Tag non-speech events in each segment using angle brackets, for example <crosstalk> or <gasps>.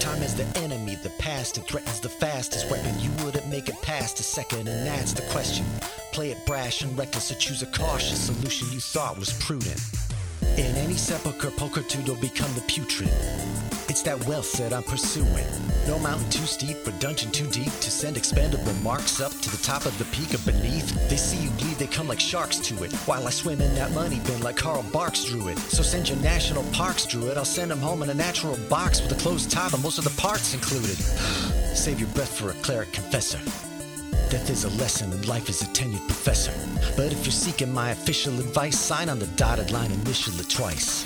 Time is the enemy, the past it threatens the fastest weapon. You wouldn't make it past a second, and that's the question. Play it brash and reckless, or choose a cautious solution you thought was prudent. In any sepulchre, pulchritude will become the putrid. It's that wealth that I'm pursuing. No mountain too steep or dungeon too deep to send expendable marks up to the top of the peak of beneath. They see you bleed, they come like sharks to it. While I swim in that money bin like Carl Barks drew it. So send your national parks drew it. I'll send them home in a natural box with a closed top and most of the parts included. <sighs> Save your breath for a cleric confessor. Death is a lesson and life is a tenured professor. But if you're seeking my official advice, sign on the dotted line, initial it twice.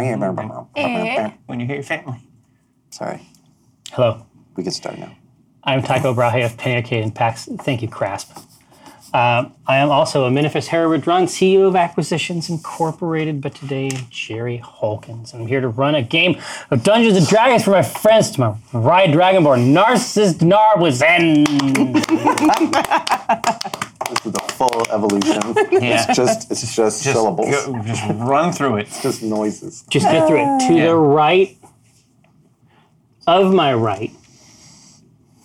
Eh? when you hear your family. Sorry. Hello, We can start now. I'm Tycho Brahe of Panarcade and PAX. Thank you, Crasp. Um, I am also a Minifest Hereward Run, CEO of Acquisitions Incorporated, but today I'm Jerry Hawkins. I'm here to run a game of Dungeons and Dragons for my friends to my Ride Dragonborn, Narcissist Narblizen. This is the full evolution. <laughs> It's just it's just, syllables. go- just run through it. <laughs> Just noises. Just get through it. To the right of my right,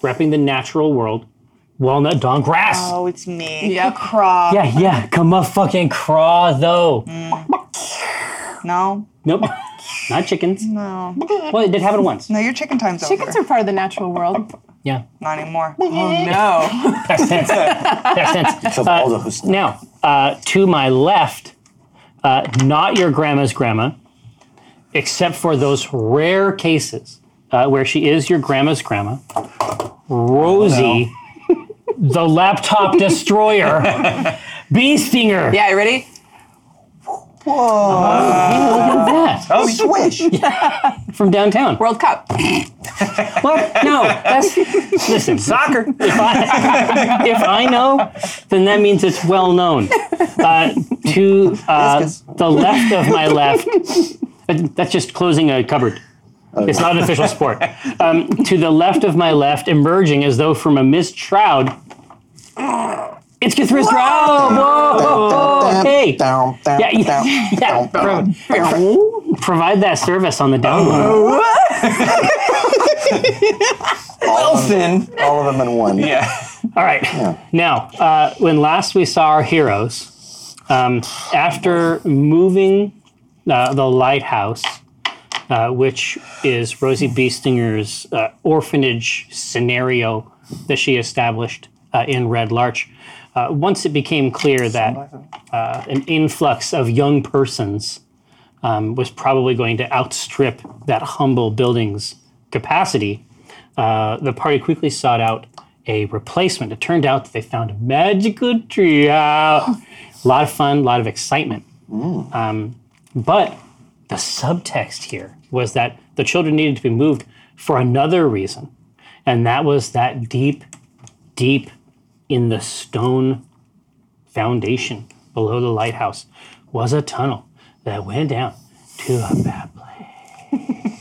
repping the natural world, Walnut Dawn Grass. Oh, it's me. Yep. The crop. Yeah, yeah, come on, fucking craw though. No, Nope, not chickens. no. Well, it did happen once. No, your chicken time's Chickens over. are part of the natural world. Yeah, Not anymore. Oh, No. past tense. past <laughs> tense. Of all those- Uh, Now, uh, to my left, uh, not your grandma's grandma, except for those rare cases uh, where she is your grandma's grandma, Rosie, the laptop destroyer, bee stinger. Yeah, you ready? Look at that <laughs> Oh, Swish! from downtown. World Cup. What? No, that's listen. Soccer. If I, if I know, then that means it's well known. Uh, to uh, the left of my left, that- that's just closing a cupboard. It's not an official sport. Um, to the left of my left, emerging as though from a mist shroud. It's Cthulhu. Oh, whoa! Hey, Down, down, Yeah, yeah, down, yeah. down, down, provide that service on the download. Wilson. All of them in one. <laughs> Yeah. All right. Now, uh, when last we saw our heroes, um, after moving uh, the lighthouse, uh, which is Rosie Beestinger's uh, orphanage scenario that she established uh, in Red Larch, uh, once it became clear that uh, an influx of young persons um, was probably going to outstrip that humble building's capacity, uh, the party quickly sought out a replacement. It turned out that they found a magical trio. Ah, a lot of fun, a lot of excitement. Um, but the subtext here was that the children needed to be moved for another reason, and that was that deep, deep in the stone foundation below the lighthouse was a tunnel that went down to a bad place.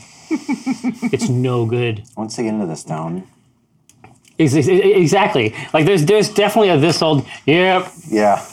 it's no good. Once they get into this town, Ex- ex- Exactly. Like there's there's definitely a this old yep yeah.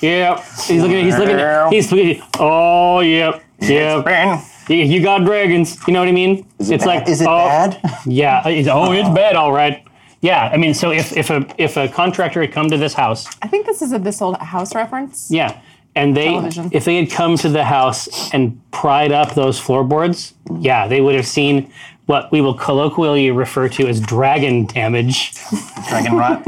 yep. He's looking. He's looking. He's looking. Oh yep yep. Ben. You- You got dragons. You know what I mean? Is it it's bad? like is it oh, bad? <laughs> Yeah. It's, oh, it's bad. All right. Yeah. I mean, so if if a if a contractor had come to this house, I think this is a this old house reference. yeah, and they Television. if they had come to the house and pried up those floorboards, yeah, they would have seen what we will colloquially refer to as dragon damage. Dragon rot.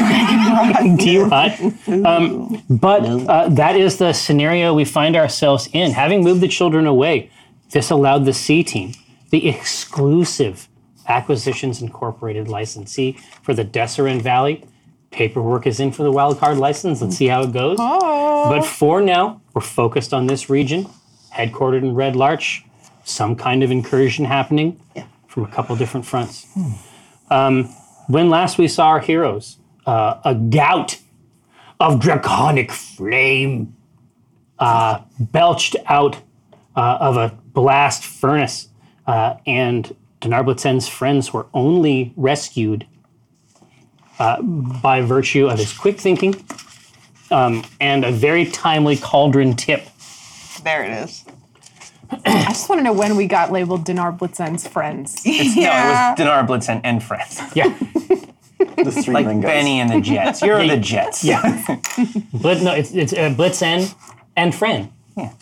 Yeah, D rot. Um, but uh, that is the scenario we find ourselves in. Having moved the children away, this allowed the C team, the exclusive Acquisitions Incorporated licensee for the Deseran Valley. Paperwork is in for the wildcard license. Let's see how it goes. But for now, we're focused on this region, headquartered in Red Larch. Some kind of incursion happening from a couple different fronts. Um, when last we saw our heroes, uh, a gout of draconic flame uh, belched out uh, of a blast furnace, uh, and Denarbletsen's friends were only rescued uh, by virtue of his quick thinking um, and a very timely cauldron tip. There it is. I just want to know when we got labeled Dinar Blitzen's friends. No, Yeah. it was Dinar Blitzen and <laughs> friends. Yeah. The three Like lingos. Benny and the Jets. You're <laughs> Yeah. the Jets. <laughs> Yeah. Blitz, no, it's, it's uh, Blitzen and Friend. Yeah.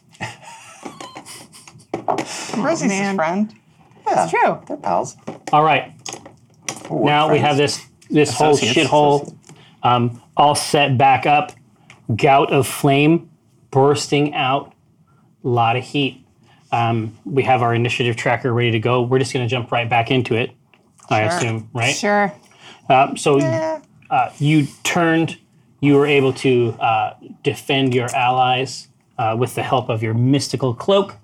Rosie's his man. friend. Yeah, True. They're pals. All right. We're now we friends. have this this whole Associates. shithole um, all set back up. Gout of flame bursting out. A lot of heat. Um, we have our initiative tracker ready to go. We're just going to jump right back into it. I assume, right? Sure. Um, so uh, you turned. You were able to uh, defend your allies uh, with the help of your mystical cloak.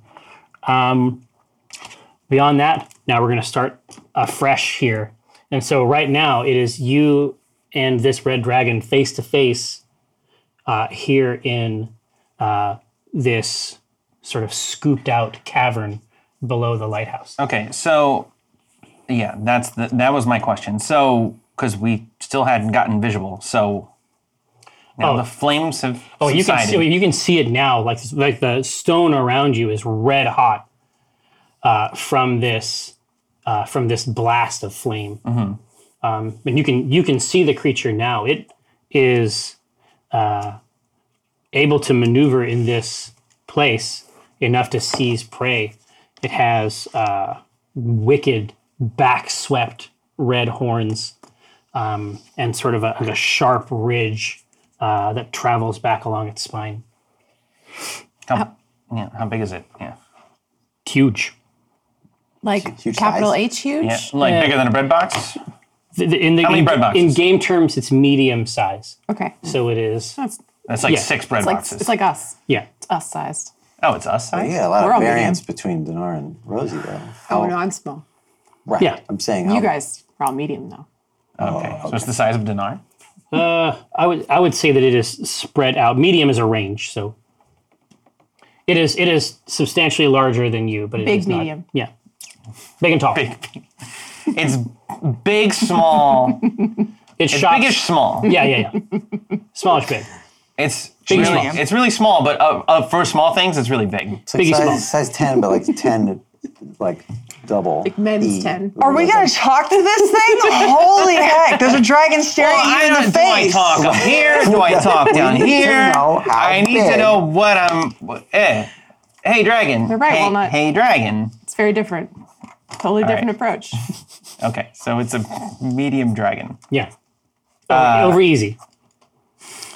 Um, beyond that, now we're going to start afresh here. And so right now, it is you and this red dragon face to face uh, here in uh, this sort of scooped out cavern below the lighthouse. Okay, so yeah, that's the, that was my question. So because we still hadn't gotten visual, so now Oh. the flames have Oh, you can subsided. see, you can see it now. Like like the stone around you is red hot uh, from this uh, from this blast of flame. Um, and you can you can see the creature now. It is uh, able to maneuver in this place enough to seize prey. It has uh, wicked backswept red horns um, and sort of a, like a sharp ridge uh, that travels back along its spine. How, Oh. yeah, how big is it? Yeah, It's huge. Like Huge capital size. H huge. yeah, like bigger than a bread box. Th- th- In the, many in, bread boxes? in game terms, it's medium size. Okay. So it is. That's it's That's like Yeah. six bread like boxes. it's like us. Yeah. It's us sized. oh, it's us. size? Yeah, a lot We're all of variance between Dinar and Rosie, though. Oh, How- no, I'm small. Right. Yeah. I'm saying You how- guys are all medium though. Okay, so it's the size of Dinar. I would I would say that it is spread out. Medium is a range, so it is it is substantially larger than you, but it is Big, not- medium. yeah. Big and tall. It's big, small. It's, it's shots- biggish, small. Yeah, yeah, yeah. <laughs> Smallish big. It's Big really, small. it's really small, but uh, uh, for small things, it's really big. It's like Biggie size, Smalls. size 10, but like 10, like double. E. Like men's 10. Are we gonna talk to this <laughs> thing? Holy heck! There's a dragon staring at you in the do I face. talk up here? Do I talk down need to here? know how I need to big. know what I'm. What, eh. Hey, dragon. You're right, hey, Walnut. Hey, dragon. It's very different. Totally different right. approach. Okay, so it's a medium dragon. Yeah. Uh, over easy.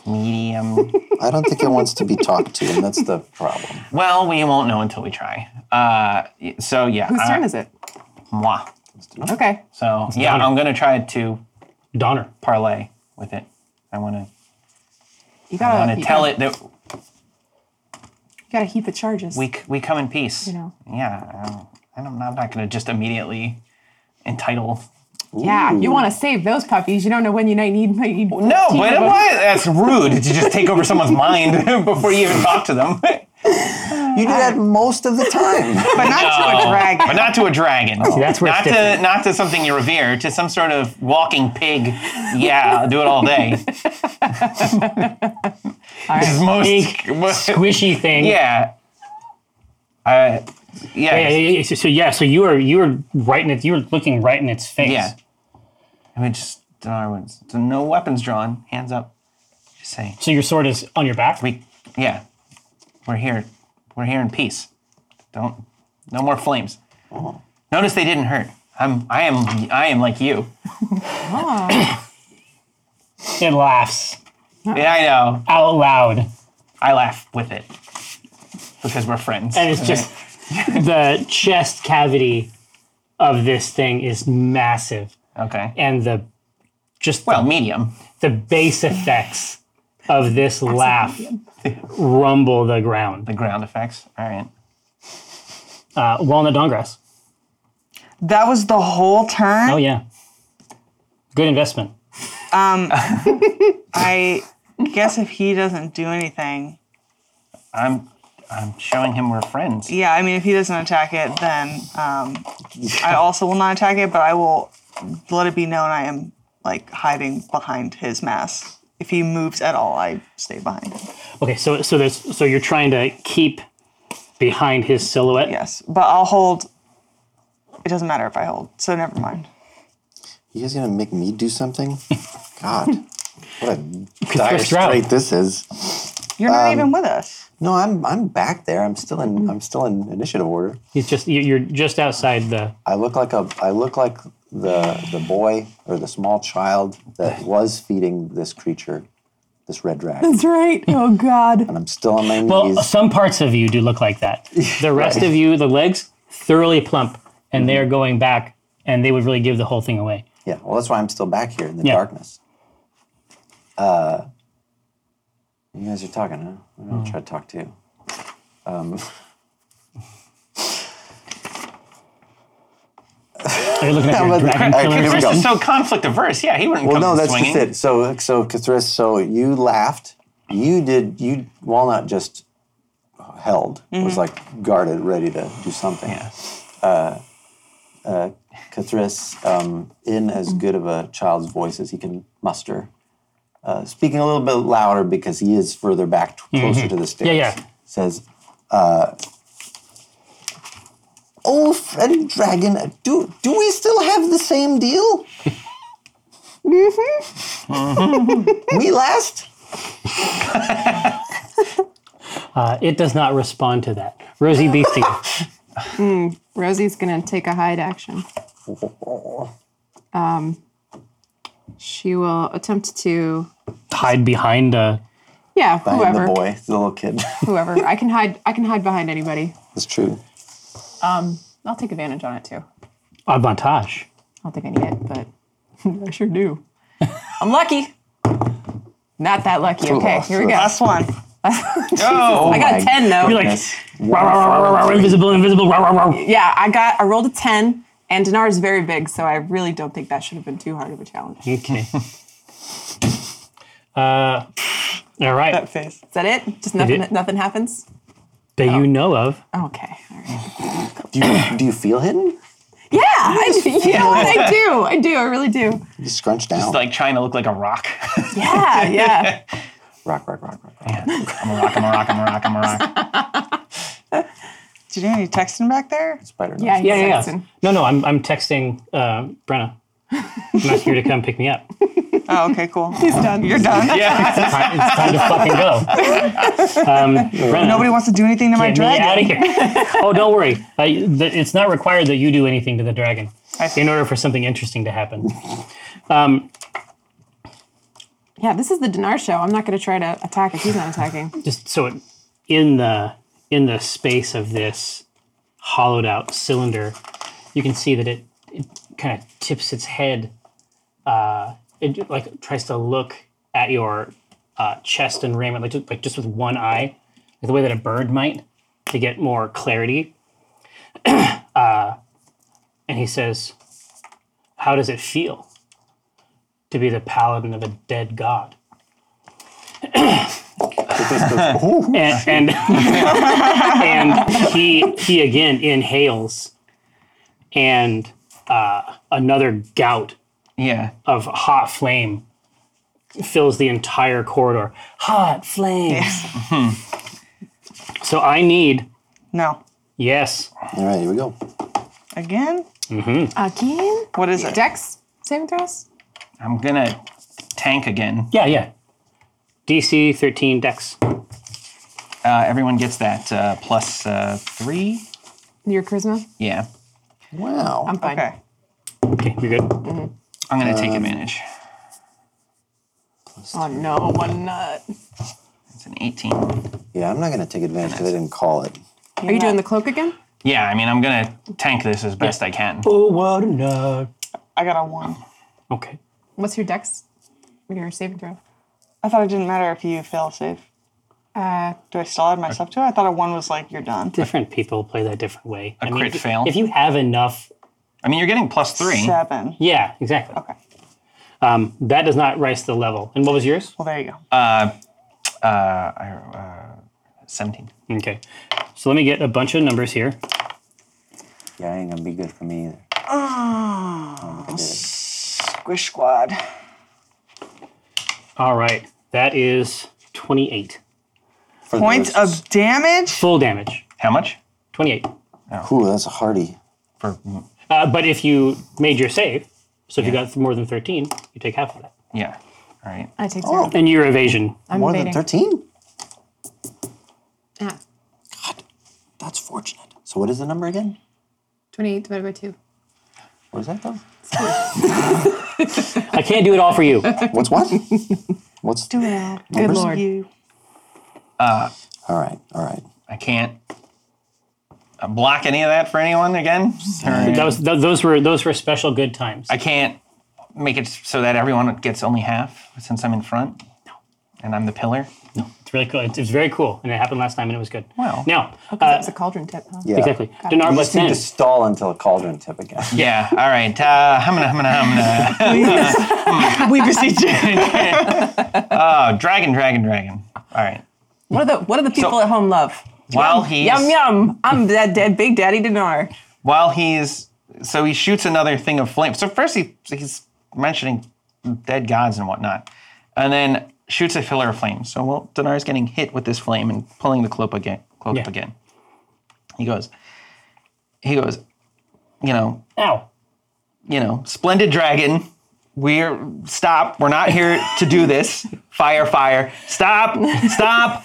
Medium. I don't think it wants to be talked to, and that's the problem. well, we won't know until we try. Uh, y- so yeah. Whose I- turn is it? moi. Okay. So yeah, Donner. I'm gonna try to Donner. parlay with it. I wanna, I You gotta, wanna Oh, you tell gotta, it that You gotta heat the charges. we c- we come in peace. You know. Yeah. I don't, I don't, I'm not gonna just immediately entitle yeah. You want to save those puppies. You don't know when you might need. Might need No, team but of- why? That's rude to just take over someone's mind <laughs> before you even talk to them. but You do that most of the time. But not to a dragon. Oh. not to a dragon. that's where not it's to different. not to something you revere. To some sort of walking pig. Yeah, I'll do it all day. It's Pink, most, squishy thing. yeah. I yeah Yeah, yeah, yeah, yeah. So, so yeah, so you were you were right in it. You were looking right in its face. yeah. I mean, just Dinar wins. So no weapons drawn. Hands up. Just say So your sword is on your back. we. Yeah, we're here. We're here in peace. Don't. No more flames. Notice they didn't hurt. I'm. I am. I am like you. It laughs Yeah, I know. out loud. I laugh with it because we're friends. and it's <laughs> just the chest cavity of this thing is massive okay. and the just the- well, medium. the, base effects of this laugh rumble the ground The ground effects. All right. uh, walnut dongrass That was the whole turn. oh yeah good investment I guess if he doesn't do anything, I'm. I'm showing him we're friends. yeah. I mean, if he doesn't attack it, then um, I also will not attack it. But I will let it be known I am like hiding behind his mask. If he moves at all, I stay behind. him. okay so so there's so you're trying to keep behind his silhouette. Yes, but I'll hold. It doesn't matter if I hold, so never mind. <laughs> You guys gonna make me do something? God, what a dire twist her out. strait this is. You're not Um, even with us. No, I'm I'm back there. I'm still in I'm still in initiative order. He's just you- you're just outside the. I look like a I look like the the boy or the small child that was feeding this creature, this red dragon. <laughs> That's right. Oh God. I'm still on my Well, knees. some parts of you do look like that. The rest of you, the legs, thoroughly plump, and they are going back, and they would really give the whole thing away. Yeah, well, that's why I'm still back here in the Yeah. darkness. Uh, you guys are talking, huh? Maybe Hmm. I'll try to talk too. Um, Are you looking at your But- dragon all right, killer? here we This go. is so conflict averse. Yeah, he wouldn't Well, come no, that's swinging. just it. So, so Cthulhu, so you laughed. You did. You Walnut just held Mm-hmm. was like guarded, ready to do something. Yeah. Cathris, um, in as Mm-hmm. good of a child's voice as he can muster, uh, speaking a little bit louder because he is further back, t- closer to the stairs, Mm-hmm. yeah. says, uh, "Oh, friend dragon, uh, do do we still have the same deal? Mm-hmm. <laughs> we <laughs> last." Uh, it does not respond to that. Rosie Beasting, Rosie's gonna take a hide action. She will attempt to. hide behind uh, a. Yeah, I am the whoever, boy, <laughs> the little kid. whoever. I can hide. I can hide behind anybody. That's true. I'll take advantage on it too. I Avantage. don't think I need it, but <laughs> I sure do. <laughs> I'm lucky. Not that lucky. Okay, here we go. Last one. Oh, <laughs> I my got a ten though. You're like, Yes. "Rah, rah, rah, rah, rah, rah, invisible, invisible, rah, rah, <laughs> rah." yeah, I got. I rolled a ten, and Dinar is very big, so I really don't think that should have been too hard of a challenge. Is Okay. Uh, all That right. face. that it? Just nothing. did. Nothing happens. That you know of. Okay. All right. Do you, do you feel hidden? Yeah, <laughs> I do. You know what? I do. I do. I really do. You scrunch down. it's like trying to look like a rock. <laughs> <laughs> Yeah, yeah. rock, rock, rock, rock. rock. I'm a rock. I'm a rock. I'm a rock. I'm a rock. Did you do any texting back there? Spider. Yeah, knows. he's Yeah, yeah, yeah. sexing. No, no, I'm, I'm texting uh, Brenna. I'm asking her to come pick me up. Oh, okay, cool. <laughs> He's done. You're done. <laughs> Yeah. It's time, it's time to fucking <laughs> go. Um, Brenna, Nobody wants to do anything to get my me dragon. out of here. Oh, don't worry. I, th- it's not required that you do anything to the dragon I see. in order for something interesting to happen. Um, Yeah, this is the Dinar show. I'm not going to try to attack if he's not attacking. just so it, in the in the space of this hollowed out cylinder, you can see that it, it kind of tips its head. Uh, it like tries to look at your uh, chest and raiment, like just, like just with one eye, like the way that a bird might, to get more clarity. <clears throat> uh, and he says, "How does it feel to be the paladin of a dead god?" and <laughs> and, and he he again inhales, and uh, another gout yeah. of hot flame fills the entire corridor. Hot <laughs> flames. so I need No. yes. All right, here we go. Again? Again? What is it? Dex? Saving throws? I'm gonna tank again. Yeah, yeah. DC thirteen Dex. Uh, everyone gets that uh, plus uh, three. Your charisma? Yeah. Wow. I'm fine. Okay. Okay, you're good. I'm gonna take advantage. Oh no, one nut. It's an 18. Yeah, I'm not going to take advantage because I didn't call it. Are you doing the cloak again? Yeah. I mean, I'm gonna tank this as best I can. Oh, what a nerd. I got a one. Okay. What's your Dex? Your saving throw? I thought it didn't matter if you fail safe. Uh, Do I still add myself to it? I thought a one was like you're done. Different people play that different way. I crit if- fail. If you have enough I mean, you're getting plus three. Seven. Yeah, exactly. Okay. Um, that does not rise to the level. And what was yours? Well, there you go. Uh, I- uh, 17. Okay. So let me get a bunch of numbers here. Yeah, ain't going to be good for me either. Ah, Squish squad. All right. That is 28. For the Points rest- of damage. Full damage. How much? 28. Ooh, that's a hardy. For Uh, but if you made your save, so if you got more than 13, you take half of that. yeah. All right. I take zero. And your evasion. I'm More evading. than 13? Ah, That's fortunate. So what is the number again? 28 divided by 2. What is that though? I can't do it all for you. What's what? What's Do it all. Good lord. You. All right, all right. I can't uh, block any of that for anyone again. All right. That was, th- those were those were special good times. I can't make it so that everyone gets only half since I'm in front. No. And I'm the pillar. It's really cool. It's, it's very cool, and it happened last time, and it was good. Wow. Now, That uh, was a cauldron tip, huh? Yeah. exactly. You Dinar just plus need ten. to stall until a cauldron tip again. Yeah. All right. Uh, I'm gonna. I'm gonna. <laughs> I'm gonna. We beseech you. Oh, dragon. Dragon. Dragon. All right. What are the What are the people at home love? While he's Yum yum. I'm that dead big daddy Dinar. while he's so he shoots another thing of flame. So first he he's mentioning dead gods and whatnot, and then shoots a pillar of flame. So well, Dinar's getting hit with this flame and pulling the cloak again. Cloak up Yeah. again. He goes. He goes. You know, Ow. you know, splendid dragon. We're stop. We're not here to do this. Fire, fire. Stop, stop,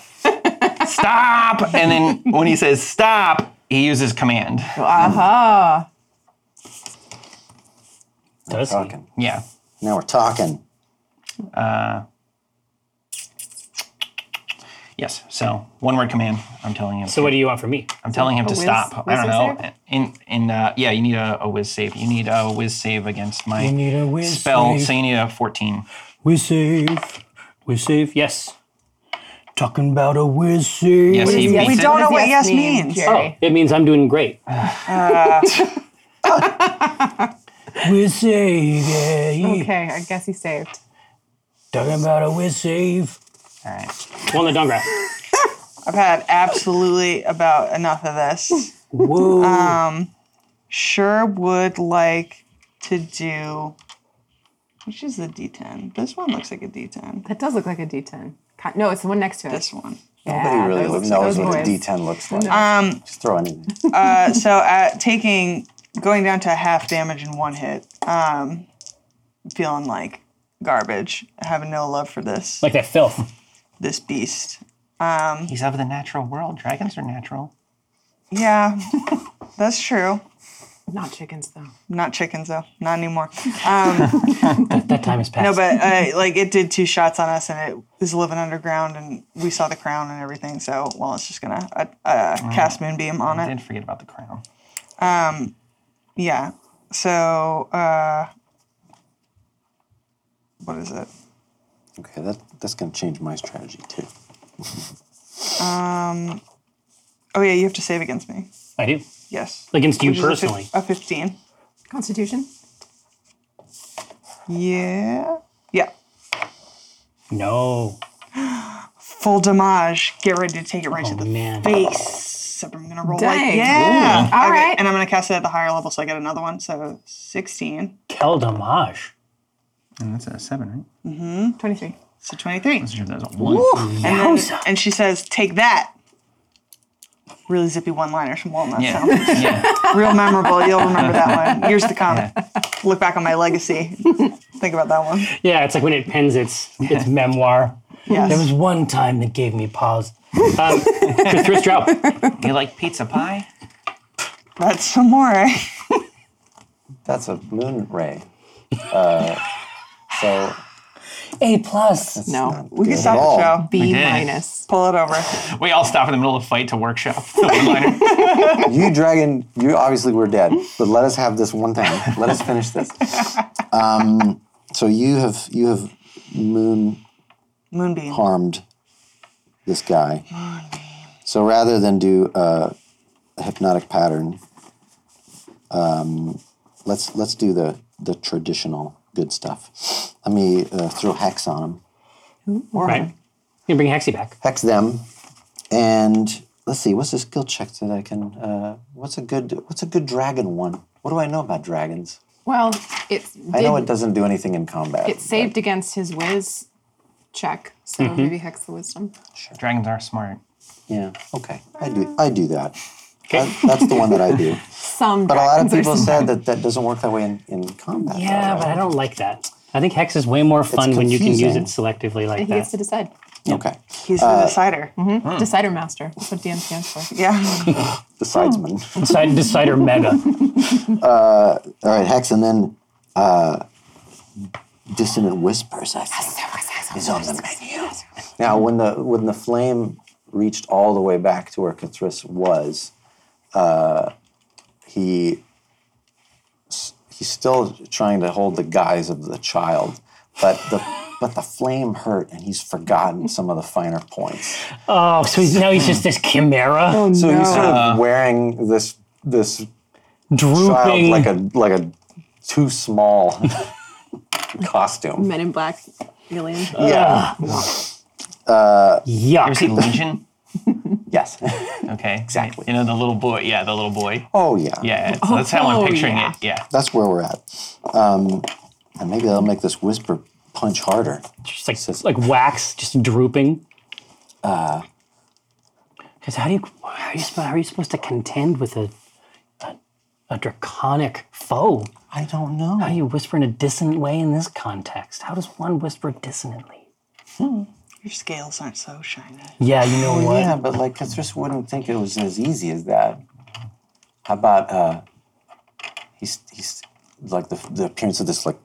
stop. And then when he says stop, he uses command. Aha. Does he? Talking. Yeah. Now we're talking. Yes. So one word command. I'm telling him. So what do you want from me? I'm telling him to whiz- stop. I whiz don't know. save? In in uh, yeah, you need a, a whiz save. You need a whiz save against my need a whiz spell. save. So you need a 14. We save. We save. Yes. Talking about a whiz save. Yes, he beats Yes, We it. don't know does what yes mean, means. Jerry? Oh, It means I'm doing <sighs> great. whiz save. Okay, I guess he saved. Talking about a whiz save. All right. Well, no, don't grab. I've had absolutely about enough of this. Whoa. Sure would like to do. Which is the D10? This one looks like a D10. That does look like a D10. Ki- No, it's the one next to it. This one. yeah, Nobody really those- knows those what boys. a D10 looks like. Um, just throw anything. Uh, so at taking, going down to half damage in one hit. Um, feeling like garbage. Having no love for this like that filth. this beast. He's of the natural world. Dragons are natural. Yeah, <laughs> that's true. Not chickens though. Not chickens though. Not anymore. That time has passed. No, but uh, like it did two shots on us, and it was living underground, and we saw the crown and everything. So, well, it's just gonna uh, uh, cast moonbeam on I it. did forget about the crown. Yeah. So, uh, what is it? Okay, that, that's going to change my strategy too. Oh yeah, you have to save against me. I do. Yes. Against you Which is a fif- personally. a fifteen. Constitution. Yeah. Yeah. No. Full damage. Get ready to take it right to the Man. face. I'm gonna roll like Dang. yeah. All Okay, right. and I'm gonna cast it at the higher level, so I get another one. So sixteen. Kel Damage. And that's a seven, right? Twenty-three. So twenty-three. I'm sure that's a one. And, then- and she says, "Take that." Really zippy one-liners from Walnut. Yeah. So yeah. real memorable. You'll remember that one. Years to come. Look back on my legacy. Think about that one. Yeah, it's like when it pens its <laughs> its memoir. Yes. There was one time that gave me pause. Um, Chris Trout. You like pizza pie? That's some more. <laughs> That's a moon ray. Uh, so A plus. No. We can good stop at all. the show. B did. minus. Pull it over. We all stop in the middle of a fight to workshop. <laughs> the one-liner. you dragon, you obviously were dead, but let us have this one thing. Let us finish this. Um, so you have you have moon Moonbeam. harmed this guy. So rather than do uh, a hypnotic pattern, um, let's let's do the the traditional good stuff. Let me uh, throw hex on him, Right. You can bring Hexie back. hex them, and let's see what's a skill check that I can. Uh, what's a good what's a good dragon one? What do I know about dragons? Well, it's I know it did, doesn't do anything in combat. it saved Mm-hmm. against his whiz check, so maybe hex the wisdom. Dragons are smart. Yeah. Okay. I do. I do that. That- that's the one that I <laughs> do. Some But a lot of dragons are people some- said that that doesn't work that way in, in combat. though, Yeah, right? but I don't like that. I think hex is way more fun when you can use it selectively like And he gets that. to decide. Okay. He's the decider. mm-hmm. Hmm. Decider master. That's what DM stands for. Yeah. <laughs> The sidesman. Hmm. Decide, decider mega. <laughs> All right, Hex, and then uh, dissonant whispers. I think is on the menu. Now, when the when the flame reached all the way back to where Cathris was, uh, he s- he's still trying to hold the guise of the child, but the but the flame hurt, and he's forgotten some of the finer points. Oh, so he's, now he's just this chimera, So he's sort of wearing this this child drooping. like a like a too small <laughs> costume. Men in Black alien. Yeah. Ever yuck. see Legion? Yes. <laughs> Okay. Exactly. You know the little boy. Yeah, the little boy. oh yeah. Yeah. so that's how Oh, I'm picturing yeah. it. Yeah. That's where we're at. Um, and maybe that'll make this whisper punch harder. Just like, like wax, just drooping. Because Uh, how do you how are you, supposed, how are you supposed to contend with a a, a draconic foe? I don't know. How do you whisper in a dissonant way in this context? How does one whisper dissonantly? Your scales aren't so shiny. Yeah, you know what? Oh, yeah, but like Cthulhu wouldn't think it was as easy as that. How about uh he's he's like the the appearance of this like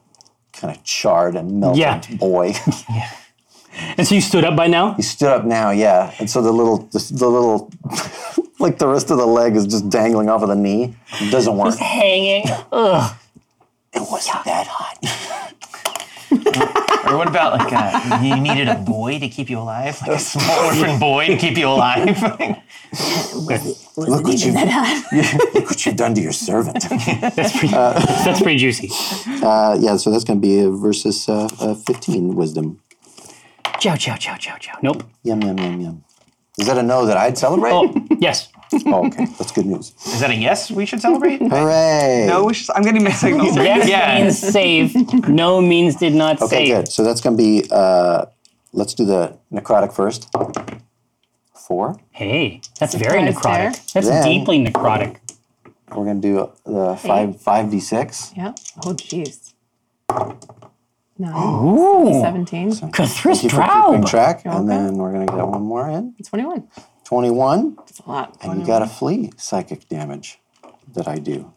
kind of charred and melted Yeah. boy. <laughs> And so you stood up by now. He stood up now, yeah, and so the little, the, the little, <laughs> like the rest of the leg is just dangling off of the knee. It doesn't work. It Hanging. wasn't that hot. Or what about like uh, you needed a boy to keep you alive, like a small orphan boy to keep you alive? <laughs> Look what you, <laughs> look what you've done to your servant. <laughs> <laughs> That's pretty juicy. Uh, yeah, so that's going to be a versus uh, uh, fifteen wisdom. Chow, chow, chow, chow, chow. Nope. Yum yum yum yum. Is that a no that I'd celebrate? Oh, yes. Oh, okay, that's good news. Is that a yes? We should celebrate. Hooray! No, we should, I'm getting mixed signals. <laughs> Yes Yeah. means save. No means did not Okay, save. good. So that's going to be. Uh, let's do the necrotic first. Four. Hey, that's very Surprise necrotic. That's Then- deeply necrotic. We're going to do the five five d six. Yeah. Oh, jeez. Nine. 17. Cathris Thank you for keeping Draub. track. And welcome. then we're going to get one more in. 21. 21. That's a lot. And you got to flee psychic damage that I do.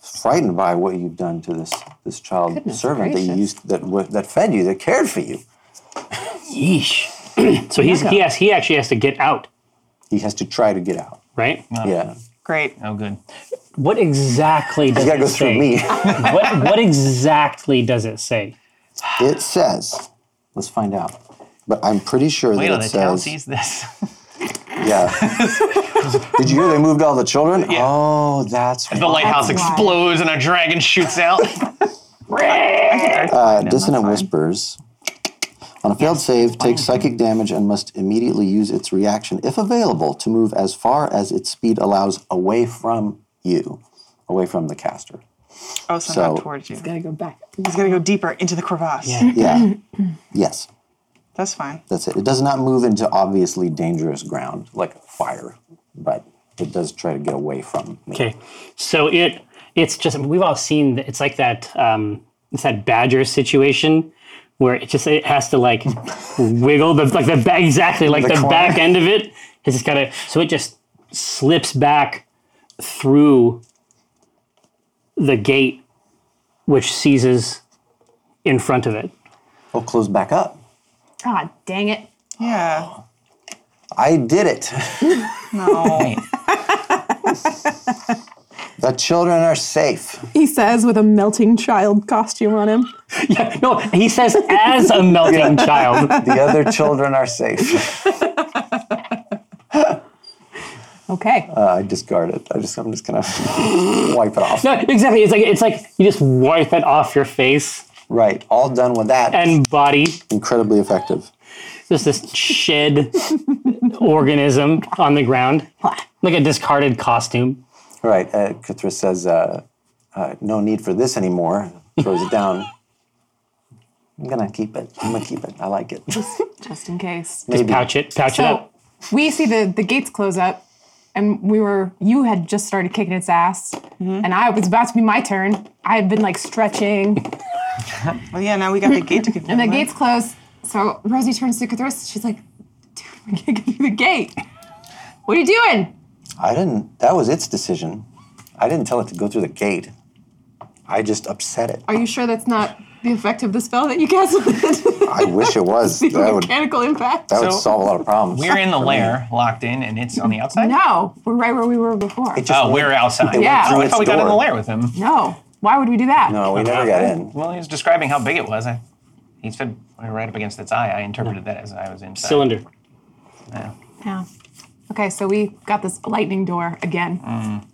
Frightened by what you've done to this this child Goodness servant that gracious. you used that wa- that fed you, that cared for you. Yeesh. <clears throat> so he's he has he actually has to get out, He has to try to get out. right? Uh-huh. yeah. Great. Oh, good. What exactly does You got it to go say? through me. what what exactly does it say? it says, let's find out. But I'm pretty sure Wait till that the it town says, sees this. <laughs> yeah. Did you hear they moved all the children? Oh, that's the lighthouse explodes and a dragon shoots out. Uh, dissonant whispers. On a failed save, takes psychic damage and must immediately use its reaction, if available, to move as far as its speed allows away from you, away from the caster. Oh, so, So- not towards you. Got to go back. He's gonna go deeper into the crevasse. Yeah. Mm-hmm. yes, That's fine. that's it. It does not move into obviously dangerous ground like fire, but it does try to get away from me. Okay, so it it's just we've all seen th- it's like that um, it's that badger situation where it just it has to like wiggle the like the back exactly like the, The corner. back end of it has just got to so it just slips back through the gate which seizes in front of it. Oh, close back up. God dang it. Oh. Yeah. I did it. <laughs> No. The children are safe. He says with a melting child costume on him. No, he says as a melting child. <laughs> The other children are safe. Okay. Uh, I discard it. I just I'm just gonna <laughs> wipe it off. No, exactly. It's like it's like you just wipe it off your face Right. All done with that. and body. Incredibly effective. There's this shed organism on the ground, like a discarded costume. Right. Uh, Kithra says, uh, uh, no need for this anymore. Throws it down. I'm going to keep it. I'm going to keep it. I like it. Just in case. Pouch it, pouch it So up. we see the the gates close up, and we were you had just started kicking its ass, Mm-hmm. and I was about to be my turn. I had been like stretching, Well, yeah, now we got the gate to get <laughs> and the gates close. So Rosie turns to Cthulhu. She's like, "Dude, we can't get through the gate. What are you doing?" I didn't. That was its decision. I didn't tell it to go through the gate. I just upset it. Are you sure that's not the effect of the spell that you casted? <laughs> the I wish <laughs> it was. That would that mechanical impact. would So- solve a lot of problems. We're in the lair, locked in, and it's on the outside. no, we're right where we were before. It just Oh, we're outside. Yeah. Oh, through I its thought we got in the door. lair with him. no, why would we do that? No, we never got in. Well, he was describing how big it was. I, he said we were right up against its eye. I interpreted that as I was inside. Cylinder. Yeah. Yeah. Okay, so we got this lightning door Mm. again.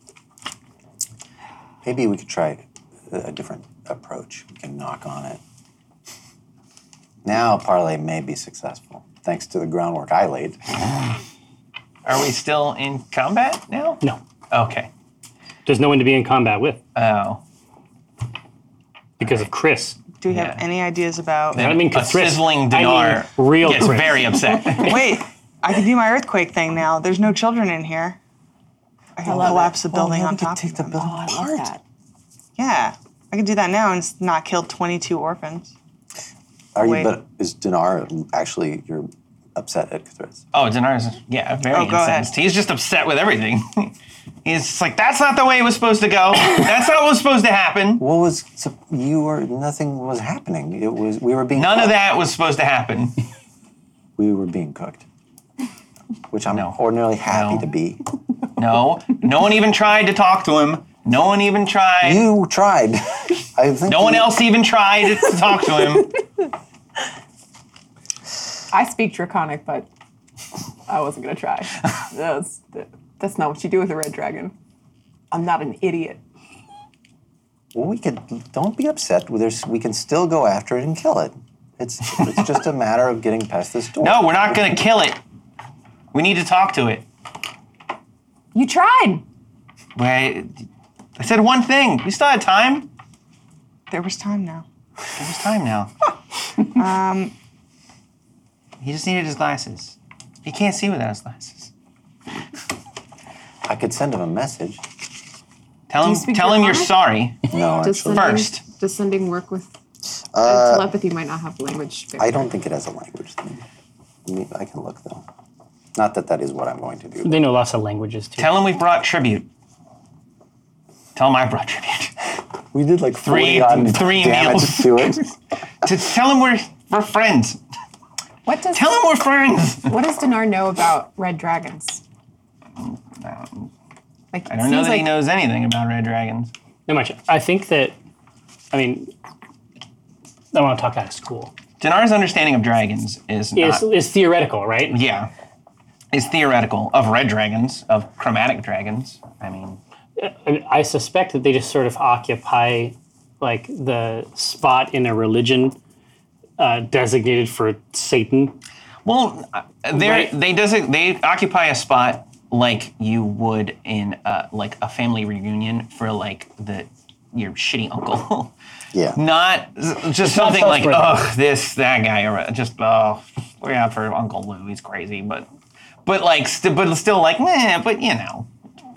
Maybe we could try a different approach. We can knock on it. Now parlay may be successful thanks to the groundwork I laid. Are we still in combat now? No. Okay. There's no one to be in combat with Oh. because of Chris. Do we have Yeah. any ideas about? I don't mean a Chris. sizzling I mean dinar real gets Chris. very <laughs> upset. Wait, I can do my earthquake thing now. There's no children in here. I can collapse the building on top. Oh, Take the building Oh, apart. Yeah, I can do that now and s- not kill 22 orphans. Are you? Wait. But is Dinar actually? You're upset at Cthulhu. oh, dinar's yeah, very Oh, go ahead. incensed. He's just upset with everything. <laughs> He's just like, that's not the way it was supposed to go. that's not what was supposed to happen. What was so you were? Nothing was happening. It was we were being None of cooked. that was supposed to happen. We were being cooked, which I'm No. ordinarily happy No. to be. No, no one even tried to talk to him. No one even tried. You tried. <laughs> I think no one you- else even tried to talk to him. I speak Draconic, but I wasn't gonna try. that's, that's not what you do with a red dragon. I'm not an idiot. Well, we could. Don't be upset. There's, we can still go after it and kill it. It's it's just a matter of getting past this door. No, we're not gonna kill it. We need to talk to it. You tried. Wait, I said one thing. We still had time. There was time now. There's time <laughs> now. Um. he just needed his glasses. He can't see without his glasses. I could send him a message. Tell you him, speak tell him you're Draconic? sorry. No, Does actually, sending- First. Does sending work with uh, telepathy might not have language. I don't think it has a language thing. I, mean, I can look though. Not that that is what I'm going to do. They know lots of languages too. Tell him we brought tribute. Tell him I brought tribute. <laughs> We did like 40 <laughs> Three- odd three damage meals. to it. to tell him we're we're friends. What does Tell him we're friends. what does Dinar know about red dragons? Like, I don't know that he knows anything about red dragons. Not much. I think that, I mean, I want to talk out of school. Dinar's understanding of dragons is It's, not, it's theoretical, right? yeah, is theoretical of red dragons, of chromatic dragons. I mean, I, mean, I suspect that they just sort of occupy like the spot in a religion uh, designated for Satan. Well, they are Right. they does they occupy a spot like you would in uh, like a family reunion for like the your shitty uncle. <laughs> Yeah. Not s- just something like self-praise. ugh this that guy or uh, just oh we're out for Uncle Lou he's crazy but but like st- but still like meh, but you know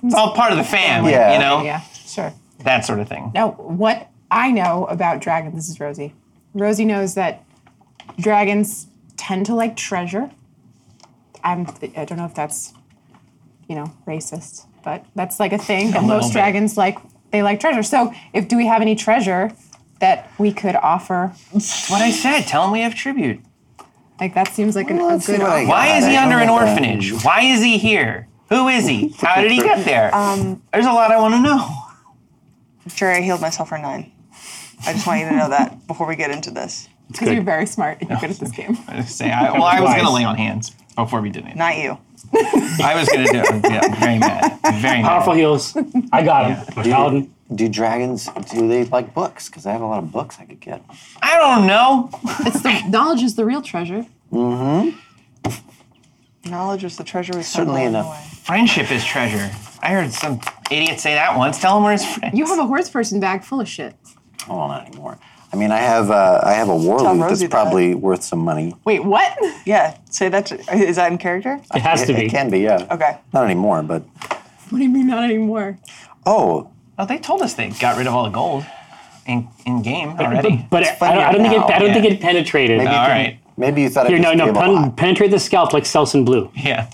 it's all part of the family Yeah. you know Yeah, sure. that sort of thing. Now, what I know about dragons, this is Rosie. Rosie knows that dragons tend to like treasure. I'm, I don't know if that's, you know, racist, but that's like a thing that little most bit. dragons like. They like treasure. So, if do we have any treasure that we could offer? What I said tell him we have tribute. Like that seems like an, Well, a let's see good. what I offer. Why God, is I he don't under an know. orphanage? Why is he here? Who is he? How did he get there? Um, There's a lot I want to know. <laughs> Jerry, I healed myself for nine. I just want you to know that <laughs> before we get into this. Because you're very smart and you're good at <laughs> this game. I say, I, well, I was Wise. going to lay on hands before we did it. Not you. I was going to <laughs> do it. Yeah, I'm very mad. I'm very mad. Powerful heels. I got him. Paladin. Do dragons, do they like books? Because I have a lot of books I could get. I don't know. It's the knowledge is the real treasure. Knowledge is the treasure we found Certainly along the enough. way. Friendship is treasure. I heard some idiot say that once. Tell him we're his friends. You have a horse person bag full of shit. Oh, well, not anymore. I mean, I have uh, I have a war Tell loot Rosie that's that. probably worth some money. Wait, what? Yeah, say that. To, is that in character? It has it, to be. It can be, yeah. Okay. Not anymore, but What do you mean not anymore? oh, Oh, they told us they got rid of all the gold in in game already. But I- I, don't, I don't think it. I don't now, think yeah. it penetrated. maybe All you can- right. Maybe you thought it Here, was no, no. gave a Pun, lot. penetrate the scalp like Selsun Blue. yeah.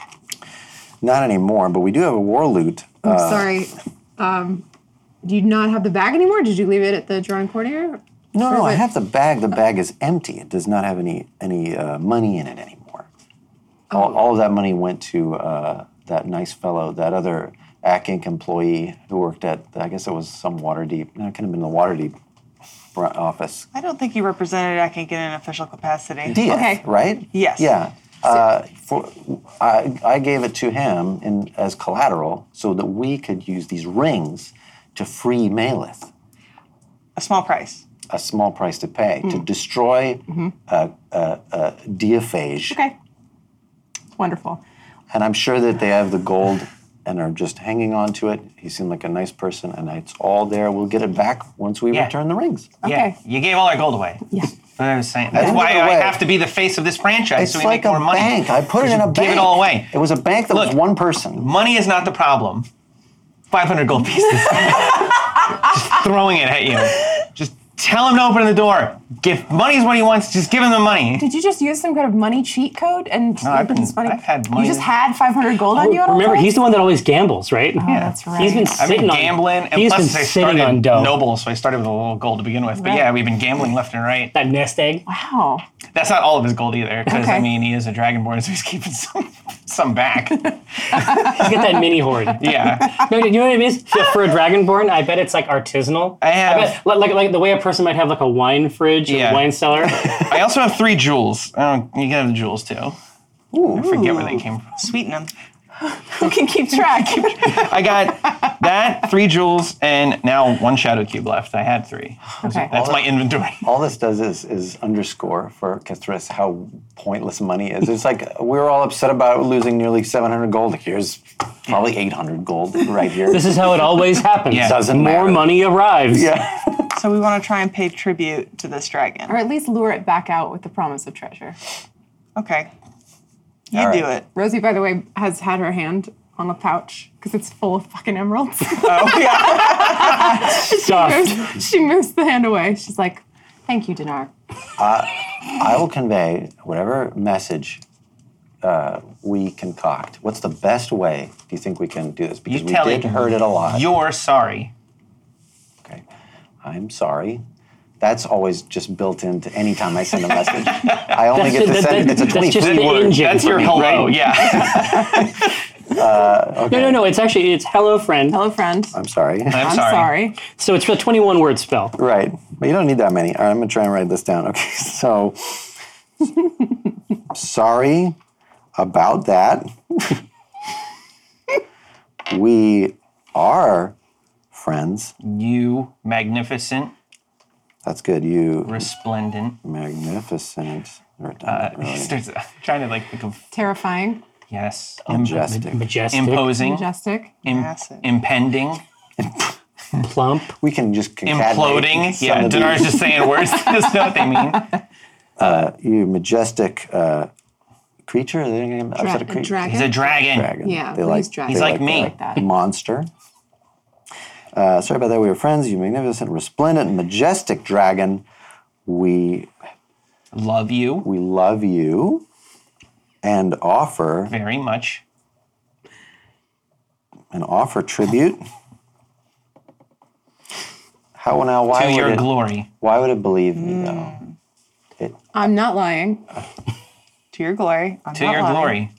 Not anymore, but we do have a war loot. I'm Uh, sorry. Um, do you not have the bag anymore? Did you leave it at the drawing corner? no, no, Or I what? have the bag. Uh. The bag is empty. It does not have any any uh, money in it anymore. Oh. All, all of that money went to uh, that nice fellow, that other ACINC employee who worked at. I guess it was some Waterdeep. No, it could have been the Waterdeep br- office. I don't think you represented I can get an official capacity. Diaz, Okay. right? Yes. Yeah. Uh, for, I, I gave it to him in, as collateral so that we could use these rings to free Maleth, A small price. a small price to pay, to Mm. destroy Mm-hmm. uh, uh, uh, Diophage. Okay. Wonderful. And I'm sure that they have the gold and are just hanging on to it. He seemed like a nice person, and it's all there. We'll get it back once we Yeah. return the rings. Yeah. Okay. You gave all our gold away. Yeah. I was saying. That's gave why it I away. have to be the face of this franchise It's so we like make more a money. bank. I put it You in a give bank. it all away. It was a bank that was Look. one person. Money is not the problem. 500 gold pieces. <laughs> Just throwing it at you. Just tell him to open the door. Give money's what he wants. Just give him the money. Did you just use some kind of money cheat code and No, I've been- this money? I've had money. You just had 500 gold on you. At all Oh, Remember, times? he's the one that always gambles, right? Oh, that's right. He's been I've sitting been on gambling, and He's plus been I sitting started on dough. noble, so I started with a little gold to begin with. But Right. yeah, we've been gambling left and right. that nest egg. wow. That's not all of his gold either, because I Okay. mean he is a dragonborn, so he's keeping <laughs> some some back. He's got that mini hoard. <laughs> yeah, No, you know what it is? For- For a dragonborn, I bet it's like artisanal. I have- bet, like, like, like the way a person might have like a wine fridge or Yeah. wine <laughs> cellar. I also have three jewels. Oh, you can have the jewels too. I forget where they came from. Sweeten them. Who can keep track? I got that three jewels, and now one shadow cube left. I had three. okay. That's my inventory. all this does is is underscore for Kithris how pointless money is. It's like we're all upset about losing nearly 700 gold. Here's probably 800 gold right <laughs> here. this is how it always happens. Yeah. Doesn't More matter. money arrives. Yeah. So we want to try and pay tribute to this dragon. Or at least lure it back out with the promise of treasure. Okay. You All right. do it. Rosie, by the way, has had her hand on a pouch because it's full of fucking emeralds. <laughs> Stuff. she moves the hand away. She's She's like, thank you, Dinar. I will convey whatever message uh, we concoct. What's the best way do you think we can do this? Because You we tell did it. hurt it a lot. You're sorry. okay. I'm sorry. That's always just built into any time I send a message. I only That's get to the- send that- it's a that's just 23 the word. engine. That's your Right. hello. Yeah. No, no, no. It's actually it's hello friend. Hello, friend. I'm sorry. I'm, I'm sorry. sorry. So it's a 21 word spell. Right. But you don't need that many. All right, I'm going to try and write this down. Okay. <laughs> So, sorry about that. <laughs> we are friends. You magnificent, That's good. You resplendent. magnificent. Uh, Or- <laughs> <laughs> There's a- trying to like think of terrifying, yes, Oh, Majestic. Majestic, imposing, majestic. im- Massive. impending, plump. We can just concatenate imploding. some Yeah, of Dinar's these. just saying words. <laughs> That's not what they mean. You majestic uh, creature. Is there any- I said a Dra- crea- dragon. He's a dragon. dragon. Yeah, they he's like dragon. they He's like me. that Like that. monster. Uh, sorry about that. We were friends. You magnificent, resplendent, majestic dragon. We Love you we love you, and offer very much. and offer tribute. How now? Why To would your it? glory. why would it believe me though? I'm not lying. To your glory. I'm To not your lying. glory.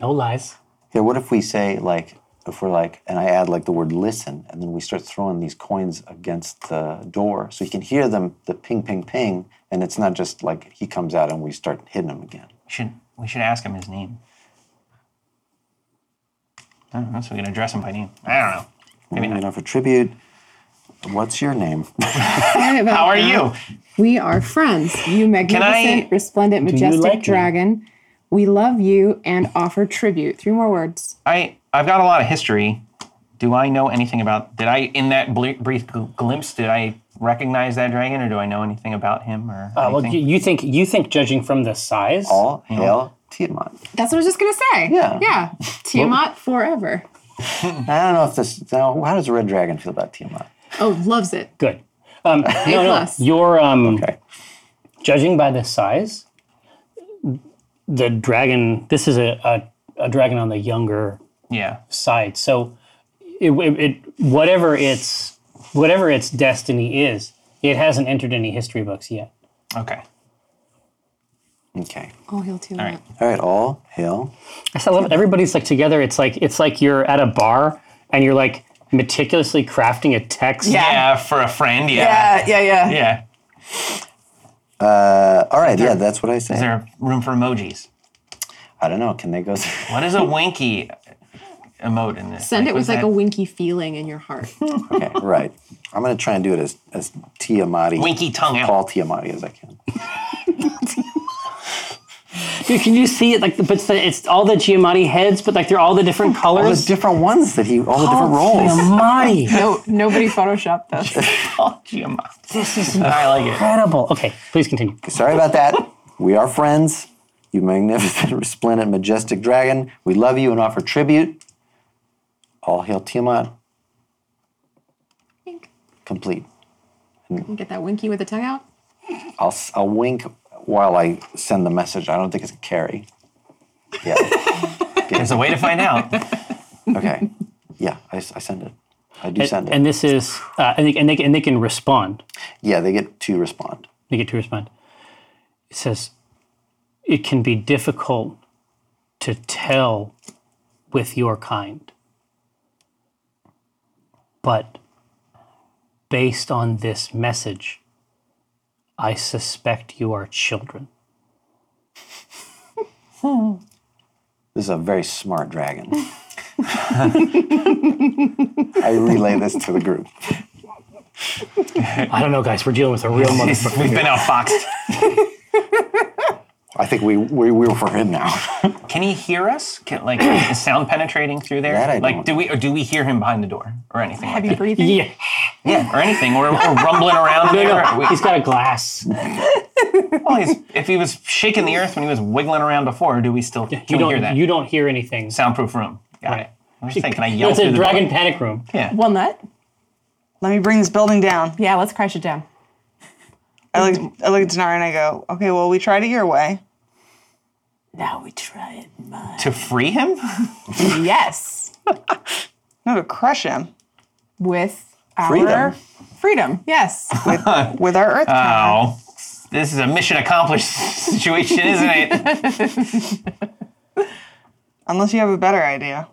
No lies. Yeah. What if we say like if we're like and I add like the word listen and then we start throwing these coins against the door so you can hear them the ping ping ping and it's not just like he comes out and we start hitting him again. Should we should ask him his name? I don't know, so we can address him by name. I don't know. Maybe not for tribute. What's your <laughs> name? Sorry about How are that. you? We are friends. You magnificent, I- resplendent, majestic like me? dragon. We love you and offer tribute. Three more words. I I've got a lot of history. Do I know anything about? Did I in that bl- brief gl- glimpse? Did I recognize that dragon, or do I know anything about him? Or Uh, well, anything? you, you think you think judging from the size, All Mm-hmm. hail Tiamat. That's what I was just gonna say. Yeah. <laughs> Yeah. Tiamat forever. I don't know if this. Now, how does Red Dragon feel about Tiamat? Oh, loves it. good. Um, no, no, plus. you're um, Okay. judging by the size, the dragon. This is a, a, a dragon on the younger yeah. side. So, it, it, it whatever its whatever its destiny is, it hasn't entered any history books yet. Okay. Okay. Oh, he'll Tiamat. All right. All right. All hail. I still love it. Everybody's like together. It's like it's like you're at a bar and you're like meticulously crafting a text. Yeah, for a friend. Yeah. Yeah, yeah, yeah. Yeah. Uh, all right. yeah, that's what I say. Is there room for emojis? I don't know. Can they go through? <laughs> What is a winky emote in this? Send it what's with like that? a winky feeling in your heart. Okay. right. I'm gonna try and do it as as Tiamat. winky tongue out. Call Tiamat as I can. Dude, can you see it? Like, the, but it's, the, it's all the Giamatti heads, but like they're all the different All the colors. Oh, different ones that he. All the different roles. Giamatti, No, nobody photoshopped <laughs> this. Oh, Giamatti. This is <laughs> I like it. incredible. Okay, please continue. Sorry about that. We are friends. You magnificent, <laughs> resplendent, majestic dragon. We love you and offer tribute. All hail Tiamat. Wink. Complete. You Get that winky with the tongue out. I'll, s- I'll wink while I send the message. I don't think it's a carry. Yeah. <laughs> There's a way to find out. Okay. Yeah, I, s- I send it. I do send it. And this is, uh, and, they, and, they, and they can respond. yeah, they get to respond. They get to respond. It says, it can be difficult to tell with your kind, but based on this message, I suspect you are children. This is a very smart dragon. <laughs> I relay this to the group. I don't know, guys. We're dealing with a <laughs> <laughs> real motherfucker. We've been outfoxed. I think we, we, we're for him now. Can he hear us? Can, like, is sound penetrating through there? That I like, don't do we or do we hear him behind the door or anything? like Have you breathing? yeah, that? or anything? Or, or rumbling around there? Or we- he's got a glass. well, he's, if he was shaking the earth when he was wiggling around before, do we still can You we don't. hear that? You don't hear anything. Soundproof room. Got Right. it. I was thinking I yelled That's a through the door. dragon panic room. Walnut? Let me bring this building down. Yeah, let's crash it down. I look, I look at Denari and I go, okay, well, we tried it your way. <laughs> Now we try it. to free him. Yes. No, to crush him With our Freedom. freedom. Yes. with our earth power. Oh, this is a mission accomplished <laughs> situation, isn't it? Unless you have a better idea.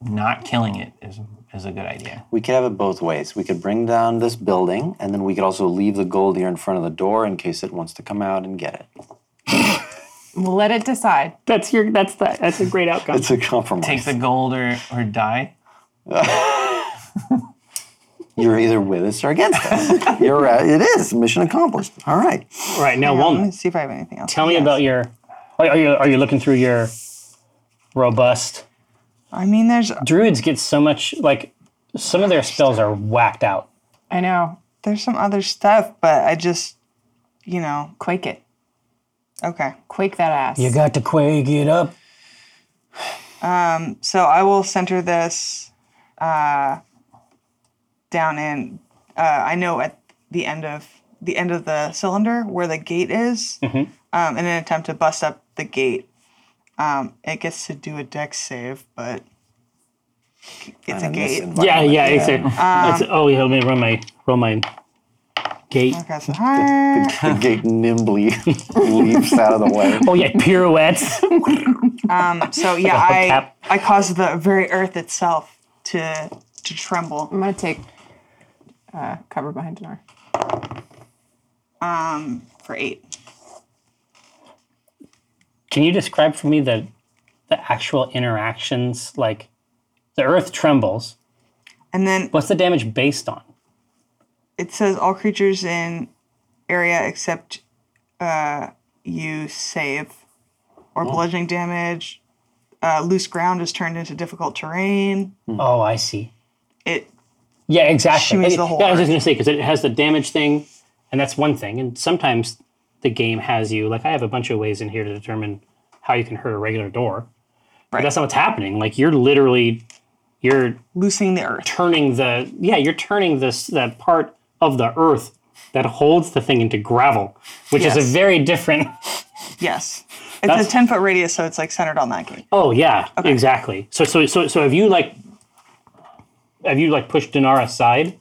Not killing it is is a good idea. We could have it both ways. We could bring down this building, and then we could also leave the gold here in front of the door in case it wants to come out and get it. We'll let it decide. That's your. That's that. That's a great outcome. It's a compromise. Take the gold or or die. You're either with us or against us. You're uh, it is mission accomplished. All right. All right now, Let me Walnut. see if I have anything else. Tell me Yes. about your. Are, are you are you looking through your robust I mean, there's druids? Get so much like some of their spells are whacked out. I know. there's some other stuff, but I just, you know, Quake it. okay. Quake that ass. You got to quake it up. So I will center this uh, down in. Uh, I know at the end of the end of the cylinder where the gate is, um, in an attempt to bust up the gate. Um, it gets to do a deck save, but it's a And this gate. Yeah, environment, yeah. It's a, it's a- oh, yeah, let me roll my roll my gate. Okay, so hi. The gate nimbly <laughs> leaps out of the way. Oh yeah, <laughs> pirouettes. So yeah, hubcap. I I caused the very earth itself to to tremble. I'm gonna take uh, cover behind Dinar. for eight. Can you describe for me the the actual interactions? Like, the earth trembles. And then What's the damage based on? it says all creatures in area except uh, Oh. you save or bludgeoning damage, uh, loose ground is turned into difficult terrain. Oh, I see. It Yeah, exactly. Shoots It- the whole yeah, I was arc. just gonna say because it has the damage thing, and that's one thing. And sometimes the game has you like I have a bunch of ways in here to determine how you can hurt a regular door. But that's not what's happening. Like you're literally you're loosening the earth. turning the yeah you're turning this that part of the earth that holds the thing into gravel, which is Yes. a very different. <laughs> <laughs> Yes, it's That's- a ten foot radius, so it's like centered on that gate. Um, Oh yeah, exactly. So so so so have you like have you like pushed Dinar aside?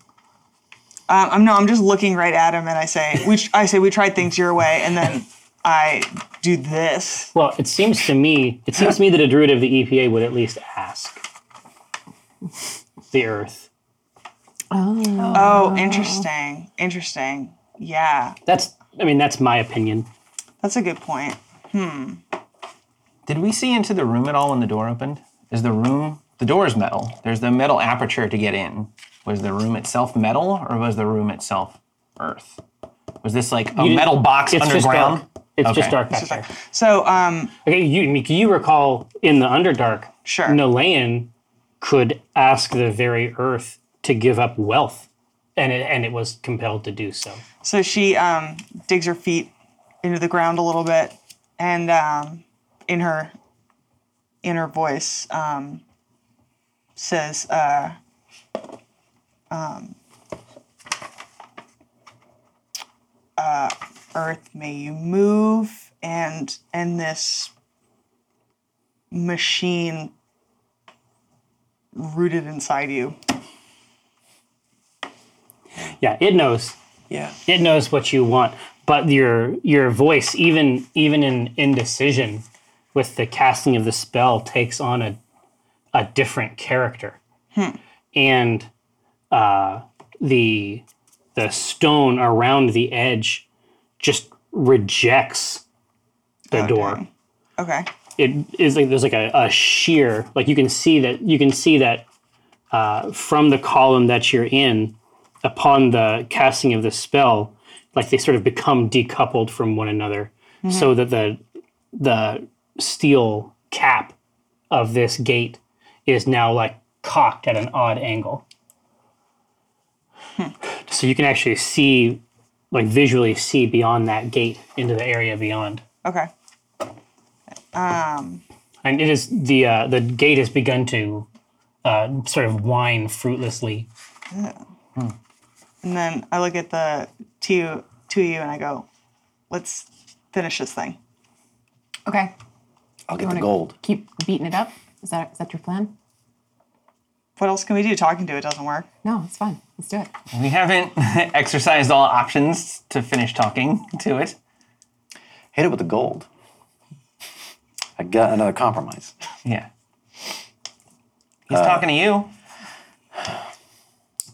Um, I'm no, I'm just looking right at him, and I say, "We," tr- I say, "We tried things your way," and then I do this. Well, it seems to me, it seems to me that a druid of the EPA would at least ask the Earth. Oh, interesting, interesting. Yeah, That's, I mean, that's my opinion. that's a good point. Did we see into the room at all when the door opened? Is the room the door is metal? There's the metal aperture to get in. Was the room itself metal, or was the room itself earth? Was this like a You- metal box it's just underground? dark. It's just Okay. dark back there. So, um, Okay, you, I mean, can you recall in the Underdark, Sure. Nalayan could ask the very Earth to give up wealth, and it, and it was compelled to do so. so she um, digs her feet into the ground a little bit, and um, in her in her voice um, says, uh, um, uh, "Earth, may you move and and this machine rooted inside you." Yeah, it knows. Yeah. it knows what you want but your your voice even even in indecision with the casting of the spell takes on a a different character and uh the the stone around the edge just rejects the door Okay. it is like there's like a, a sheer like you can see that you can see that uh, from the column that you're in upon the casting of the spell like they sort of become decoupled from one another so that the the steel cap of this gate is now like cocked at an odd angle so you can actually see like visually see beyond that gate into the area beyond Okay. and it is the uh, the gate has begun to uh, sort of whine fruitlessly. And then I look at the two two of you and I go, let's finish this thing. Okay. I'll get the gold. Keep beating it up. Is that is that your plan? What else can we do? Talking to it doesn't work. No, it's fine. Let's do it. We haven't <laughs> exercised all options to finish talking to it. Hit it with the gold. I got another compromise. Yeah. He's talking to you.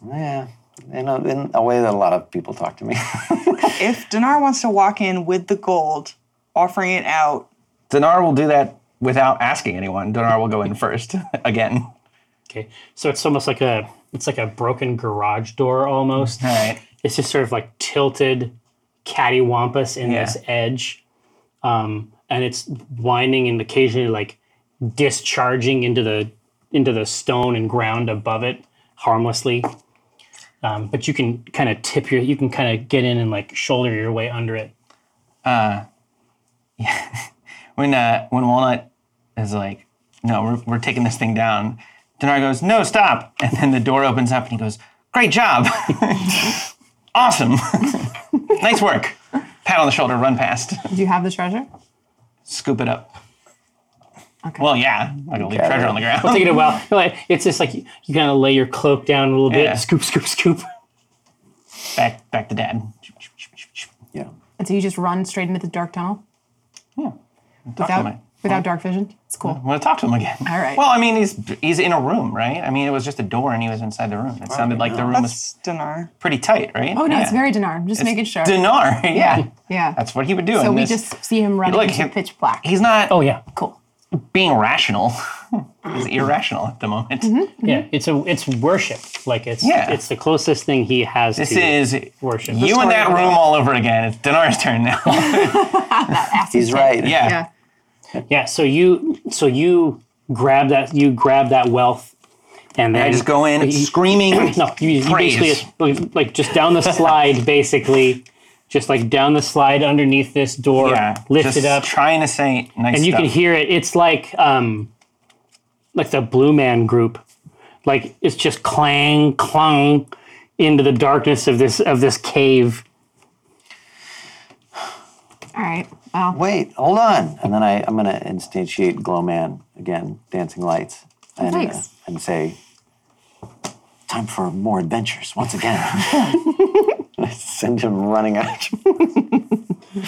Yeah. In a, in a way that a lot of people talk to me. <laughs> If Dinar wants to walk in with the gold, offering it out, Dinar will do that without asking anyone. Dinar will go in first <laughs> again. Okay, so it's almost like a it's like a broken garage door almost. All right. It's just sort of like tilted, cattywampus in Yeah. this edge, um, and it's winding and occasionally like discharging into the into the stone and ground above it harmlessly. Um, but you can kind of tip your, you can kind of get in and like shoulder your way under it. when uh, when Walnut is like, "No, we're, we're taking this thing down," Dinar goes, "No, stop!" And then the door opens up, and he goes, "Great job, <laughs> awesome, <laughs> nice work." Pat on the shoulder, run past, Do you have the treasure? scoop it up. Okay. Well, yeah, I'm gonna leave Okay. treasure on the ground. <laughs> taking a while. <laughs> Like, it's just like you, you kind of lay your cloak down a little bit, Yeah. scoop, scoop, scoop. back back to dad. yeah. And so you just run straight into the dark tunnel Talk to without him. without dark vision. It's cool. I want to talk to him again. All right. Well, I mean, he's he's in a room, right? I mean, it was just a door, and he was inside the room. It sounded like the room was that's Dinar. pretty tight, right? Oh no, Yeah. it's very Dinar. I'm just making sure. Dinar. <laughs> Yeah, yeah. that's what he would do. so in we this- just see him running Look, into he- pitch <laughs> black. He's not. Oh yeah, cool. being rational <laughs> is irrational at the moment. Mm-hmm. yeah. It's a it's worship. Like it's Yeah. it's the closest thing he has. This to is worship. you in that room all over again. It's Dinar's turn now. <laughs> yeah. He's right. <laughs> Yeah. yeah. So you so you grab that you grab that wealth, and then I just go in you- screaming. <clears throat> No, you, you Praise. basically just, like- like just down the <laughs> slide, basically, just like down the slide underneath this door, yeah, lift just it up, Trying to say nice and you stuff. can hear it. It's like um, like the Blue Man Group, like it's just clang clung into the darkness of this of this cave. All right. Well, Wait, hold on. And then I, I'm going to instantiate Glowman again, dancing lights, and, Oh, uh, thanks. and say, time for more adventures once <laughs> again. <laughs> I send him running out. <laughs>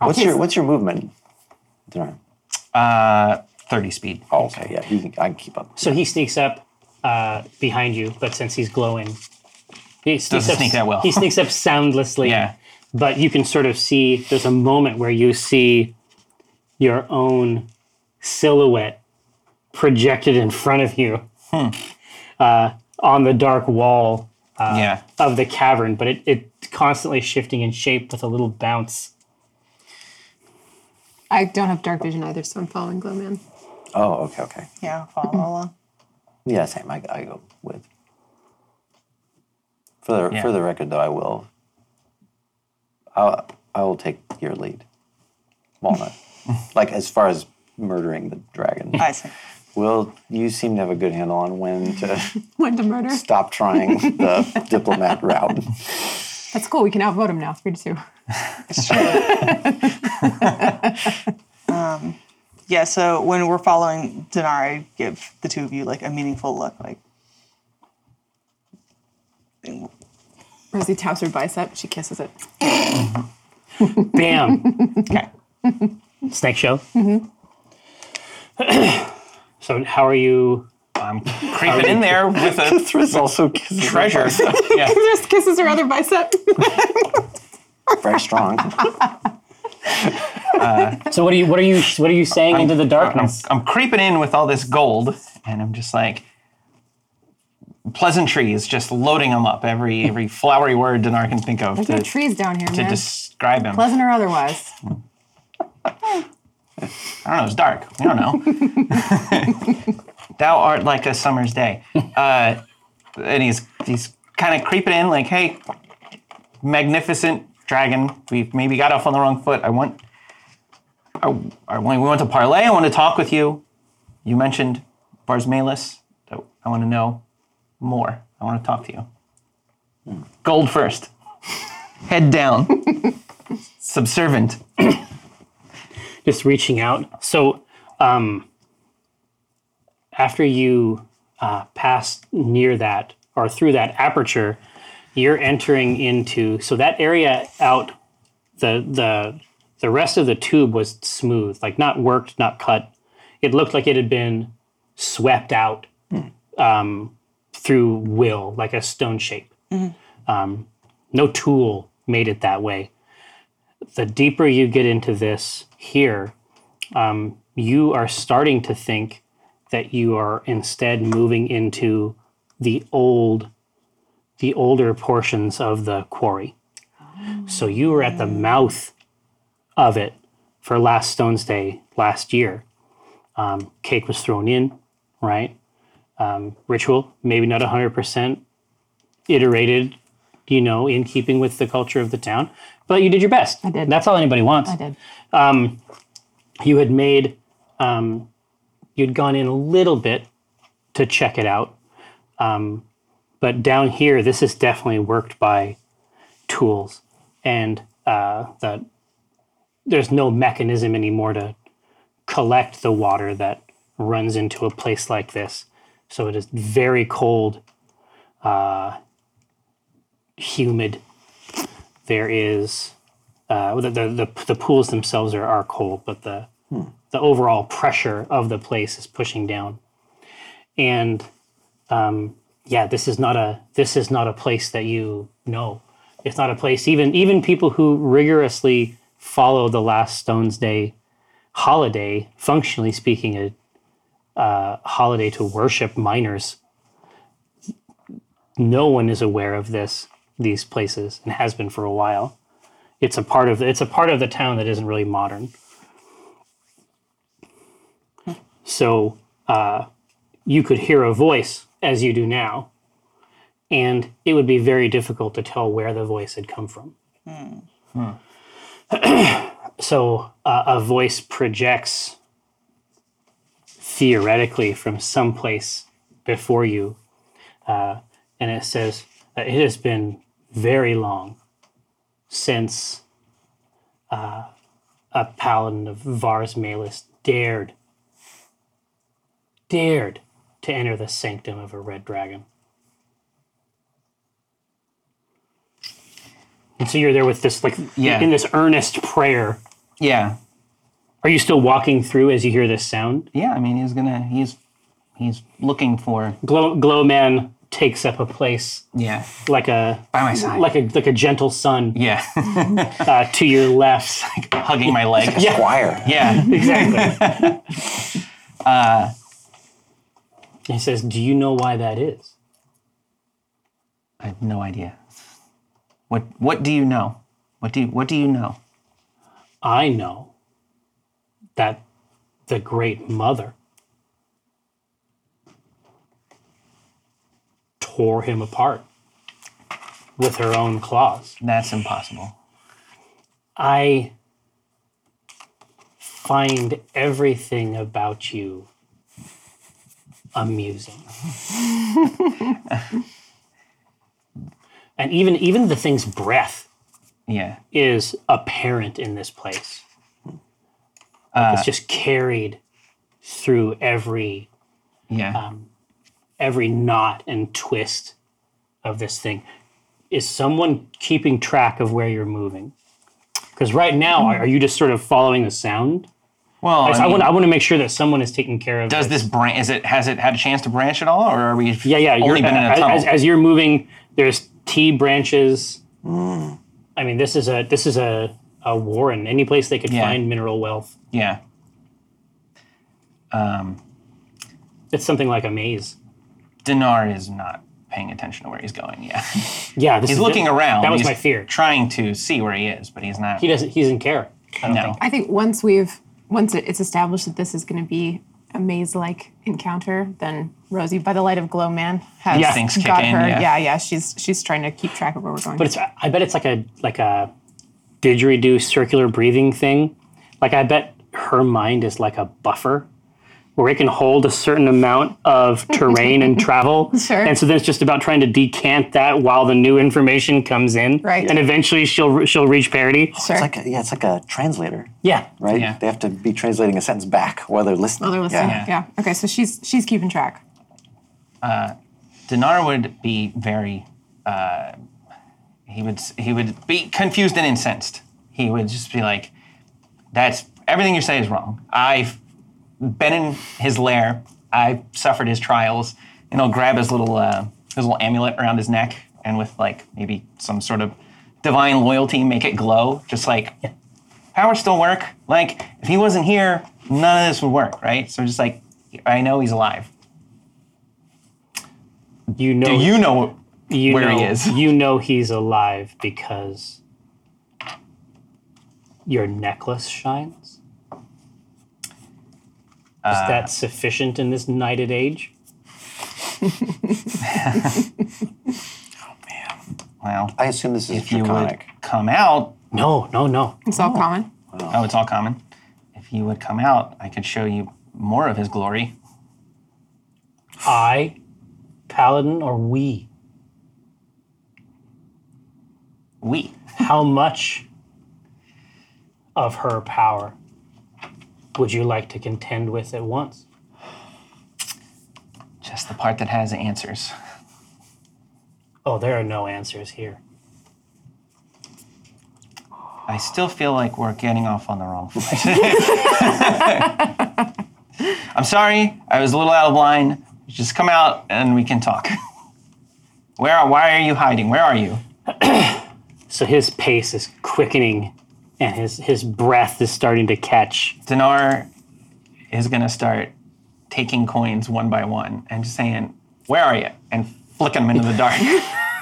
Oh, what's your What's your movement? Darn. uh, thirty speed. Oh, okay, yeah, he can, I can keep up. So he sneaks up uh, behind you, but since he's glowing, he sneaks Doesn't up. sneak that well. he sneaks <laughs> up soundlessly. Yeah. but you can sort of see. There's a moment where you see your own silhouette projected in front of you Hmm. uh, on the dark wall yeah. of the cavern, but it, it constantly shifting in shape with a little bounce. I don't have dark vision either, so I'm <laughs> following Glowman. Oh, okay, okay. Yeah, follow along. Yeah, same. I, I go with. For the, Yeah. for the record, though, I will. I'll, I will take your lead, Walnut. like as far as murdering the dragon, I see. Will you seem to have a good handle on when to Went to murder. stop trying the diplomat route? That's cool. We can outvote him now, three to two. <laughs> Um, Yeah, so when we're following Denari, give the two of you like a meaningful look, like Rosie taps her bicep. She kisses it. Bam. Mm-hmm. Snake show. <clears throat> so how are you? I'm creeping <laughs> in there with a Thriss also kisses treasure. <laughs> yeah. Just kisses her other bicep. very strong. So what are you? What are you? What are you saying into the I'm, darkness? I'm creeping in with all this gold, and I'm just like pleasantries, just loading them up. Every every flowery word Dinar can think of There's no to, trees down here, to man. describe him. Pleasant or otherwise. I don't know. It's dark. We don't know. <laughs> Thou art like a summer's day. Uh, and he's he's kind of creeping in, like, "Hey, magnificent dragon, we maybe got off on the wrong foot. I want, I, I want, we want to parlay. I want to talk with you. You mentioned Barsmalis. So I want to know more. I want to talk to you. Gold first. Head down. Subservient. just reaching out. So, um, after you uh, pass near that or through that aperture, you're entering into so that area out the the the rest of the tube was smooth, like not worked, not cut. It looked like it had been swept out um, through will, like a stone shape. Um, no tool made it that way the deeper you get into this here, um, you are starting to think that you are instead moving into the old, the older portions of the quarry. So you were at the Mm. mouth of it for last Stone's Day last year. Um, cake was thrown in, right? Um, ritual, maybe not 100% iterated, you know, in keeping with the culture of the town, but you did your best. I did. That's all anybody wants I did. you had made um, you'd gone in a little bit to check it out um, but down here this is definitely worked by tools and uh, the, there's no mechanism anymore to collect the water that runs into a place like this so it is very cold uh, humid there is uh, the, the, the, the pools themselves are, are cold, but the, the overall pressure of the place is pushing down. And um, yeah, this is not a this is not a place that you know. It's not a place even even people who rigorously follow the last Stones Day holiday, functionally speaking, a uh, holiday to worship minors. No one is aware of this these places and has been for a while it's a part of it's a part of the town that isn't really modern. So uh, you could hear a voice as you do now, and it would be very difficult to tell where the voice had come from. so uh, a voice projects theoretically from someplace before you, uh, and it says, uh, It has been very long since uh, a paladin of Vars Malus dared dared to enter the sanctum of a red dragon. And so you're there with this, like, Yeah. in this earnest prayer. Yeah. Are you still walking through as you hear this sound? Yeah, I mean, he's gonna, he's, he's looking for, Glow, glow man takes up a place yeah, like a by my side. like a like a gentle sun yeah, <laughs> uh, to your <laughs> left. hugging my leg. <laughs> Yeah. Choir. Yeah. exactly. he says, "Do you know why that is?" I have no idea. What, what do you know? What do you, what do you know? I know that the Great Mother tore him apart with her own claws. That's impossible. I find everything about you amusing. and even even the thing's breath Yeah. is apparent in this place. Like, it's just carried through every Yeah. Um, every knot and twist of this thing. Is someone keeping track of where you're moving? Because right now, are, are you just sort of following the sound? well, I, mean, want I want to make sure that someone is taking care of. does this branch, is it, has it had a chance to branch at all? Or are we Yeah, yeah. only you're- been in a as- tunnel? As, as you're moving, there's tea branches. I mean, this is a this is a a warren. Any place they could Yeah. find mineral wealth. yeah. It's something like a maze. Dinar is not paying attention to where he's going. Yeah, <laughs> Yeah, this he's is looking around. That was He's my fear. Trying to see where he is, but he's not. He doesn't. He doesn't care. I don't No. think. I think once we've once it- it's established that this is going to be a maze-like encounter, then Rosie, by the light of glow, man, has Yeah. Things kick got in, her. yeah. yeah, She's she's trying to keep track of where we're going. But it's, I bet it's like a like a didgeridoo circular breathing thing. Like I bet her mind is like a buffer where it can hold a certain amount <laughs> of terrain and travel. Sure. And so then it's just about trying to decant that while the new information comes in. Right. And eventually she'll she'll reach parity. sure. It's like a, yeah, it's like a translator, Yeah. right? Yeah. They have to be translating a sentence back while they're listening. While they're listening. Yeah. Yeah. Okay, so she's she's keeping track. Dinar would be very. Uh, he would he would be confused and incensed. He would just be like, "That's everything you say is wrong. I've been in his lair. I've suffered his trials." And he'll grab his little uh, his little amulet around his neck, and with like maybe some sort of divine loyalty, make it glow, just like powers still work. Like, if he wasn't here, none of this would work, right? So just like, I know he's alive. You know Do you know you where know, he is? You know he's alive because your necklace shines. Is Uh, that sufficient in this knighted age? Well, I assume this is if you would draconic. come out, No, no, no. It's all common. oh, it's all common. If you would come out, I could show you more of his glory. I, paladin, or we? We. How much of her power would you like to contend with at once? Just the part that has answers. Oh, there are no answers here. I still feel like we're getting off on the wrong foot. <laughs> I'm sorry, I was a little out of line. Just come out and we can talk. <laughs> Where are, why are you hiding? Where are you? So his pace is quickening and his, his breath is starting to catch. Dinar is gonna start taking coins one by one and just saying, "Where are you?" and flicking them into the dark,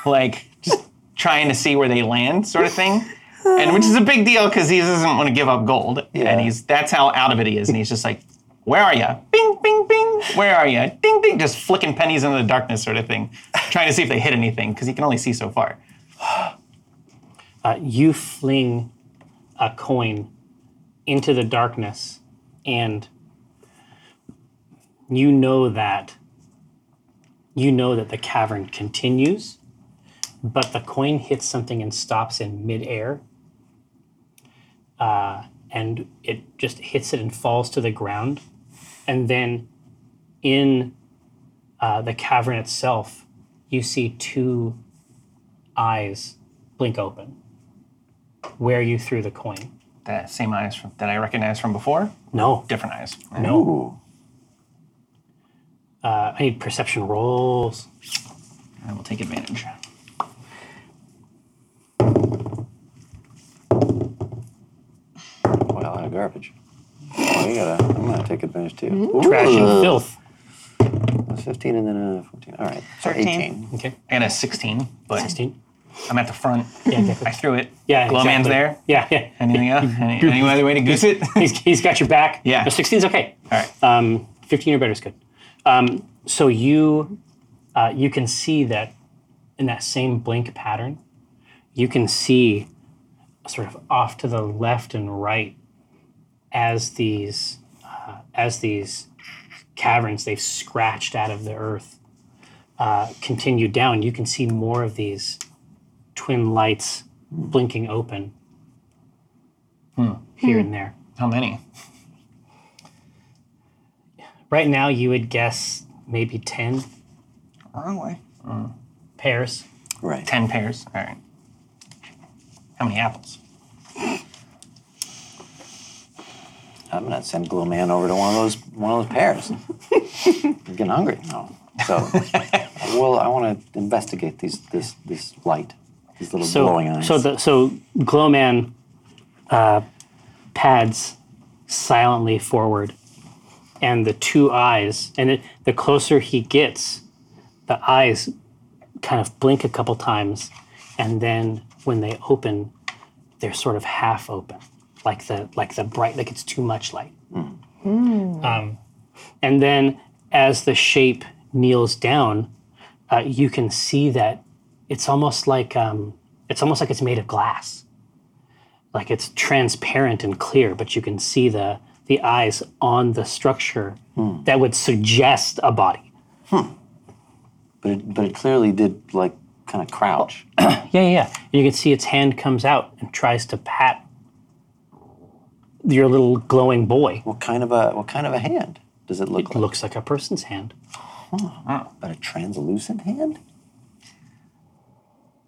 like just trying to see where they land, sort of thing. And which is a big deal because he doesn't want to give up gold, Yeah. and he's that's how out of it he is, and he's just like, "Where are you?" Bing, bing, bing. Where are you? Ding, ding, just flicking pennies into the darkness, sort of thing, trying to see if they hit anything because he can only see so far. Uh, you fling a coin into the darkness, and you know that you know that the cavern continues, but the coin hits something and stops in midair. Uh, and it just hits it and falls to the ground, and then in uh, the cavern itself, you see two eyes blink open where you threw the coin. The same eyes from, that I recognized from before, No, different eyes. no. Uh, I need perception rolls. I will take advantage. What a lot of garbage. Oh, you gotta, I'm gonna take advantage too. Ooh, Trash and filth. that's 15 and then uh, 14. All right. so 13. 18. Okay, And a 16, but 16. I'm at the front. I <laughs> threw it. Yeah, Glowman's exactly. there. Yeah, yeah. <laughs> Anything else? Any, any other way to goose it? All he's, he's got your back. Yeah. No, 16's okay. right. Um, 15 or better is good. Um, so you uh, you can see that in that same blink pattern, you can see sort of off to the left and right as these uh, as these caverns they've scratched out of the earth uh, continue down. You can see more of these twin lights blinking open Hmm. here and there. How many? Right now, you would guess maybe 10 Wrong way. pairs. Right. 10 pairs. All right. How many apples? I'm gonna send Glow Man over to one of those one of those pairs. I'm getting hungry. No. So well I wanna investigate these this this light. These little So, glowing eyes. so the so Glowman uh, pads silently forward, and the two eyes, and it, the closer he gets, the eyes kind of blink a couple times, and then when they open, they're sort of half open, like the like the bright like it's too much light. Um, and then as the shape kneels down, uh, you can see that it's almost like um, it's almost like it's made of glass. Like it's transparent and clear, but you can see the the eyes on the structure that would suggest a body. but it but it clearly did like kind of crouch. Yeah, yeah, yeah. And you can see its hand comes out and tries to pat your little glowing boy. What kind of a what kind of a hand does it look It like? looks like a person's hand. but a translucent hand?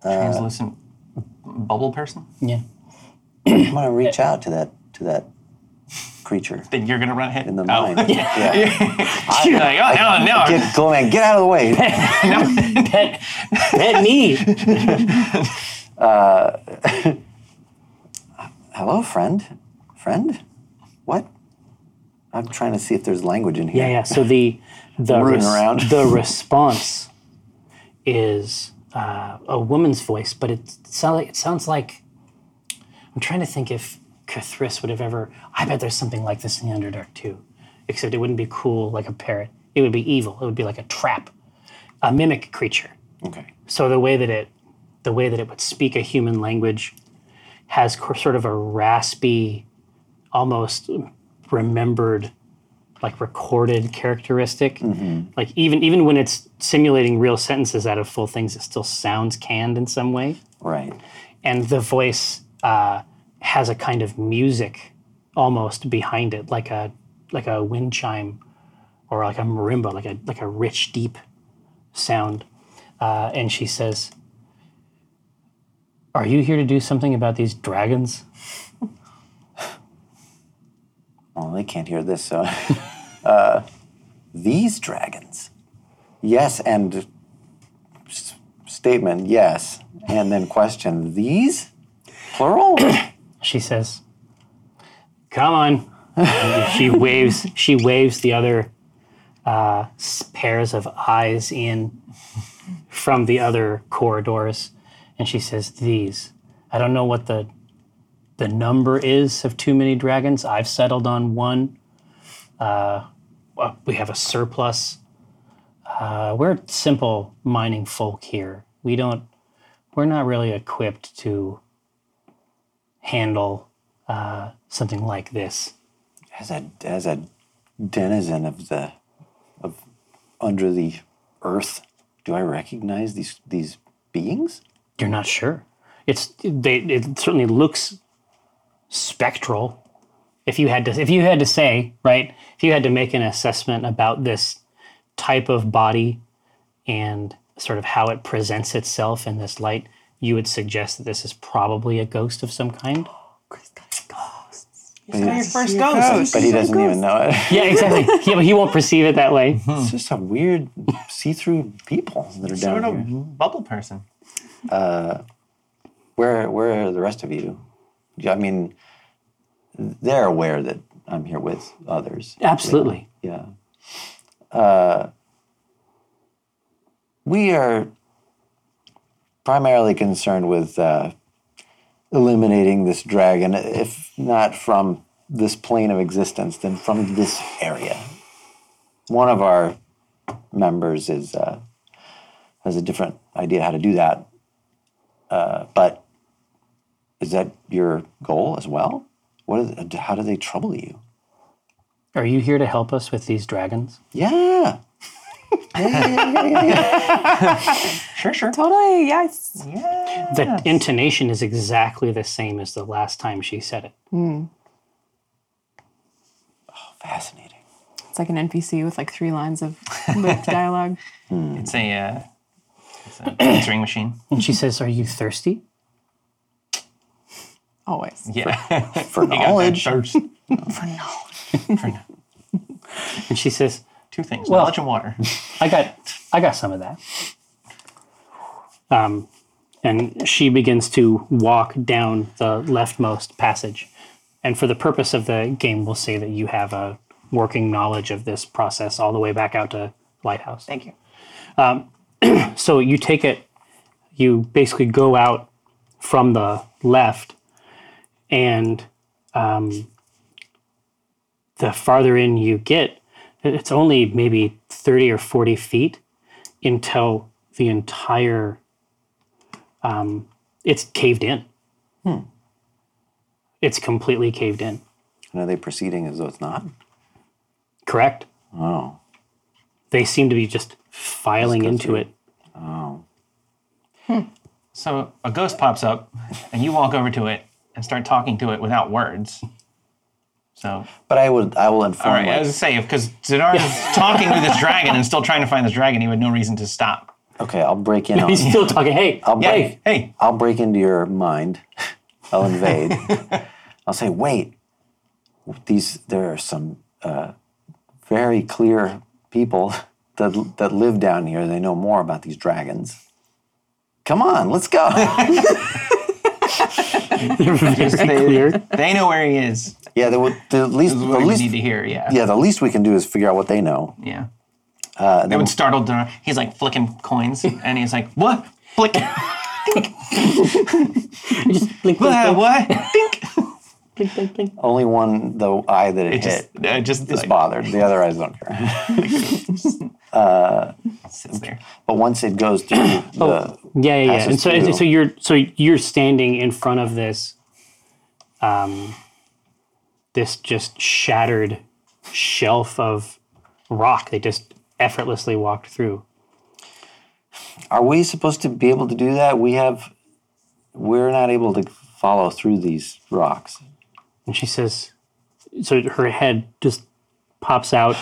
Translucent bubble person? Yeah. I'm gonna reach out to that to that creature Then you're going to run hit. in the oh. mind. <laughs> Yeah. You're like, <laughs> oh, no, no. Get Glow Man, get out of the way. Pet, pet <laughs> me. Hello, friend. Friend? What? I'm trying to see if there's language in here. Yeah, yeah. So the the Rooting around. the response is uh, a woman's voice, but it sounds like, it sounds like I'm trying to think if Cathris would have ever. I bet there's something like this in the Underdark too, except it wouldn't be cool like a parrot. It would be evil. It would be like a trap, a mimic creature. Okay. So the way that it the way that it would speak a human language has cor- sort of a raspy, almost remembered, like recorded characteristic. Like even even when it's simulating real sentences out of full things, it still sounds canned in some way. Right. And the voice uh, has a kind of music almost behind it, like a like a wind chime or like a marimba, like a like a rich deep sound. Uh, and she says, "Are you here to do something about these dragons?" Well, Oh, they can't hear this, so. <laughs> uh, these dragons. Yes, and s- statement, yes. And then question, these? Plural? She says, "Come on." she waves. She waves the other uh, s- pairs of eyes in from the other corridors, and she says, "These. I don't know what the the number is of too many dragons. I've settled on one. Uh, uh, we have a surplus. Uh, we're simple mining folk here. We don't. We're not really equipped to handle uh, something like this. As a as a denizen of the of under the earth, do I recognize these these beings? You're not sure. It's they. It certainly looks spectral. If you had to, if you had to say, right, if you had to make an assessment about this type of body and sort of how it presents itself in this light, you would suggest that this is probably a ghost of some kind. But he, First ghost. but he doesn't even know it. Yeah, exactly. yeah, but he won't perceive it that way. It's just a weird see-through people that are down Sort here. of bubble person. Where where are the rest of you? Yeah, I mean, they're aware that I'm here with others. Absolutely. Yeah. Uh, we are primarily concerned with uh, eliminating this dragon, if not from this plane of existence, then from this area. One of our members is uh, has a different idea how to do that, uh, but is that your goal as well? What is, how do they trouble you? Are you here to help us with these dragons? Yeah. Totally, yes. The intonation is exactly the same as the last time she said it. Fascinating. It's like an NPC with like three lines <laughs> of lived dialogue. It's a, uh, it's <clears throat> a answering machine. And she says, Are you thirsty? Always. Yeah. <laughs> For knowledge. First, And she says, two things: Well- knowledge and water. I got I got some of that. Um, and she begins to walk down the leftmost passage. And for the purpose of the game, we'll say that you have a working knowledge of this process all the way back out to lighthouse. Thank you. So you take it, you basically go out from the left, and um, the farther in you get, it's only maybe 30 or 40 feet until the entire, um, it's caved in. It's completely caved in, And are they proceeding as though it's not? correct? Oh. They seem to be just filing into it. So a ghost pops up, and you walk over to it and start talking to it without words. So, But I would I will all inform right, I like- was gonna say because Zidar is talking to <laughs> this dragon and still trying to find this dragon, he had no reason to stop. Okay, I'll break <laughs> in on He's still talking. Hey, I'll Yeah, break <laughs> hey, I'll break into your mind. <laughs> I'll <laughs> invade. I'll say, wait. These there are some uh, very clear people <laughs> that that live down here. They know more about these dragons. Come on, let's <laughs> go. very clear. they know where he is. yeah, the, the least the What we least need to hear, yeah, yeah the least we can do is figure out what they know. yeah. that would startle Zidar. He's like flicking coins, and he's like, "What? Flick? <laughs> Blink, blink, what? <laughs> What? Dink." blink, blink, blink. Only one the eye that it, It just, hit uh, just is like, bothered. The other eyes don't care. sits there. <laughs> But once it goes through the, Yeah, yeah, yeah. passes And so, through. and so you're so you're standing in front of this, um, this just shattered shelf of rock they just effortlessly walked through. are we supposed to be able to do that? We have, we're not able to follow through these rocks. And she says, so her head just pops out.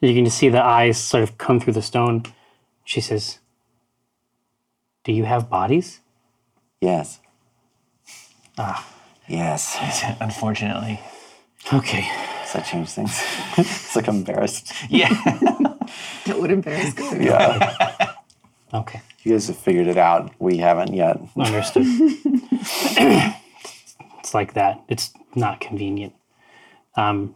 You can just see the eyes sort of come through the stone. She says, "Do you have bodies?" Yes. Yes. Unfortunately, Okay. So I changed things. <laughs> it's like embarrassed. yeah. That would embarrass Ghost. Yeah. Okay. you guys have figured it out. We haven't yet. Understood. it's like that. It's not convenient. Um,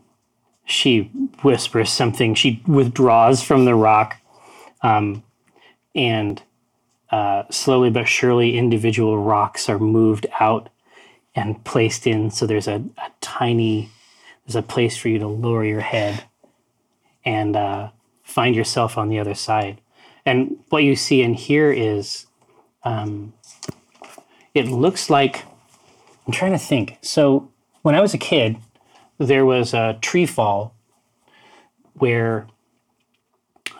she whispers something. She withdraws from the rock, um, and uh, slowly but surely, individual rocks are moved out and placed in. So there's a, a tiny, there's a place for you to lower your head and uh, find yourself on the other side. And what you see and hear is, um, it looks like I'm trying to think. So when I was a kid, there was a tree fall where,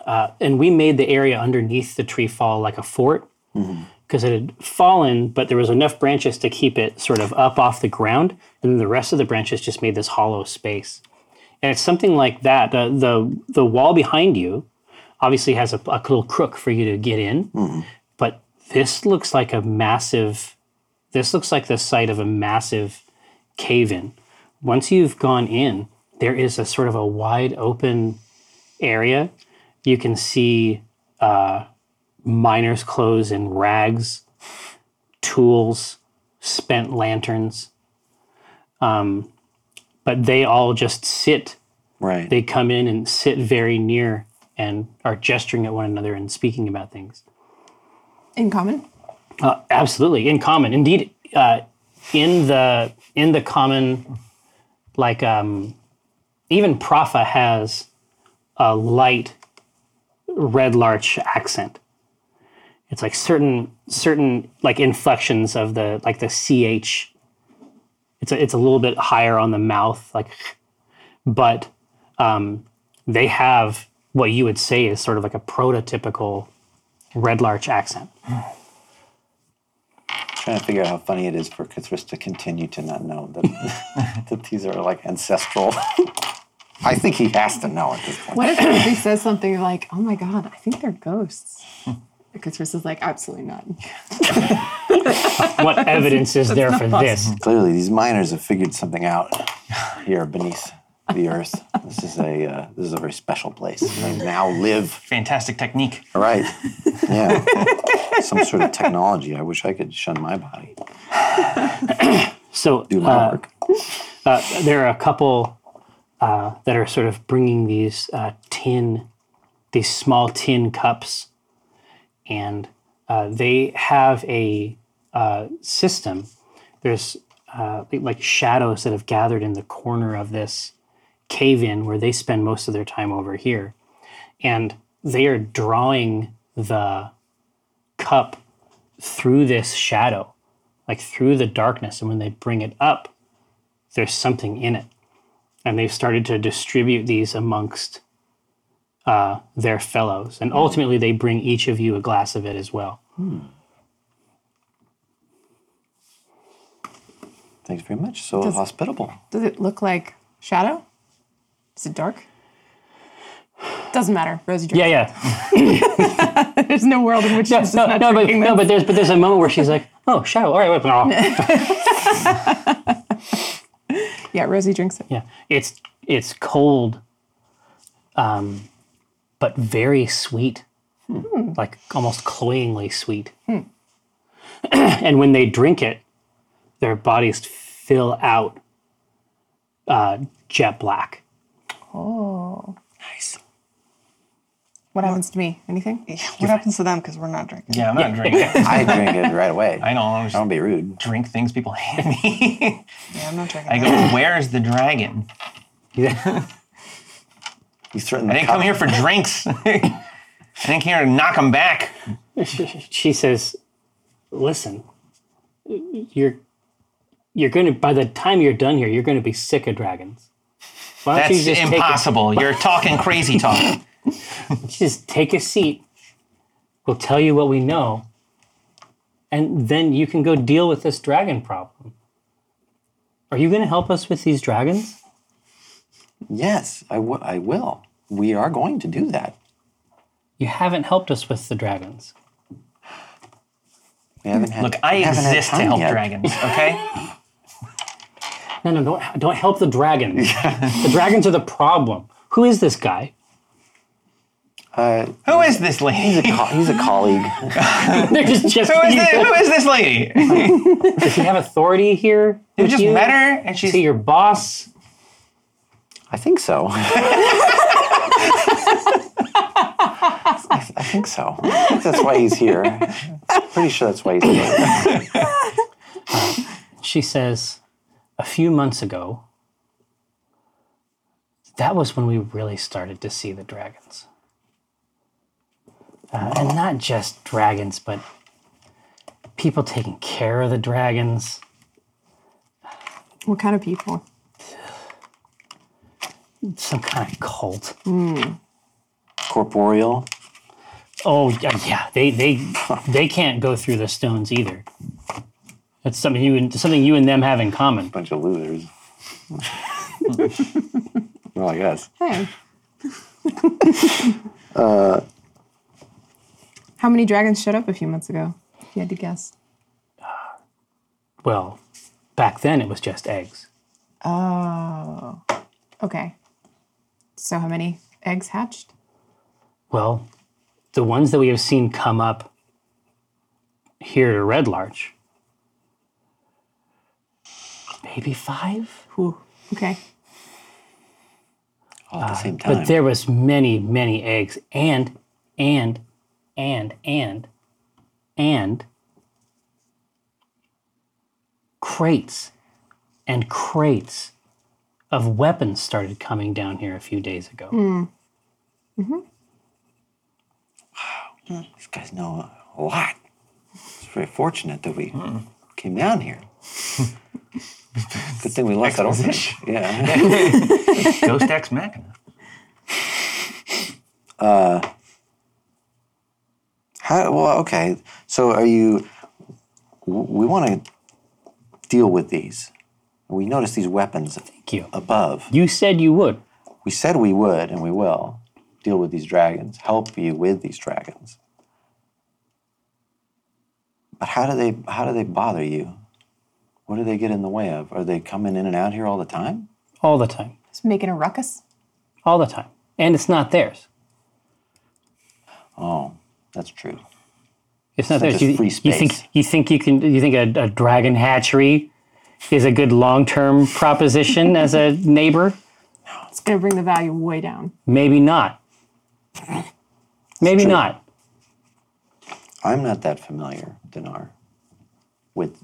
uh, and we made the area underneath the tree fall like a fort because it had fallen, but there was enough branches to keep it sort of up off the ground, and then the rest of the branches just made this hollow space. And it's something like that. The the, the wall behind you obviously has a, a little crook for you to get in, but this looks like a massive. This looks like the site of a massive cave-in. Once you've gone in, there is a sort of a wide open area. You can see uh, miners' clothes and rags, tools, spent lanterns. Um, but they all just sit. Right. They come in and sit very near and are gesturing at one another and speaking about things. <laughs> In common? Uh, absolutely, in common. Indeed, uh, in the in the common, like um, even Propha has a light red larch accent. It's like certain certain like inflections of the like the ch. It's a, it's a little bit higher on the mouth, like, but um, they have what you would say is sort of like a prototypical red larch accent. trying to figure out how funny it is for Cthulhu to continue to not know that, that these are like ancestral. <laughs> I think he has to know at this point. What <coughs> if somebody says something like, "Oh my God, I think they're ghosts," Hmm. because Chris is like, "Absolutely not." What evidence is there for this? Clearly, these miners have figured something out here beneath the earth. This is a uh, this is a very special place. They now live Fantastic technique. right. Yeah, some sort of technology. I wish I could shun my body. So Do my uh, work. uh, there are a couple uh, that are sort of bringing these uh, tin, these small tin cups, and uh, they have a uh, system. There's uh, like shadows that have gathered in the corner of this cave in where they spend most of their time over here, and they are drawing the cup through this shadow, like through the darkness, and when they bring it up there's something in it. And they've started to distribute these amongst uh, their fellows. And ultimately, they bring each of you a glass of it as well. Thanks very much. So hospitable. Does it look like shadow? Is it dark? Doesn't matter. Rosie drinks. Yeah, yeah. <laughs> There's no world in which she's No, just not no, but, drinking no, this. but there's but there's a moment where she's like, "Oh, shadow. All right, wait, no. Yeah, Rosie drinks it. yeah." It's it's cold, um, but very sweet, like almost cloyingly sweet. <clears throat> and when they drink it, their bodies fill out uh, jet black. What happens to me? Anything? What happens to them because we're not drinking? Yeah, I'm <laughs> not drinking. I drink it right away. I know. I'm I don't just be rude. drink things people hand me. <laughs> Yeah, I'm not drinking. I go, where's the dragon? You threaten I the didn't come cup. here for drinks. <laughs> I didn't come here to knock them back. <laughs> she says, "Listen, you're you're going to by the time you're done here, you're going to be sick of dragons. Why don't That's you just impossible. You're talking crazy talk. Take a, just take a seat? We'll tell you what we know, and then you can go deal with this dragon problem. Are you going to help us with these dragons? Yes, I, w- I will. We are going to do that. You haven't helped us with the dragons. We haven't had, Look, I we haven't had exist to time help yet. dragons, okay? No, no, don't don't help the <laughs> dragons. the dragons are the problem. Who is this guy? <laughs> Who is this Uh, He's <laughs> a, lady? co- he's a colleague. They're just just. Who is this, who is this lady? Does he have authority here? You with just you? met her and Is he she's. your boss? I think so. <laughs> I, I think so. I think that's why he's here. Pretty sure that's why he's here. She says, a few months ago, that was when we really started to see the dragons. Uh, Oh. and not just dragons, but people taking care of the dragons. What kind of people? Some kind of cult. Corporeal. Oh yeah, yeah, they they <laughs> they can't go through the stones either. That's something you and something you and them have in common. Bunch of losers. Not like us. Hey, How many dragons showed up a few months ago? If you had to guess. Well, back then it was just eggs. Okay. So how many eggs hatched? Well, the ones that we have seen come up here to Red Larch, maybe five. Whew. Okay. All at the same time. But there was many, many eggs, and and and and and crates and crates of weapons started coming down here a few days ago. These guys know a lot. It's very fortunate that we came down here. Good thing we left that open. Yeah. Ghost X Machina. How, well, okay. So are you? w- We want to deal with these. We noticed these weapons Thank you. above. You said you would. We said we would, and we will deal with these dragons. Help you with these dragons. But how do they? How do they bother you? What do they get in the way of? Are they coming in and out here all the time? All the time. Just making a ruckus. All the time. And it's not theirs. Oh, that's true. It's not So theirs. just You, free you space. think you think you can you think a, a dragon hatchery is a good long term proposition as a neighbor? It's gonna bring the value way down. Maybe not. Maybe not. I'm not that familiar, Dinar, with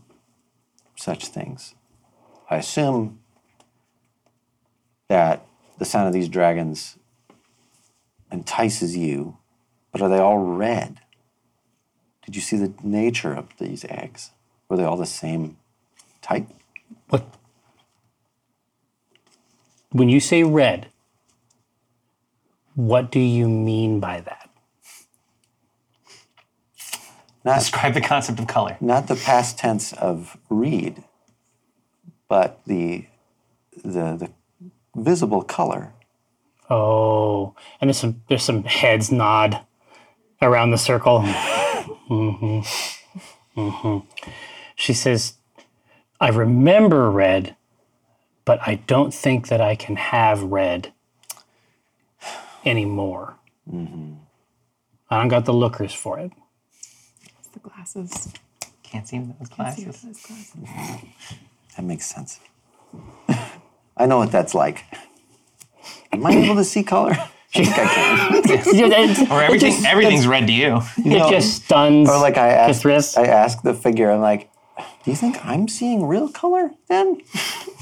such things. I assume that the sound of these dragons entices you, but are they all red? Did you see the nature of these eggs? Were they all the same type? What? When you say red, what do you mean by that? Not, Describe the concept of color. not the past tense of read, but the, the, the visible color. Oh, and there's some there's some heads nod around the circle. hmm hmm Mm-hmm. She says, "I remember red, but I don't think that I can have red anymore. Mm-hmm. I don't got the lookers <laughs> for it. it's the glasses. Can't see those glasses. That makes sense. <laughs> I know what that's like. Am I able to see color? <laughs> I think I can. Or everything, everything's red to you. It just stuns. Or like I asked, Just- I asked the figure, I'm like, do you think I'm seeing real color then?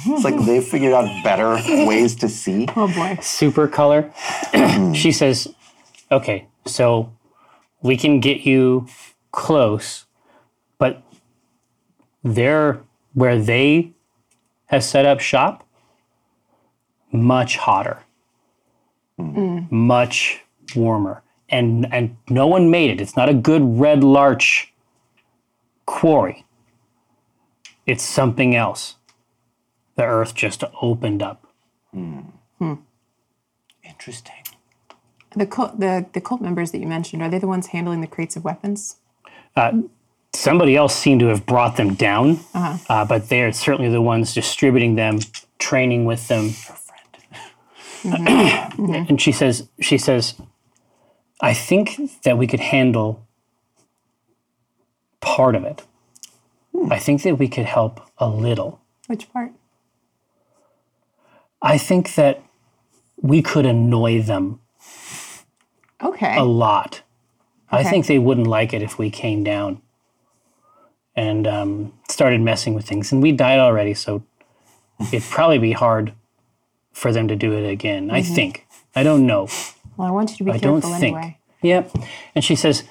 It's like they figured out better ways to see. Oh boy. super color. <clears throat> she says, "Okay, so we can get you close, but they're where they have set up shop much hotter, much warmer, and and no one made it. It's not a good red larch quarry. It's something else. The earth just opened up." Interesting. The cult, the the cult members that you mentioned are they the ones handling the crates of weapons? somebody else seemed to have brought them down, uh, but they're certainly the ones distributing them, training with them. <clears throat> and she says, she says, I think that we could handle part of it. I think that we could help a little. Which part? I think that we could annoy them Okay. a lot. I Okay. think they wouldn't like it if we came down and um, started messing with things. And we died already, so it'd probably be hard for them to do it again. I Mm-hmm. think. I don't know. Well, I want you to be I careful don't think. anyway. Yep. And she says,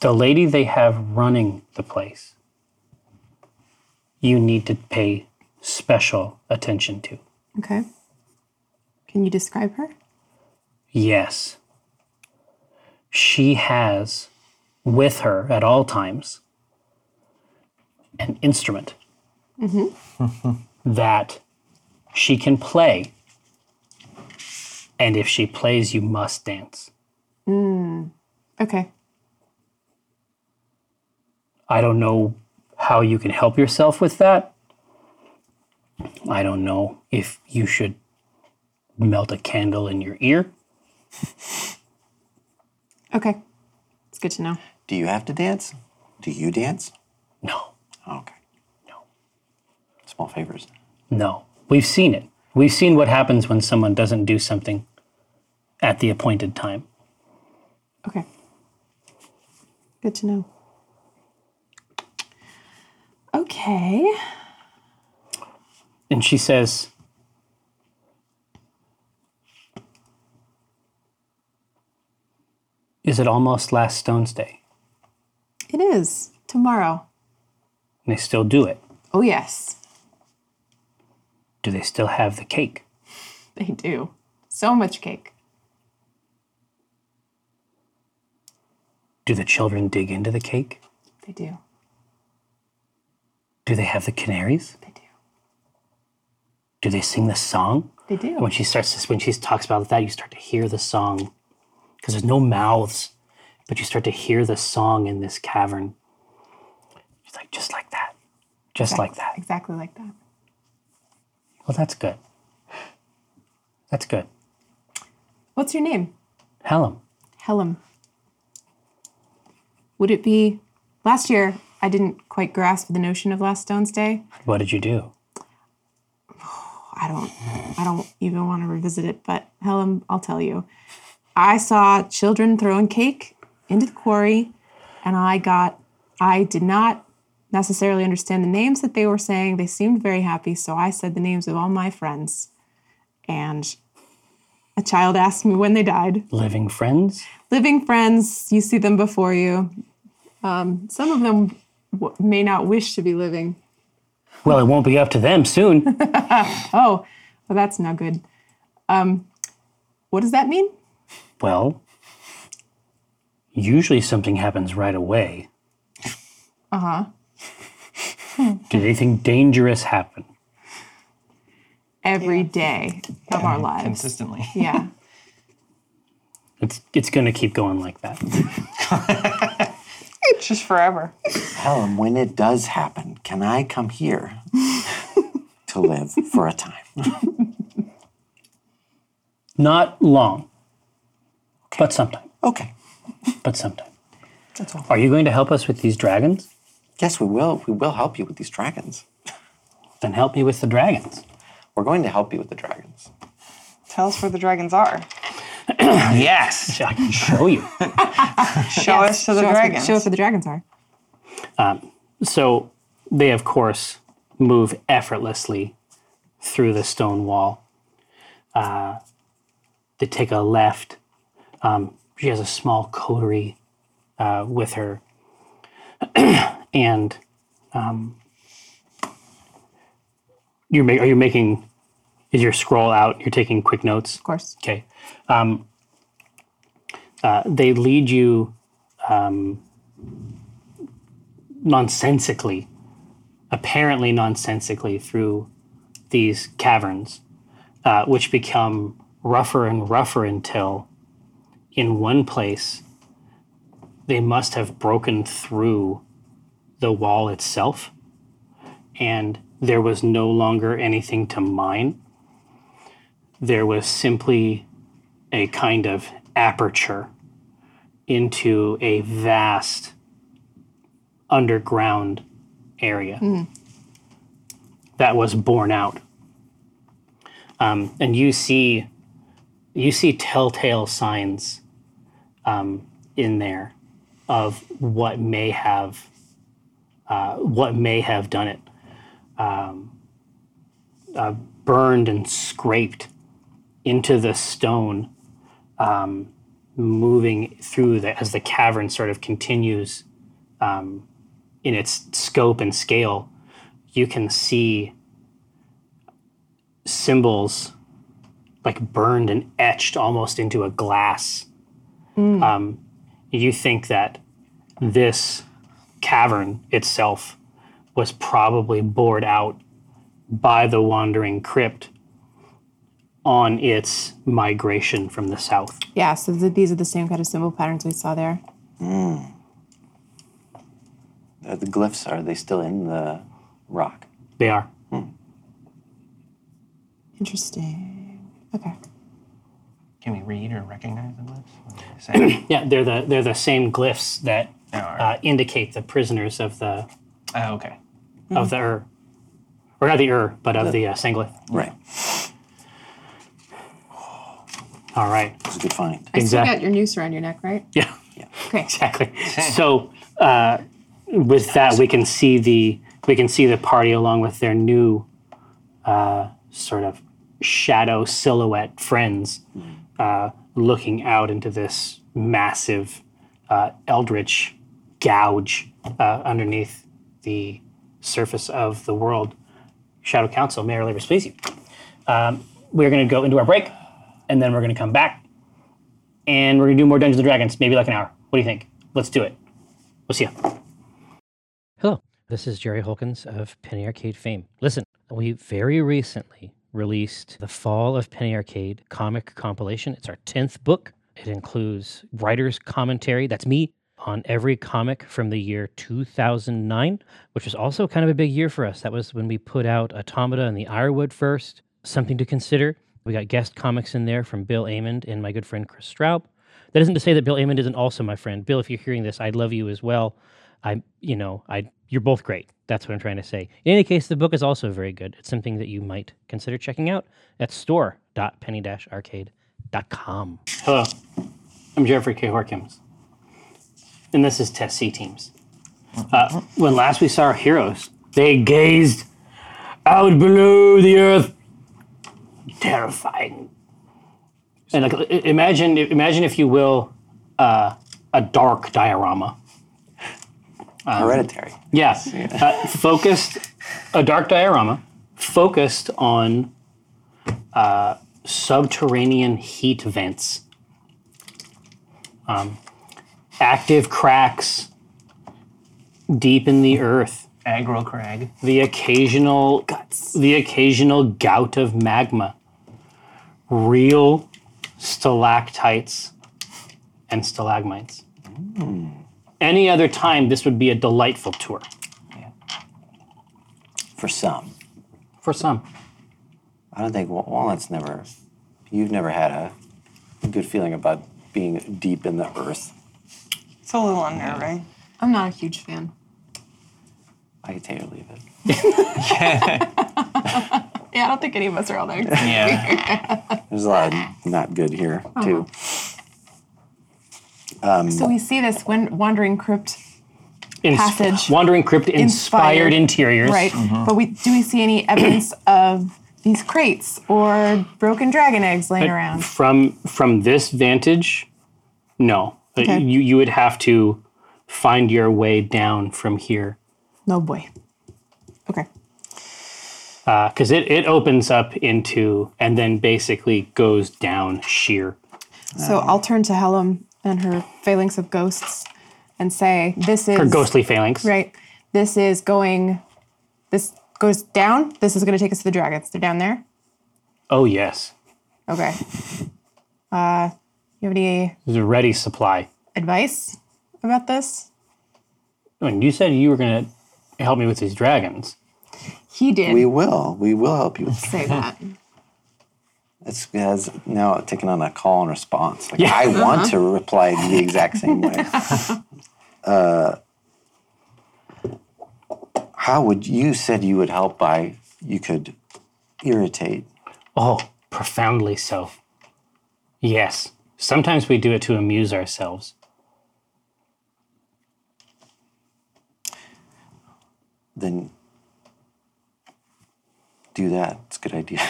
The lady they have running the place, you need to pay special attention to. Okay. Can you describe her? Yes. She has with her at all times an instrument that she can play. And if she plays, you must dance. Okay. I don't know how you can help yourself with that. I don't know if you should melt a candle in your ear. Okay. It's good to know. Do you have to dance? Do you dance? No. Oh, okay. No. Small favors. No, we've seen it. We've seen what happens when someone doesn't do something at the appointed time. Okay. Good to know. Okay. And she says, Is it almost last Stone's Day? It is tomorrow. And they still do it. Oh, yes. Do they still have the cake? They do. So much cake. Do the children dig into the cake? They do. Do they have the canaries? They do. Do they sing the song? They do. When she starts this, when she talks about that, you start to hear the song because there's no mouths, but you start to hear the song in this cavern. She's like, just like that, just like that. Exactly like that. Well, that's good. That's good. What's your name? Helen, Helen. Would it be last year? I didn't quite grasp the notion of Last Stone's Day. what did you do? I don't I don't even want to revisit it, but Helen, I'll tell you. I saw children throwing cake into the quarry and I got I did not necessarily understand the names that they were saying. They seemed very happy, so I said the names of all my friends. And a child asked me when they died. Living friends? Living friends, you see them before you. Um, some of them w- may not wish to be living. Well, it won't be up to them soon. Oh, well, that's not good. Um, what does that mean? well, usually something happens right away. Uh huh. Did anything dangerous happen? Every day of our lives. consistently. Yeah. <laughs> It's it's gonna keep going like that. <laughs> It's just forever. Helen, when it does happen, can I come here <laughs> to live for a time? Not long, but sometime. Okay. But sometime. That's all. Are you going to help us with these dragons? Yes, we will. We will help you with these dragons. Then help me with the dragons. We're going to help you with the dragons. Tell us where the dragons are. Yes. I can show you. Show us to the show dragons. Us, show us where the dragons are. so they, of course, move effortlessly through the stone wall. Uh, they take a left. Um, she has a small coterie uh, with her, <clears throat> and um, you make. Are you making? Is your scroll out? You're taking quick notes. Of course. Okay. Um, uh, they lead you um, nonsensically, apparently nonsensically, through these caverns, uh, which become rougher and rougher until, in one place, they must have broken through the wall itself, and there was no longer anything to mine there was simply a kind of aperture into a vast underground area that was borne out. Um, and you see, you see telltale signs um, in there of what may have, uh, what may have done it. Um, uh, burned and scraped into the stone, um, moving through the, as the cavern sort of continues um, in its scope and scale. You can see symbols like burned and etched almost into a glass. Um, you think that this cavern itself was probably bored out by the wandering crypt on its migration from the south. Yeah, so the, these are the same kind of symbol patterns we saw there. Uh, the glyphs are they still in the rock? They are. Interesting. Okay. Can we read or recognize the lips? What are they <coughs> saying? Yeah, they're the they're the same glyphs that Oh, all uh, right. indicate the prisoners of the oh, okay. of the Ur, or not the Ur, but of the uh, Sanglith. Right. All right, It's a good find. I still Exact- got your noose around your neck, right? yeah, Okay. exactly. So uh, with that, we can see the we can see the party along with their new uh, sort of shadow silhouette friends uh, looking out into this massive uh, eldritch gouge uh, underneath the surface of the world. Shadow Council, Mayor Labor Spacey. Um, we're going to go into our break, and then we're going to come back, and we're going to do more Dungeons and Dragons, maybe like an hour. What do you think? Let's do it. We'll see you. Hello, this is Jerry Holkins of Penny Arcade fame. Listen, we very recently released the Fall of Penny Arcade comic compilation. It's our 10th book. It includes writer's commentary, that's me, on every comic from the year 2009, which was also kind of a big year for us. That was when we put out Automata and the Ironwood first, something to consider. We got guest comics in there from Bill Amond and my good friend Chris Straub. That isn't to say that Bill Amond isn't also my friend. Bill, if you're hearing this, I love you as well. I, you know, I, you're both great. That's what I'm trying to say. In any case, the book is also very good. It's something that you might consider checking out at store.penny-arcade.com. Hello, I'm Jeffrey K. Horkins, and this is Test C Teams. Uh, when last we saw our heroes, they gazed out below the earth, terrifying. And like, i- imagine, imagine if you will, uh, a dark diorama. Hereditary. Yeah. Uh, focused, a dark diorama focused on uh, subterranean heat vents, um, active cracks deep in the earth, Agro Crag. the occasional the occasional gout of magma, real stalactites and stalagmites. Any other time, this would be a delightful tour. For some, For some. I don't think Wa- Walnut's never. You've never had a good feeling about being deep in the earth. It's a little unnerving. I'm not a huge fan. I can take or leave it. Yeah, I don't think any of us are all there. Yeah. There's a lot of not good here too. So we see this win- wandering crypt, Ins- Passage. Wandering Crypt inspired, Inspired. interiors. right? But we do we see any evidence of these crates or broken dragon eggs laying around? From from this vantage, no. Uh, Okay. You you would have to find your way down from here. No boy. Okay. because uh, it, it opens up into and then basically goes down sheer. So I'll turn to Helen and her phalanx of ghosts and say, "This is Her ghostly phalanx. right. This is going. This goes down. This is going to take us to the dragons. They're down there. Oh yes, Okay. Uh, you have any there's a ready supply. advice about this? And you said you were gonna help me with these dragons. He did We will. We will help you. say that. It's it has now taken on a call and response. Like I want to reply the exact same way. uh, how would you said you would help by you could irritate? Oh, profoundly so. Yes, sometimes we do it to amuse ourselves. Then do that. It's a good idea.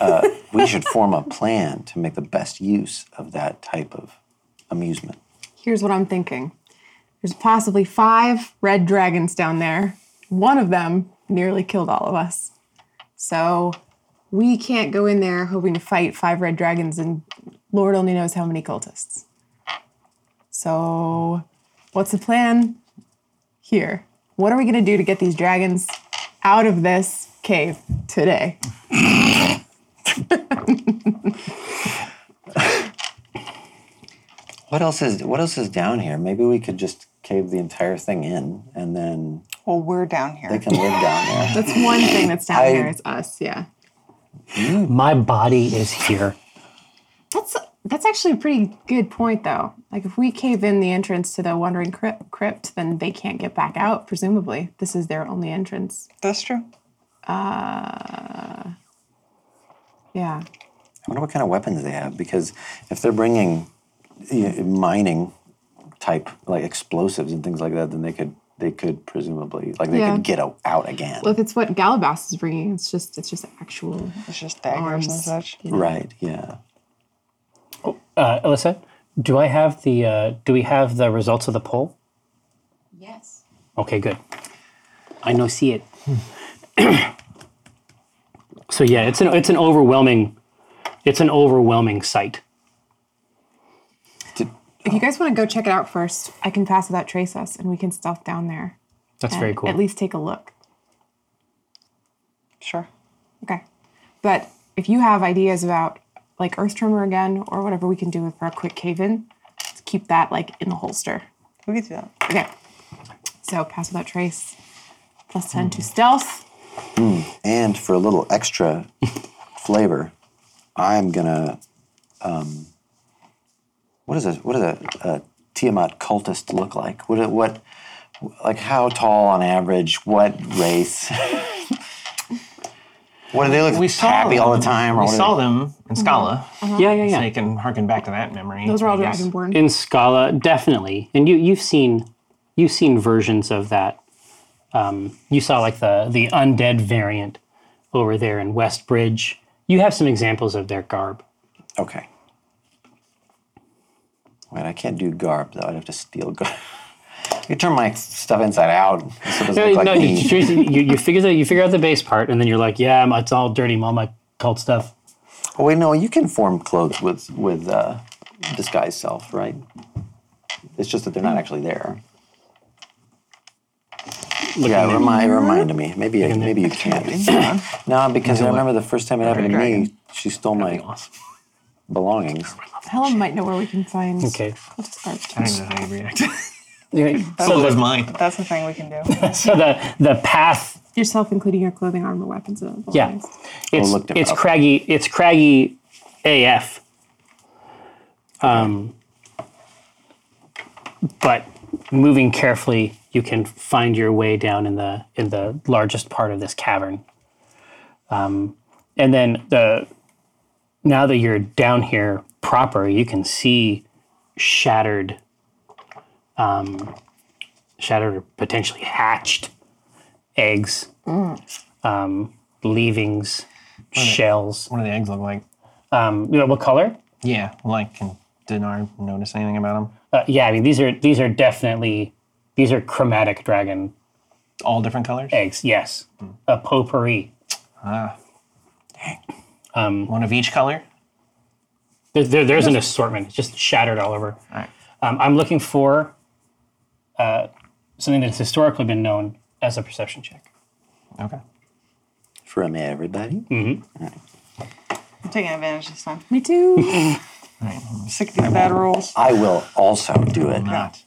uh, we should form a plan to make the best use of that type of amusement. Here's what I'm thinking there's possibly five red dragons down there. One of them nearly killed all of us. So we can't go in there hoping to fight five red dragons and Lord only knows how many cultists. So, what's the plan here? What are we going to do to get these dragons out of this cave today? What else is what else is down here? Maybe we could just cave the entire thing in, and then Well, we're down they here. can live down there. That's one thing that's down I- there. It's us, yeah. My body is here. That's that's actually a pretty good point, though. Like, if we cave in the entrance to the Wandering Crypt, crypt then they can't get back out. Presumably, this is their only entrance. That's true. Yeah, I wonder what kind of weapons they have because if they're bringing you know, mining type like explosives and things like that, then they could they could presumably like they Yeah. could get o- out again. Well, if it's what Galabas is bringing, it's just it's just actual. It's just daggers and Arms. such. Right? Yeah. Uh, Alyssa, do I have the uh, do we have the results of the poll? Yes. Okay, good. I know see it. <clears throat> so yeah, it's an it's an overwhelming it's an overwhelming sight. Did- If you guys want to go check it out first, I can pass without trace us, and we can stealth down there. That's and very cool. At least take a look. Sure. Okay, but if you have ideas about like Earth Tremor again or whatever we can do with our quick cave in, let's keep that like in the holster. We could do that. Okay. So pass without trace. Plus 10 to stealth. And for a little extra flavor, I'm gonna. Um, what is a what does a, a Tiamat cultist look like? What what like how tall on average? What race? <laughs> what do they look? We saw happy all the them. time. Or We what do saw them in Scala, Yeah, Oh, yeah, so yeah. you can harken back to that memory. Mm-hmm. Those are all I guess. dragonborn. In Scala, definitely. And you you've seen you've seen versions of that. Um, you saw like the the undead variant over there in Westbridge. You have some examples of their garb. Okay. Wait, I can't do garb though. I'd have to steal garb. <laughs> you turn my stuff inside out, so it doesn't No, look like no, <laughs> me. you, you, you figure that you figure out the base part, and then you're like, yeah, it's all dirty, all my cult stuff. Oh, wait, no, you can form clothes with with uh, disguise self, right? It's just that they're not actually there. yeah, remind, remind me. Maybe I, maybe you can't. <laughs> no, because I remember the first time it happened to me, she stole my <laughs> belongings. Helen might know where we can find. Okay. I don't even know how you react. So was <laughs> the, mine. That's the thing we can do. so the the path, Yourself, including your clothing, armor, weapons, and belongings. yeah, it's look them it's up. craggy, it's craggy, AF. Um, but moving carefully, you can find your way down in the in the largest part of this cavern. Um, and then the now that you're down here proper, you can see shattered, um, shattered or potentially hatched eggs, Mm. um, leavings, shells. What do the eggs look like? Um, you know what color? Yeah, like can Dinar notice anything about them? Uh, yeah, I mean these are these are definitely these are chromatic dragon All different colors. eggs. Yes, a potpourri. One of each color. There, there- there's an assortment. It's just shattered all over. Alright. Um, I'm looking for uh, something that's historically been known as a perception check. Okay. From everybody? I'm taking advantage this time. Me too. Sick of these bad rules. I will also do it. Not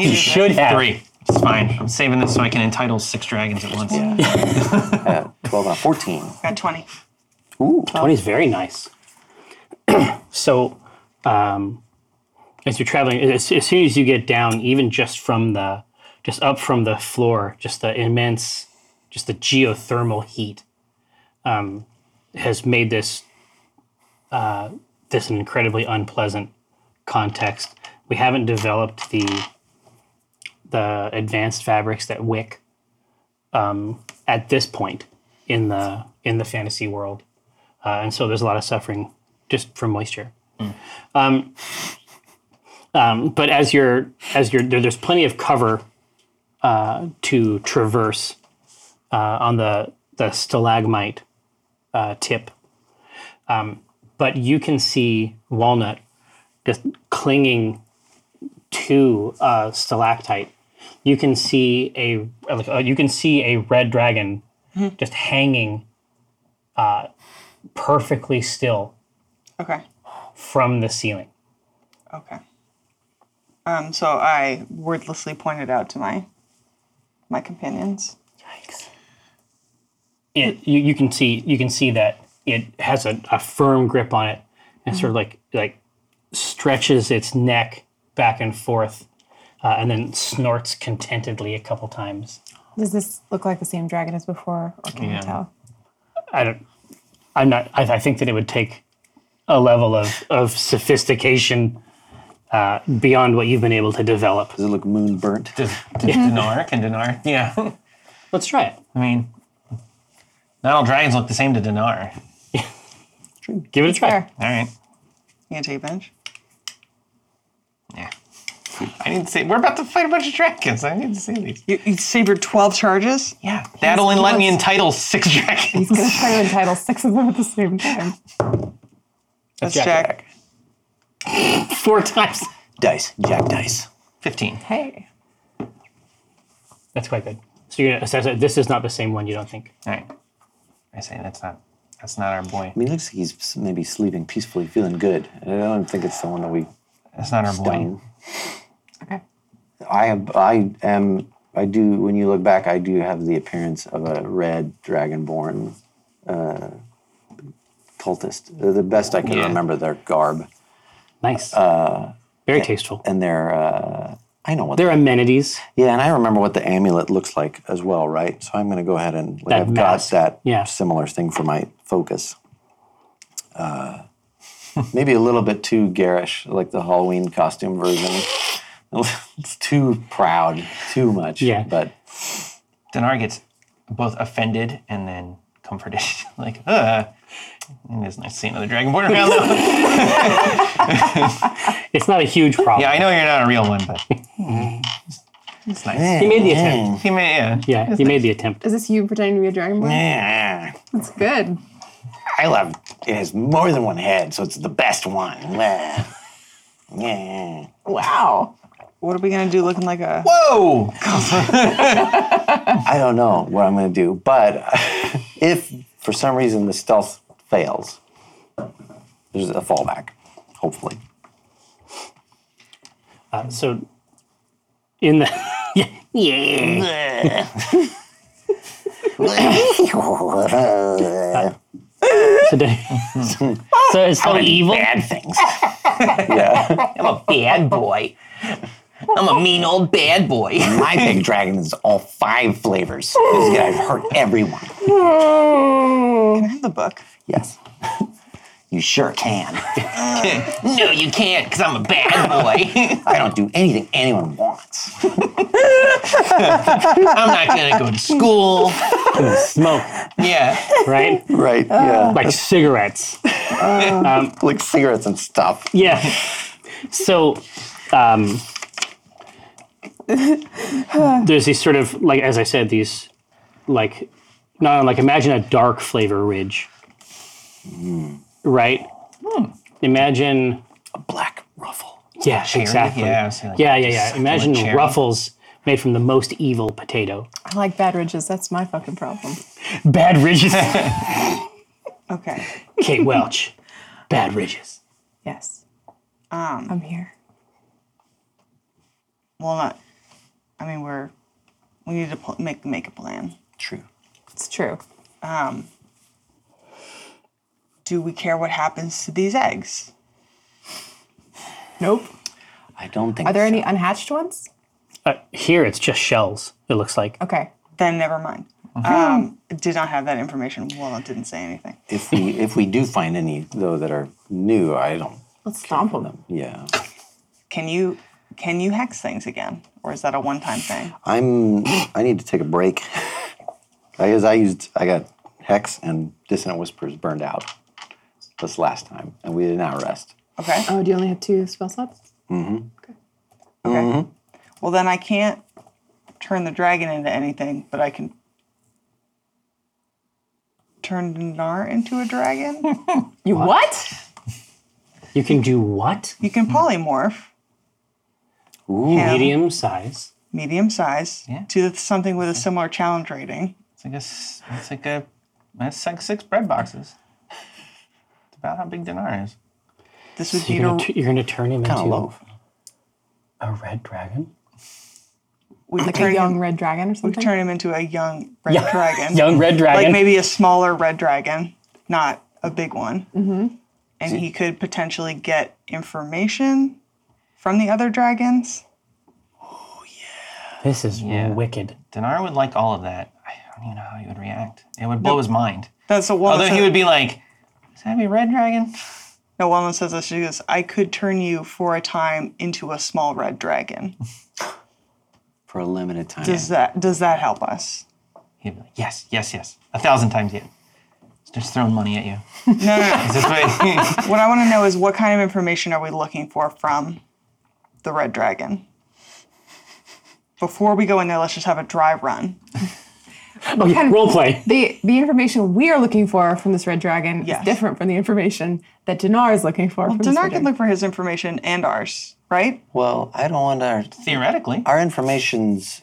You should have. three. It's fine. I'm saving this so I can entitle six dragons at once. Uh, 12 out of 14. Got 20. Ooh. 20 is very nice. <clears throat> so, um, as you're traveling, as, as soon as you get down, even just from the, just up from the floor, just the immense, just the geothermal heat um, has made this, uh, this an incredibly unpleasant context. We haven't developed the, the advanced fabrics that Wick um, at this point in the in the fantasy world, uh, and so there's a lot of suffering just from moisture. Um, um, but as you're as you're there, there's plenty of cover uh, to traverse uh, on the the stalagmite uh, tip, um, but you can see walnut just clinging to uh, stalactite. You can see a like, uh, you can see a red dragon just hanging uh, perfectly still Okay. from the ceiling. Okay. Um, so I wordlessly pointed out to my my companions. It you, you can see you can see that it has a, a firm grip on it and sort of like like stretches its neck back and forth uh, and then snorts contentedly a couple times. Does this look like the same dragon as before, or can Yeah. you tell? I don't. I'm not. I, I think that it would take a level of of sophistication uh, beyond what you've been able to develop. Does it look moon burnt? Does, <laughs> does Dinar? Can Dinar? Yeah. <laughs> Let's try it. I mean, not all dragons look the same to Dinar. Give it a try. Fair. All right. You gonna take bench? Yeah. I need to see. We're about to fight a bunch of dragons. I need to see these. You, you save your twelve charges. Yeah. That'll let me entitle six <laughs> dragons. He's gonna try to entitle six of them at the same time. That's Jack Jack. <laughs> Four times. Dice, jack dice. 15. Hey, That's quite good. So you're gonna assess it. This is not the same one. You don't think? All right. I say that's not that's not our boy. I mean, it looks like he's s- maybe sleeping peacefully, feeling good. I don't think it's the one that we That's not our boy. done. Okay. I am- I am I do. When you look back, I do have the appearance of a red dragonborn uh, cultist. They're the best I can Yeah. remember their garb Nice. Uh, Very tasteful. and their. Uh, I know what. Their amenities. yeah, and I remember what the amulet looks like as well, right? So I'm going to go ahead and like, That I've mask. got that Yeah. similar thing for my focus. Uh, maybe a little bit too garish, like the Halloween costume version. it's too proud, too much. Yeah. but. Dinar gets both offended and then comforted. <laughs> like, uh it is nice to see another dragonborn around <laughs> though. It's not a huge problem. yeah, I know you're not a real one, but it's nice. He made the attempt. He may, yeah. Yeah, he made the attempt. Is this you pretending to be a dragonborn? Yeah. That's good. I love it has more than one head, so it's the best one. Yeah. Yeah. Wow. What are we gonna do? Looking like a Whoa! I don't know what I'm gonna do, but <laughs> if for some reason the stealth fails, there's a fallback, hopefully. <laughs> Uh, so, in the <laughs> yeah, yeah. So, da- <laughs> so it's so evil. Bad things. Yeah. I'm a bad boy. I'm a mean old bad <laughs> boy. My big dragon is all five flavors. This guy's hurt everyone. can I have the book? Yes. <laughs> You sure can. no, you can't, because I'm a bad <laughs> boy. I don't do anything anyone wants. I'm not gonna go to school. Smoke, Yeah. right? Right. Yeah. <laughs> Like cigarettes. like cigarettes and stuff. Yeah. So, um, there's these sort of like, as I said, these like, no, like imagine a dark flavor ridge, Hmm. right? Imagine, A black ruffle. yeah, exactly, Yeah, I see, like, yeah, yeah. yeah. Imagine cherry. ruffles made from the most evil potato. I like bad ridges. That's my fucking problem. Bad <laughs> ridges. Okay. <laughs> Kate Welch. Bad ridges. Yes, Um. I'm here. Well, not. I mean, we're we need to pl- make make a plan. True. It's true. Do we care what happens to these eggs? Nope. I don't think Are there any unhatched ones? Uh, here it's just shells, it looks like. Okay. Then never mind. Um, did not have that information. Well, it didn't say anything. if we if we do find any though that are new, I don't. Let's stomp them. Yeah, Can you can you hex things again, or is that a one time thing? I'm. I need to take a break. <laughs> I guess I used I got hex and dissonant whispers burned out this last time, and we did not rest. Okay. Oh, do you only have two spell slots? Okay. Well, then I can't turn the dragon into anything, but I can turn Dinar into a dragon. You what? You can do what? you can polymorph Ooh, him, Medium size. medium size, Yeah. to something with a similar challenge rating. It's like a, s- it's like a, it's like six bread boxes. It's about how big dinar is. This <laughs> would be You're gonna, to, tu- you're gonna turn him kind of into loaf. a red dragon. we could Like turn a young him, red dragon or we could something? turn him into a young red <laughs> dragon. Young red dragon. Like maybe a smaller red dragon, not a big one. Mm-hmm. And he could potentially get information from the other dragons. this is Yeah. wicked. Dinar would like all of that. I don't even know how he would react. It would blow his mind. Oh, That's a one. Although he would be like, "Is that a red dragon?" No, Wellman says this. She goes, I could turn you for a time into a small red <laughs> dragon. for a limited time. Does that does that help us? He'd be like, "Yes, yes, yes, a thousand times yes." Just throwing money at you. No, no, Is this what- no. what I want to know is what kind of information are we looking for from the red dragon? Before we go in there, let's just have a dry run. Okay, role play. The, the information we are looking for from this red dragon Yes. is different from the information that Dinar is looking for. from this Dinar red can dragon. look for his information and ours, right? well, I don't want our <laughs> Theoretically, our informations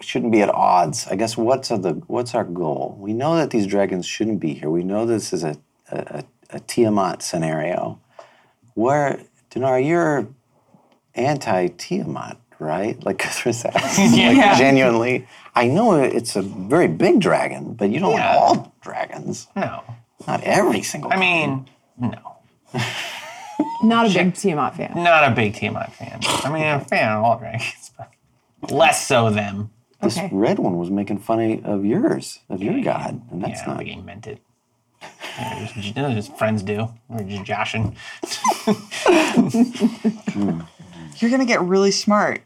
shouldn't be at odds. I guess what's the what's our goal? We know that these dragons shouldn't be here. We know this is a a, a, a Tiamat scenario. Where Dinar, you're anti Tiamat, right? Like <laughs> Cuthrus asked. Like, genuinely. I know it's a very big dragon, but you don't Yeah. want all dragons. no. Not every single I mean, no. Not a big Tiamat fan. Not a big Tiamat fan. I mean, I'm a fan of all dragons, but less so them. this okay. red one was making fun of yours, of your god. And that's Yeah, not we ain't meant it. They're just, they're just friends do. We're just joshing. You're gonna get really smart.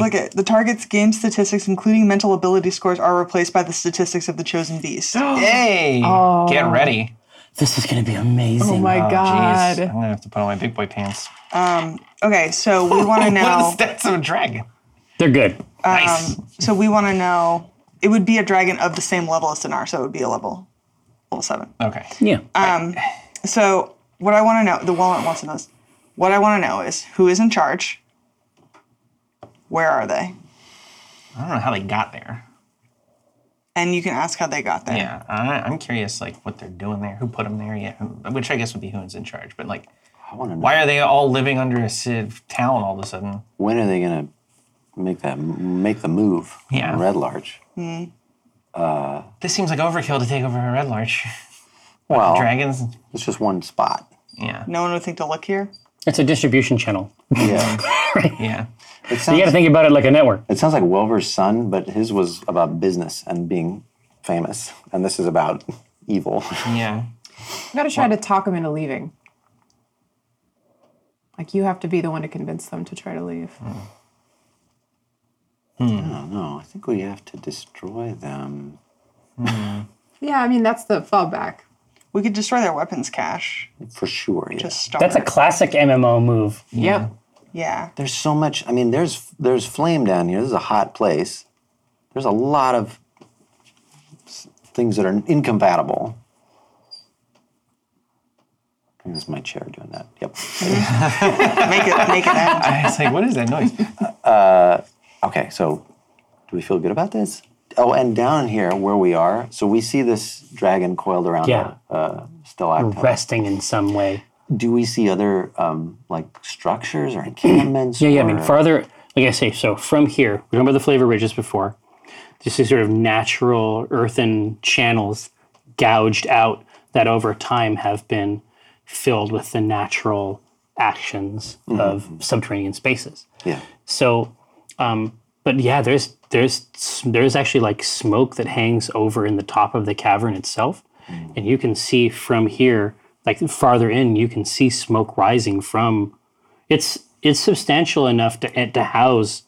<gasps> Look at the target's game statistics, including mental ability scores, are replaced by the statistics of the chosen beast. hey, Oh get ready. This is gonna be amazing. Oh my Jeez, I'm god. gonna have to put on my big boy pants. Okay, so we want to What know. are the stats of a dragon? They're good. Nice. Um, So we want to know. It would be a dragon of the same level as Dinar, so it would be a level, level seven. okay. Yeah. So what I want to know, the walnut wants to know. Is, what I want to know is who is in charge. Where are they? I don't know how they got there. And you can ask how they got there. Yeah, I, I'm curious, like what they're doing there, who put them there, yeah, which I guess would be who's in charge. But like, I want to know. why are they all living under a civ town all of a sudden? when are they going to make that make the move Yeah. on red large This seems like overkill to take over a red larch. well Dragons, it's just one <laughs> spot yeah, No one would think to look here. It's a distribution channel. yeah yeah. it You gotta sounds, think about it like a network. it sounds like wilver's son but his was about business and being famous and this is about evil <laughs> Yeah. I gotta try to talk him into leaving. Like you have to be the one to convince them to try to leave. i don't know i think we have to destroy them Yeah, I mean that's the fallback. We could destroy their weapons cache for sure yeah. to start. That's a classic MMO move. Yep. yeah. there's so much i mean there's there's flame down here this is a hot place there's a lot of s- things that are incompatible I think that's my chair doing that yep Make it. Make it. End. <laughs> I was like, what is that noise? okay so do we feel good about this oh and down here where we are so we see this dragon coiled around Yeah. a, a stalactite Resting in some way. do we see other um, like structures or encampments Yeah, yeah. I mean, or- farther, like I say, so from here, remember the flavor ridges before? This is sort of natural earthen channels gouged out that over time have been filled with the natural actions of subterranean spaces. yeah So, um, but yeah, there's there's there's actually like smoke that hangs over in the top of the cavern itself, and you can see from here, like farther in, you can see smoke rising from. It's eh, it's substantial enough to to house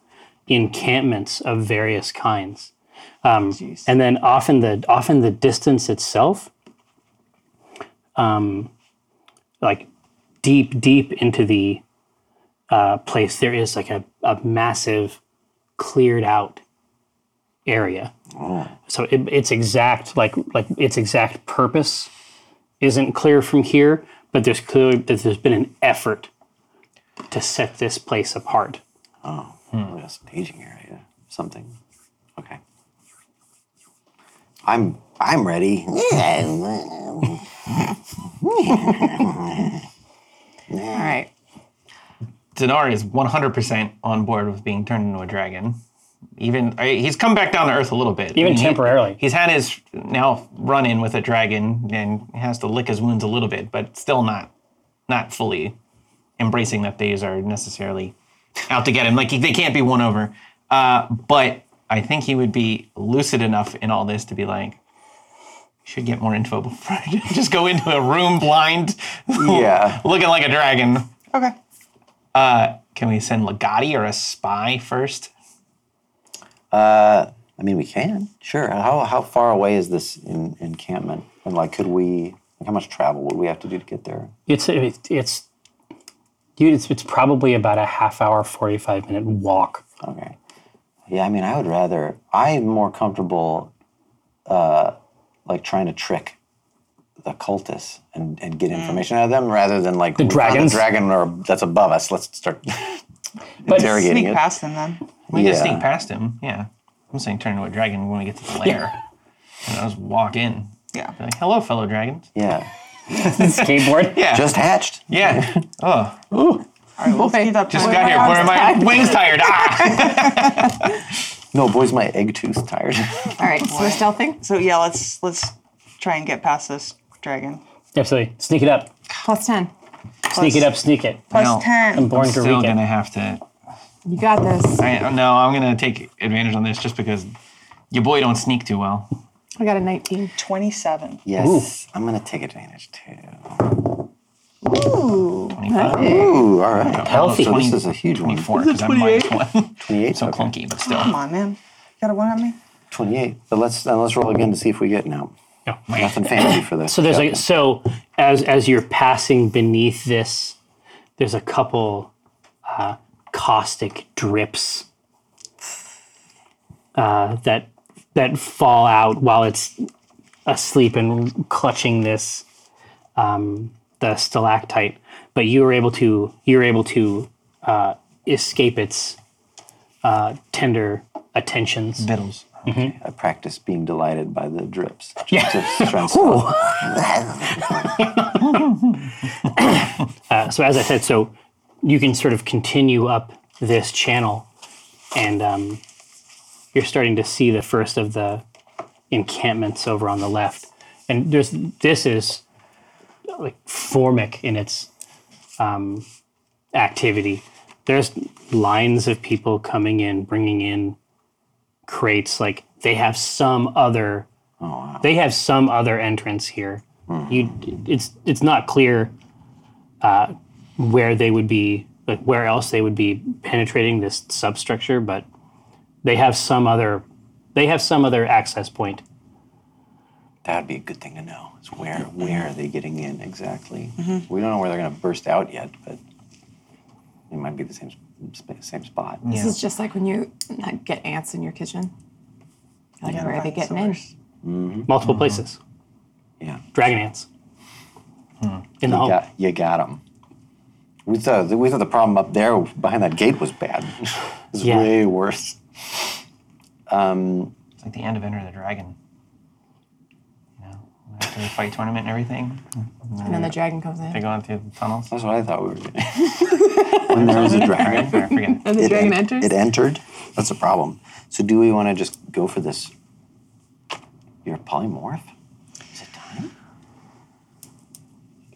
encampments of various kinds. Um, and then often the often the distance itself, um, like deep deep into the uh, place, there is like a, a massive cleared out area. So it, its exact like like its exact purpose isn't clear from here, but there's clearly that there's been an effort to set this place apart. Probably a staging area, something. Okay. I'm I'm ready. <laughs> All right. Dinar is 100% on board with being turned into a dragon. Even I- he's come back down to earth a little bit. Even He- temporarily. he's had his now run in with a dragon and has to lick his wounds a little bit, but still not not fully embracing that these are necessarily out to get him. Like he- they can't be won over. Uh, but I think he would be lucid enough in all this to be like, should get more info before I <laughs> just go into a room blind, <laughs> Yeah. looking like a dragon. Okay. Can we send Legati or a spy first? I mean, we can. Sure. How how far away is this in, encampment? And like, could we? Like, how much travel would we have to do to get there? It's it's it's dude, it's it's probably about a half hour, forty five minute <laughs> walk. Okay. Yeah. I mean, I would rather. I'm more comfortable, uh, like trying to trick the cultists and, and get information out of them rather than like the dragons? The dragon or that's above us. Let's start interrogating Sneak it. past them then. We can Yeah. sneak past him. Yeah. I'm saying turn into a dragon when we get to the lair. <laughs> And I'll just walk in. Yeah. Be like, hello, fellow dragons. Yeah. Skateboard. <laughs> yeah. Just hatched. Yeah. <laughs> oh, All right. Let's get up. just time. got here. Where are my wings tired? <laughs> Ah! No, boys, my egg tooth tired. <laughs> All right, so we're stealthing. So yeah, let's let's try and get past this dragon. Absolutely. Sneak it up. Plus 10. Sneak it up, sneak it. Plus No. I'm ten. born to Still read gonna it. have to. You got this. I, no, I'm gonna take advantage on this just because your boy don't sneak too well. I got a 19. Twenty-seven. Yes. I'm gonna take advantage too. Twenty-five. Ooh, all right. Healthy. So this is a huge one. Twenty-four. Because I'm <laughs> minus <laughs> one. 28. so okay. clunky, but still. Come on, man. You got a one on me? 28. But let's uh, let's roll again to see if we get now. No. Nothing fancy for this. So there's like so as as you're passing beneath this, there's a couple uh, caustic drips uh, that that fall out while it's asleep and clutching this um, the stalactite. But you were able to you were able to uh, escape its uh, tender attentions. Biddles. I practice being delighted by the <laughs> drips. Yeah. Just try and stop. Uh, so as I said, so you can sort of continue up this channel, and um, you're starting to see the first of the encampments over on the left. And there's this is like formic in its um, activity. There's lines of people coming in, bringing in crates. Like they have some other, they have some other entrance here. You, it's it's not clear where they would be like where else they would be penetrating this substructure but they have some other they have some other access point That'd be a good thing to know. Is where where are they getting in exactly? Mm-hmm. We don't know where they're gonna burst out yet, but it might be the same sp- same spot. Mm. This is just like when you like, get ants in your kitchen. Like, where are they getting in? multiple Mm-hmm. places Yeah. dragon ants in the home Got, Hmm. you got them. We thought we thought the problem up there behind that gate was bad. <laughs> it's Yeah. way worse. It's like the end of Enter the Dragon. You know, after the fight tournament and everything, And then the dragon comes they in. go on through the tunnels. That's what I thought we were doing. <laughs> when there was a dragon, I forget. <laughs> And the it, dragon en- enters? it entered. That's a problem. So do we want to just go for this? You're a polymorph. Is it time?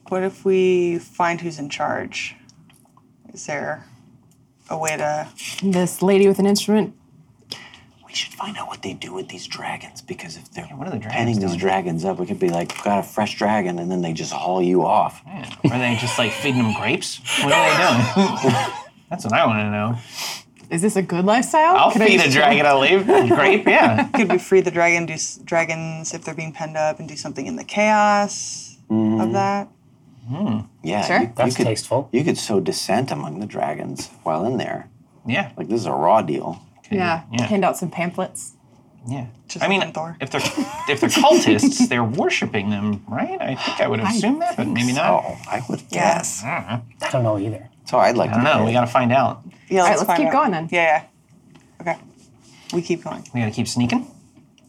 What if we find who's in charge? Is there a way to? This lady with an instrument. We should find out what they do with these dragons because if they're what are the dragons penning these doing? dragons up, we could be like, got a fresh dragon, and then they just haul you off. <laughs> Are they just like feeding them grapes? What are they doing? That's what I want to know. Is this a good lifestyle? I'll Can I feed just a chill? dragon a <laughs> leaf grape. Yeah. Could we free the dragon, do s- dragons if they're being penned up, and do something in the chaos of that? Yeah, Sure. you- you, That's could, tasteful. You could sow dissent among the dragons while in there. Yeah. Like this is a raw deal. Yeah. Yeah. Hand out some pamphlets. Yeah. Just I mean, like Thor. if they're if they're cultists, they're worshiping them, right? I think I would assume that, but maybe not. Oh, I would Yes. guess. I don't know either. So I'd like I don't to know. know. We got to find out. Yeah, All right, let's find keep out. going then. Yeah, yeah. Okay. We keep going. We got to keep sneaking.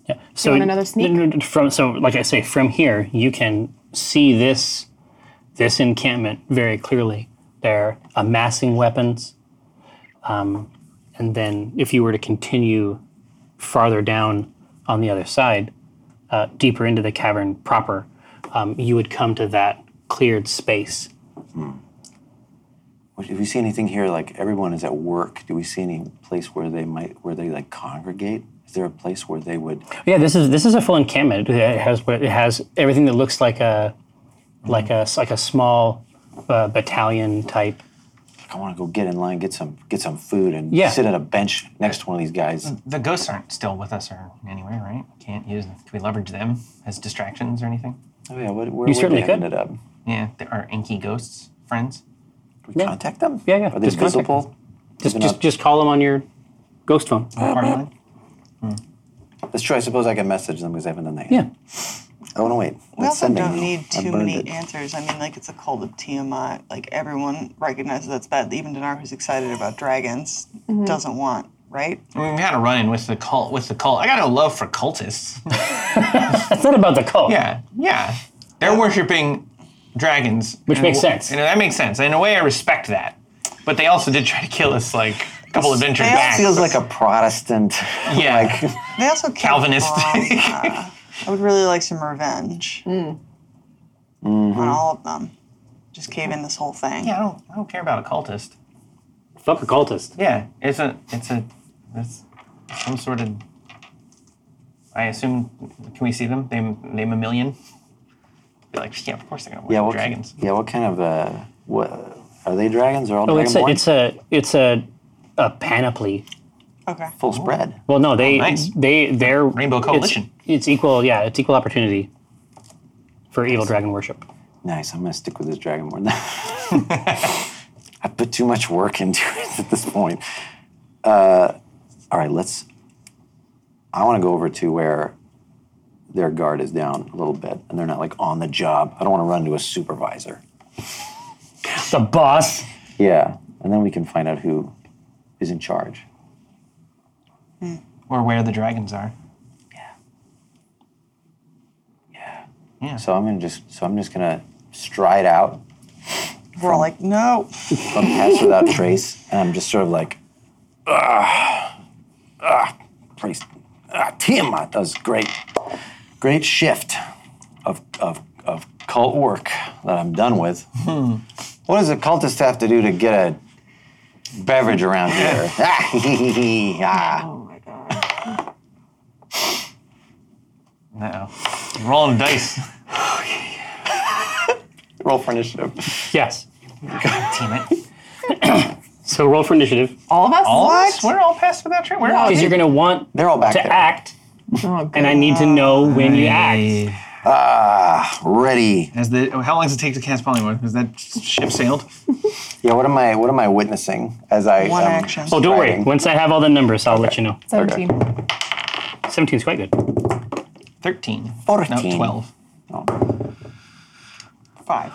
Yeah. So want another sneak? n- n- From so, like I say, from here you can see this this encampment very clearly. They're amassing weapons, um, and then if you were to continue farther down on the other side, uh, deeper into the cavern proper, um, you would come to that cleared space. What- Do we see anything here? Like everyone is at work. Do we see any place where they might where they like congregate? Is there a place where they would? Yeah, this is this is a full encampment. It has what- it has everything that looks like a like a like a small uh, battalion type I want to go get in line, get some get some food, and Yeah. Hmm. sit at a bench next to one of these guys. The ghosts aren't still with us or anywhere, right? Can't use. Can we leverage them as distractions or anything? Oh yeah, what, where would certainly they have could. ended up? Yeah, there are inky ghosts <laughs> friends. We Yeah. contact them. Yeah, yeah, Are they just contact them. visible? Just, Even just, up- just call them on your ghost phone. Party line. That's true. I suppose I can message them because I haven't done that Yeah. yet. Oh no, wait. We That's also sending don't now. need I too burned many it. answers. I mean, like it's a cult of Tiamat. Like everyone recognizes that's bad. Even Dinar, who's excited about dragons, doesn't want. Right? I mean, we had a run in with the cult. With the cult, I got a love for cultists. <laughs> It's not about the cult. Yeah, yeah. They're worshiping dragons. Which in a makes w- sense. And that makes sense. In a way, I respect that. But they also did try to kill us like a couple adventures They all back. Feels like a Protestant. yeah. like They also killed Calvinist. Brahma. I would really like some <laughs> revenge Mm-hmm. on all of them. Just cave in this whole <laughs> thing. yeah, I don't, I don't care about a cultist. Fuck a cultist. Yeah, it's a, it's a, it's some sort of. I assume. Can we see them? They name a million. Be like, yeah, of course they're gonna worship yeah, what dragons. yeah, what kind of uh, what are they? Dragons or all Oh, it's a, dragonborn? it's a, it's a, a panoply. Okay. full spread. Well, no, they, nice. they, they're Rainbow it's- Coalition. It's, equal. Yeah, it's equal opportunity for evil dragon worship. Nice. I'm gonna stick with this dragonborn. <laughs> I put too much work into <laughs> it at this point. Uh, all right, let's. I want to go over to where their guard is down a little bit, and they're not like on the job. I don't want to run to a supervisor. The boss. Yeah, and then we can find out who is in charge. Or where the dragons are. So I'm gonna just. So I'm just gonna stride out We're all like, no. from Pass Without Trace, and I'm just sort of like, ah, ah, praise, ah, Tiamat does great, great shift of, of, of cult work that I'm done with. What does a cultist have to do to get a beverage around here? <laughs> Ah, ah. Uh oh. Rolling dice. Roll for initiative. Yes. Damn it. So roll for initiative All of us? All of us? We're all past without train. We're all because Oh, you're going to want They're all back to there. act, Oh, good. and I need to know when you act. Hey. Ah, ready. Has the how long does it take to cast polymorph? Has that ship sailed? Yeah. What am I? What am I witnessing as I? One um, action. Oh, don't worry. Driving. Once I have all the numbers, I'll let you know. 17. 17 is quite good. Thirteen. No, Fourteen. twelve. Oh. Five.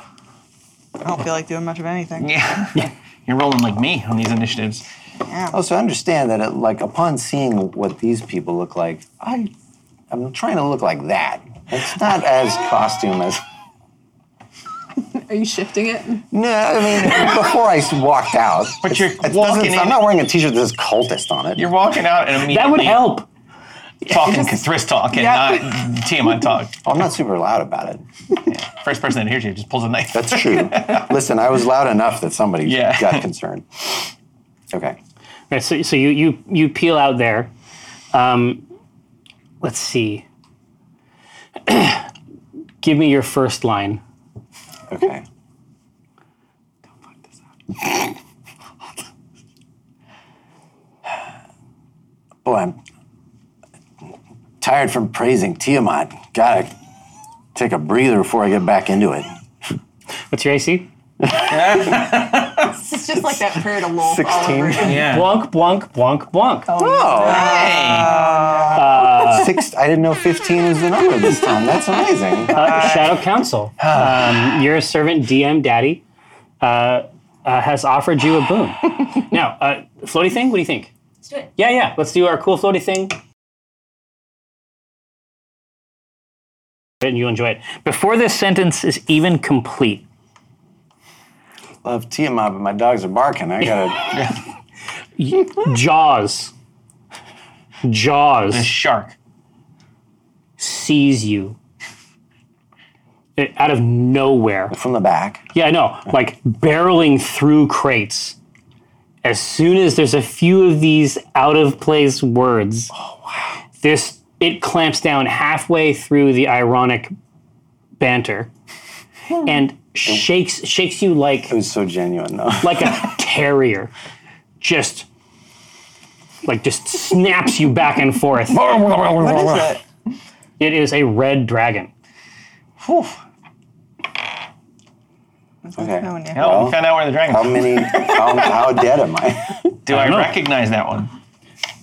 I don't feel like doing much of anything. <laughs> Yeah. You're rolling like me on these initiatives. Also, Oh, understand that, it, like, upon seeing what these people look like, I, I'm trying to look like that. It's not as costume as. Are you shifting it? No, I mean, before I s- walked out. But it's- you're it doesn't- walking in- I'm not wearing a T-shirt that says cultist on it. You're walking out and immediately That would help. talking <laughs> Thrist talk and not TMI talk. Oh, I'm not super loud about it. First person that hears you just pulls a knife. That's <laughs> true. Listen, I was loud enough that somebody Yeah. got concerned. Okay. Right, so, so you, you you peel out there. Um, let's see. <clears throat> Give me your first line. Okay. <sighs> Don't fuck this I'm tired from praising Tiamat. Gotta take a breather before I get back into it. What's your AC? It's just <laughs> like that prayer to Lowell. 16. Yeah. Blonk, blonk, blonk, blonk. Oh, Dang. six! I didn't know 15 was the number this time. That's amazing. Uh, Shadow Council, um, your servant DM Daddy uh, uh, has offered you a boon. now, uh, floaty thing, what do you think? Let's do it. Yeah, yeah, let's do our cool floaty thing. And you enjoy it. Before this sentence is even complete, Love Tiamat, but my dogs are barking. I gotta. Jaws, Jaws Shark. sees you Uh, out of nowhere. From the back. Yeah, I know. Like barreling through crates. As soon as there's a few of these out of place words, this it clamps down halfway through the ironic banter and shakes shakes you like It was so genuine, though. <laughs> like a terrier. Just like just snaps you back and forth. What is it? It is a red dragon. Whew. That's Okay. no idea. Oh, we found out where the dragon How many? How, how dead am I? <laughs> Do I, recognize that one?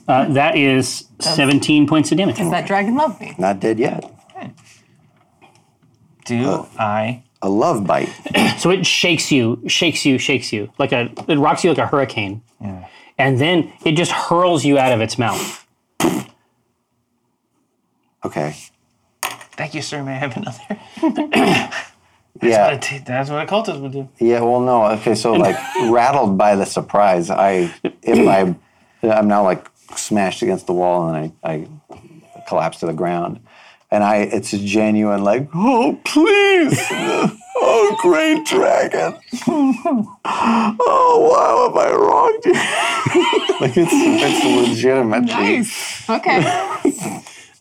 Uh, that is 17 points of damage. Does that dragon love me? Not dead yet. Do Uh, I? A love bite. So it shakes you, shakes you, shakes you like a it rocks you like a hurricane, and then it just hurls you out of its mouth. Okay. Thank you, sir. May I have another? <laughs> Yeah. That's what a cultist would do. Yeah. Well, no. Okay. So, <laughs> like, rattled by the surprise, I if I I'm now like smashed against the wall and I I collapse to the ground, and I it's a genuine like oh please <laughs> oh great dragon <laughs> oh wow am I wrong? <laughs> like it's it's legitimate. Nice. Okay.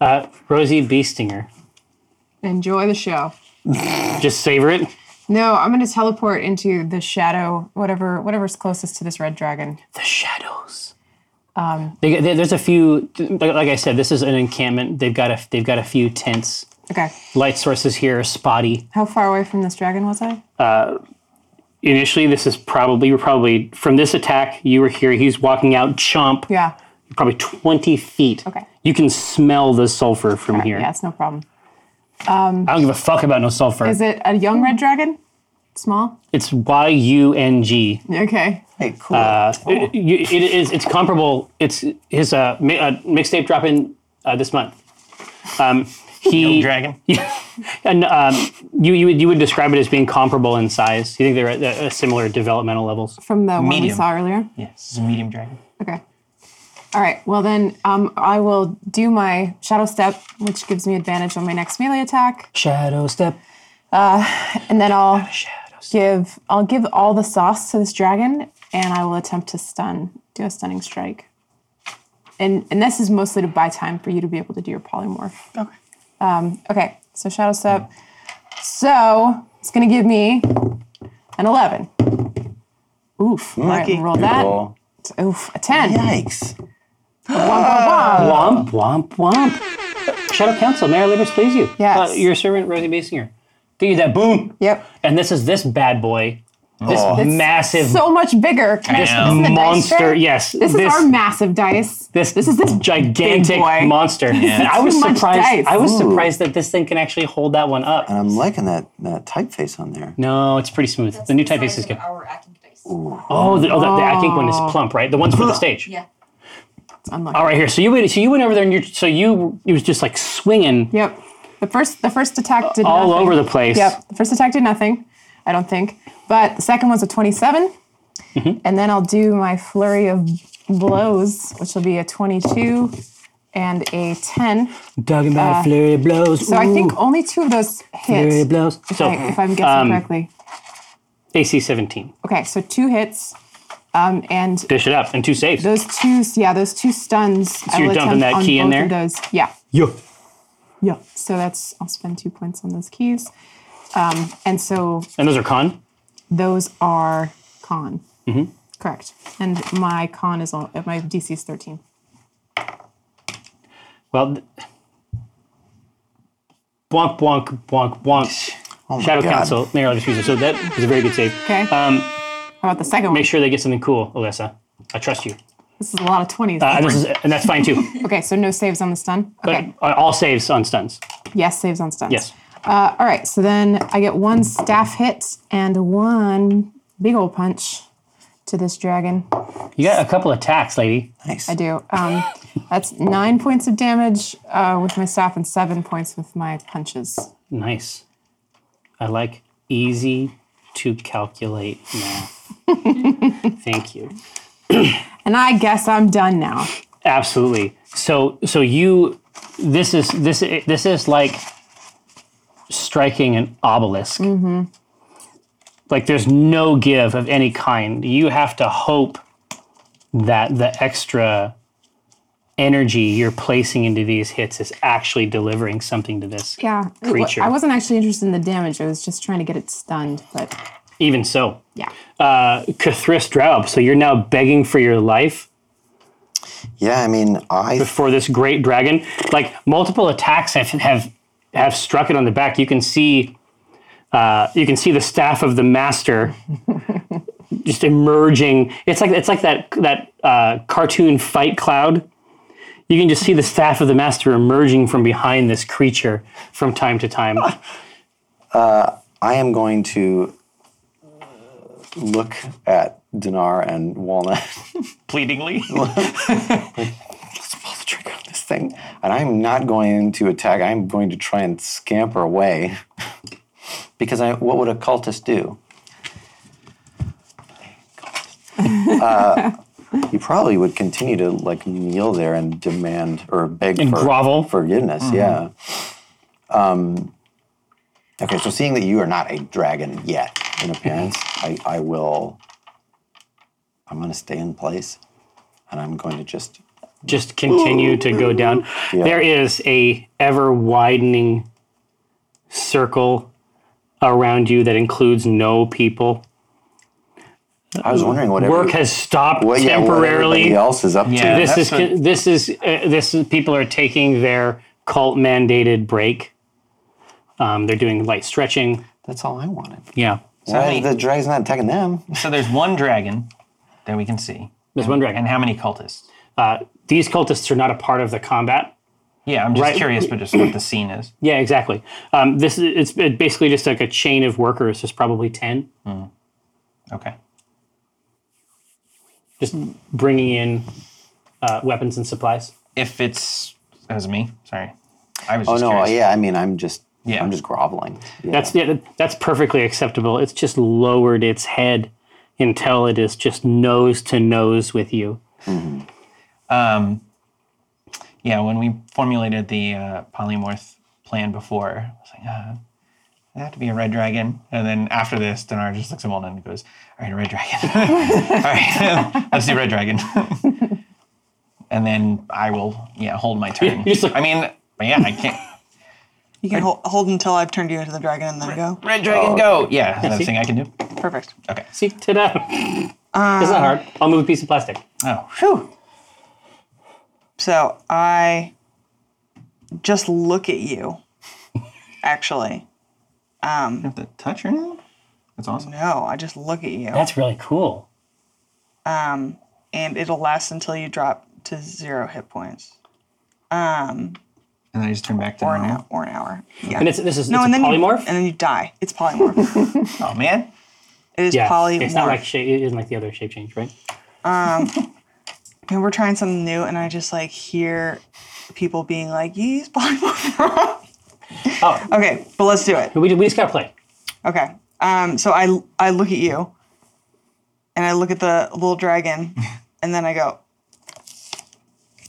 Uh, Rosie Beestinger, Enjoy the show. just savor it. No, I'm going to teleport into the shadow, whatever, whatever's closest to this red dragon. The shadows. Um, they, they, there's a few. Like, like I said, this is an encampment. They've got a they've got a few tents. Okay. Light sources here are spotty. How far away from this dragon was I? Initially, this is probably you're probably from this attack. You were here. He's walking out. Chomp. Yeah. You're probably 20 feet. Okay. You can smell the sulfur from here. Yeah, it's no problem. I don't give a fuck about no sulfur. Is it a young red dragon? Small? It's Y U N G. Uh, Okay. Hey, cool. It it is. It's comparable. It's his uh, mi- uh, mixtape dropping uh, this month. Um, he Dragon. and um, you you would, you would describe it as being comparable in size. You think they're at uh, similar developmental levels. From the one we Medium. saw earlier? Yeah, this is a medium dragon. Okay. All right. Well, then um, I will do my shadow step, which gives me advantage on my next melee attack, Shadow step. and then I'll give I'll give all the sauce to this dragon, and I will attempt to stun, do a stunning strike. And and this is mostly to buy time for you to be able to do your polymorph. Okay. Um, okay. So shadow step. So it's gonna give me an eleven. Oof. All right, Lucky. roll that. Cool. Oof. A ten. Yikes. Womp womp womp. Shadow Council, may our labors please you. Yes. Uh, your servant Rosie Basinger. Give you that boom. Yep. And this is this bad boy. This massive so much bigger. This, know. is the dice monster. tray. Yes. This, is our massive dice. this this is this gigantic big boy. monster. And I was Too much surprised. dice. I was surprised that this thing can actually hold that one up. I'm liking that that typeface on there. No, it's pretty smooth. the new typeface size is of good. Our acting dice. Oh, the, oh, the, the I think one is plump, right? The one's for the stage. Yeah. It's unlucky. All right, here. So you went. So you went over there, and you. So you. It was just like swinging Yep. The first the first attack did all nothing. over the place. Yep. The first attack did nothing, I don't think. But the second one's a 27. Mm-hmm. And then I'll do my flurry of blows, which will be a 22 and a 10. Talking about flurry of blows. Uh, So I think only two of those flurry hit. of blows. If, So um, I, if I'm guessing correctly. AC seventeen. Okay, so two hits. Um, and Dish it up and two saves. Those two, yeah, those two stuns. So you're dumping that key in there? Those, yeah, Yo. yeah. So that's I'll spend two points on those keys, um, and so And those are con. those are con. Mm-hmm. Correct. And my con is on, my DC is thirteen. Well, th- bonk, bonk, bonk, bonk. Oh my Shadow God. Council, Mayor Elder Fuser. So that is a very good save. Okay. Um, How about the second one? make sure they get something cool, Alyssa. I trust you. This is a lot of 20s. Uh, and, this is, and that's fine too. <laughs> okay, so no saves on the stun? But Okay. uh, all saves on stuns. yes, saves on stuns. Yes. Uh, all right, so then I get one staff hit and one big old punch to this dragon. You got a couple attacks, lady. Nice. I do. Um, that's nine points of damage uh, with my staff and seven points with my punches. Nice. I like easy to calculate <laughs> math. Thank you. And I guess I'm done now. Absolutely. So so you this is this i- this is like striking an obelisk. Mm-hmm. Like there's no give of any kind. You have to hope that the extra energy you're placing into these hits is actually delivering something to this Yeah. it wa- creature. I wasn't actually interested in the damage. I was just trying to get it stunned, but Even so, yeah. uh, Kathris Draub. So you're now begging for your life yeah, I mean, I for this great dragon. Like multiple attacks have have, have struck it on the back. You can see, uh, you can see the staff of the master <laughs> just emerging. It's like it's like that that uh, cartoon fight cloud. You can just see the staff of the master emerging from behind this creature from time to time. I am going to uh, look at Dinar and Walnut. Pleadingly. pull the trigger on this thing. And I'm not going to attack. I'm going to try and scamper away. <laughs> because I, what would a cultist do? <laughs> uh, you probably would continue to like kneel there and demand or beg And for grovel. forgiveness. Yeah. Um, okay, so seeing that you are not a dragon yet in appearance, I, I will. I'm going to stay in place, and I'm going to just just continue to go down. There is a ever widening circle around you that includes no people. I was wondering what Work every- has stopped what- yeah, what temporarily. everybody else is up Yeah. to. this is That's what- this is uh, this is people are taking their cult mandated break. Um, they're doing light stretching. That's all I wanted. Yeah, So, Why hey, the dragon's not attacking them? so there's one dragon that we can see. there's one And dragon. how many cultists? Uh, these cultists are not a part of the combat. Yeah, I'm just Right. curious, but just what the scene is. Yeah, exactly. Um, this is it's it's basically just like a chain of workers. There's probably ten. Okay. just bringing in uh, weapons and supplies. If it's that was me, sorry. I was Oh just no, curious. yeah. I mean, I'm just, Yeah. I'm just groveling. Yeah. That's yeah, that- that's perfectly acceptable. It's just lowered its head until it is just nose to nose with you. Um, yeah, when we formulated the uh, polymorph plan before, I was like, uh, I have to be a red dragon. And then after this, Dinar just looks at Walnut and goes, All right, a red dragon. <laughs> All right, <laughs> let's do red dragon. and then I will, yeah, hold my turn. you're just like- I mean, but yeah, I can't. You can hold, hold until I've turned you into the dragon and then go. Red dragon, go. Yeah, that's the thing I can do. Perfect. Okay. See, <laughs> ta-da! it's not hard. I'll move a piece of plastic. Oh, Phew. So I just look at you, actually. you have to touch her now? That's awesome. No, I just look at you. That's really cool. um, and it'll last until you drop to zero hit points And then I just turn back to or an normal. hour. Or an hour. Yeah. And it's this is it's and a then polymorph. You, and then you die. It's polymorph. Oh, man. it is yeah, polymorph. it's not like shape. It isn't like the other shape change, right? and we're trying something new, and I just like hear people being like, "You use polymorph." Oh. Okay, but let's do it. But we, we just gotta play. Okay. Um, so I I look at you, and I look at the little dragon, and then I go,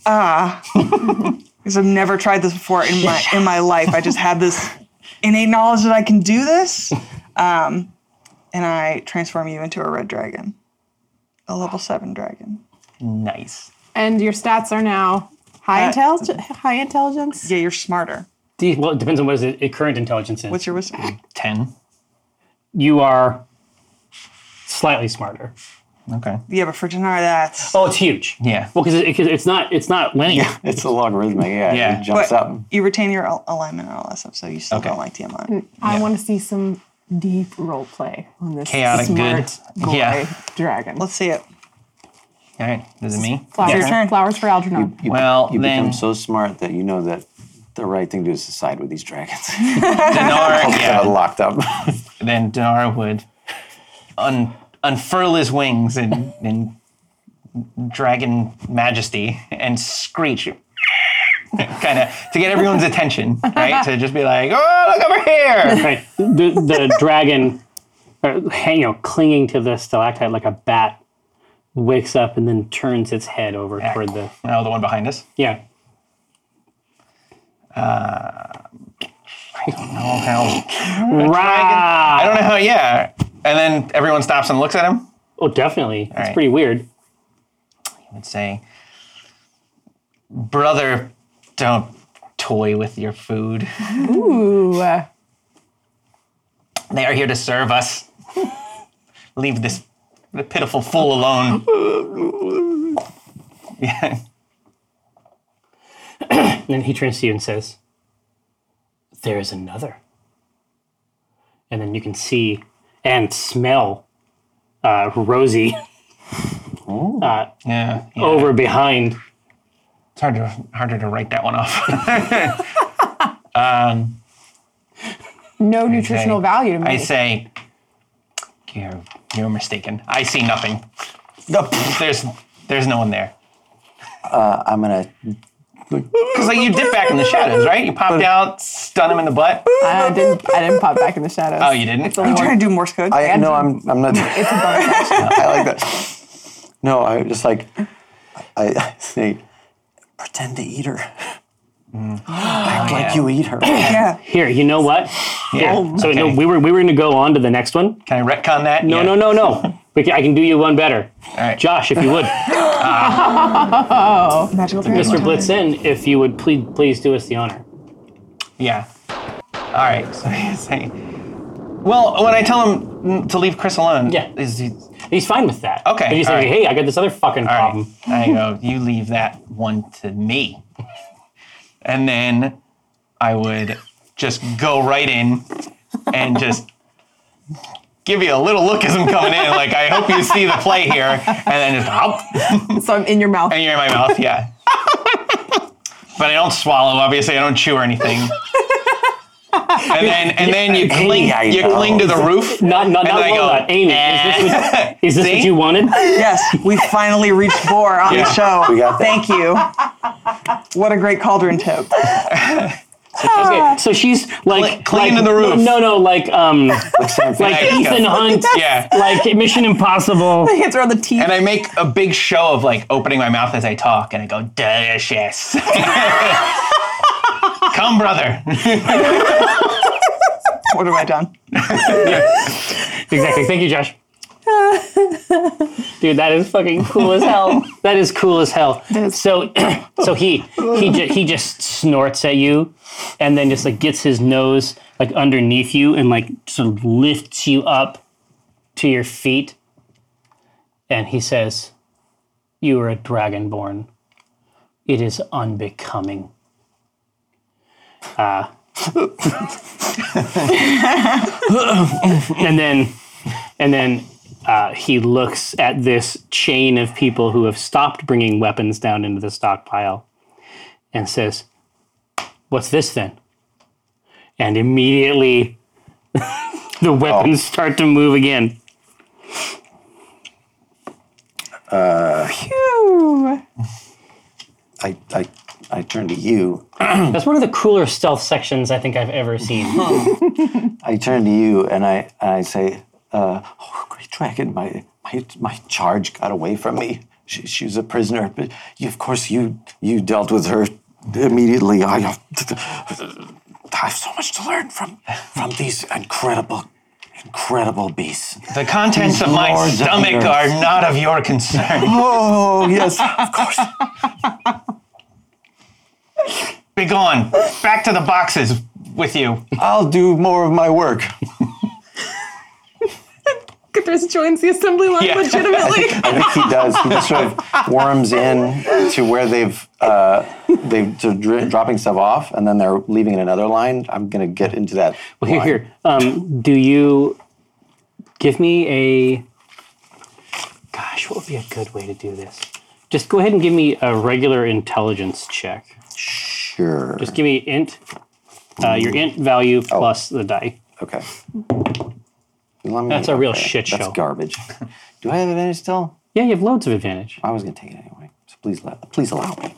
ah, because I've never tried this before in my in my life. I just had this innate knowledge that I can do this, um, and I transform you into a red dragon, a level seven dragon. Nice. And your stats are now high, Uh, intelli- high intelligence? Yeah, you're smarter. These- Well, it depends on what is it, it current intelligence is. What's your wisdom? 10. you are slightly smarter. Okay. Yeah, but for Dinar, that's. Oh, it's huge. Yeah. Well, because it, 'cause it's not it's not linear. <laughs> It's a logarithmic. Yeah, Yeah. it jumps But up. you retain your al- alignment and all that stuff, so you still don't like TMI. I want to see some deep role play on this Chaotic good. smart gory Yeah. dragon. Let's see it. All right. Is it me? flowers, your turn. flowers for Algernon. You, Well, you then- become so smart that you know that the right thing to do is to side with these dragons. <laughs> Dinar, yeah. yeah. locked up. Then Dinar would un, unfurl his wings in, in dragon majesty and screech. <laughs> kind of to get everyone's attention, right? to just be like, oh, look over here. <laughs> Right. The, the dragon, or, hang- you know, clinging to the stalactite like a bat, wakes up and then turns its head over toward the. Oh, the one behind us. Yeah. Oh, hell. Right. I don't know how, yeah. And then everyone stops and looks at him. Oh, definitely. It's right. pretty weird. would say, Brother, don't toy with your food. <laughs> Ooh, uh, They are here to serve us. <laughs> Leave this pitiful fool alone. <laughs> Yeah. And then he turns to you and says, There is another. And then you can see and smell uh, Rosie <laughs> uh, Yeah. yeah. over behind. It's hard to, harder to write that one off. <laughs> no nutritional value to me. I say, you're, you're mistaken. I see nothing. There's, there's no one there. I'm gonna. Because like you dip back in the shadows, right? You popped out, stun him in the butt. I didn't. I didn't pop back in the shadows. Oh, you didn't. Are you trying to do Morse code? I no, I'm. I'm not. It's <laughs> a I like that. No, I just like. I, I say, pretend to eat her. <gasps> Act like you eat her. yeah. Here, you know what? Here. Oh, Yeah. So no, Okay. we were we were going to go on to the next one. Can I retcon that? No, no, no, no. We ca- I can do you one better. right. Josh, if you <laughs> would. Magical Mr. Blitzen, if you would please, please do us the honor. Yeah. All right. <laughs> So he's saying, well, when I tell him mm, to leave Chris alone, Yeah. is he, He's fine with that. Okay, And he's all like, right. hey, I got this other fucking all problem. right. I go, you leave that one to me, <laughs> and then I would just go right in and just. Give you a little look as I'm coming in, like I hope you see the play here, and then just hop, so I'm in your mouth. and you're in my mouth, yeah. <laughs> but I don't swallow, obviously. I don't chew or anything. And then, and then you cling, I you know. cling to the roof. Not, not, not then I well go, "Eh, done. Amy, is this, what, is this See? what you wanted? Yes, we finally reached four on Yeah. the show. We got that. Thank you. What a great cauldron <laughs> tip. Okay, so she's like Cl- clinging like- to the roof. No, no, like um, Like San like Yeah, Ethan yeah. Hunt, <laughs> <laughs> "Eh." Yeah. like Mission Impossible. Hands around the teeth. And I make a big show of like opening my mouth as I talk, and I go delicious. <laughs> Come, brother. What have I done? Exactly. Thank you, Josh. Dude, that is fucking cool as hell. <laughs> That is cool as hell. So, <clears throat> so he he ju- he just snorts at you, and then just like gets his nose like underneath you and like sort of lifts you up to your feet, and he says, "You are a dragonborn. It is unbecoming." Uh, <laughs> and then and then uh, he looks at this chain of people who have stopped bringing weapons down into the stockpile and says what's this then and immediately <laughs> the weapons start to move again I, I, I turn to you. <clears throat> that's one of the cooler stealth sections i think i've ever seen I turn to you and I, and I say, uh, "Oh, great dragon! My, my, my charge got away from me. She, she was a prisoner, but you, of course you, you dealt with her immediately. I, have- I have so much to learn from, from these incredible, incredible beasts." The contents of my Lords of the stomach earth. are not of your concern. Oh yes, of course. Begone. Back to the boxes <laughs> with you. I'll do more of my work. Chris joins the assembly line Yeah. <laughs> legitimately. I think he does. He just sort of worms in to where they've uh, they've they're dri- dropping stuff off, and then they're leaving in another line. I'm gonna get into that. Well, here, here. Um, do you give me a? Gosh, what would be a good way to do this? Just go ahead and give me a regular intelligence check. Sure. Just give me int, uh, your int value plus the die. okay. Let me- That's a real okay, shit show. That's garbage. Do I have advantage still? Yeah, you have loads of advantage. I was gonna take it anyway. So please let please allow me.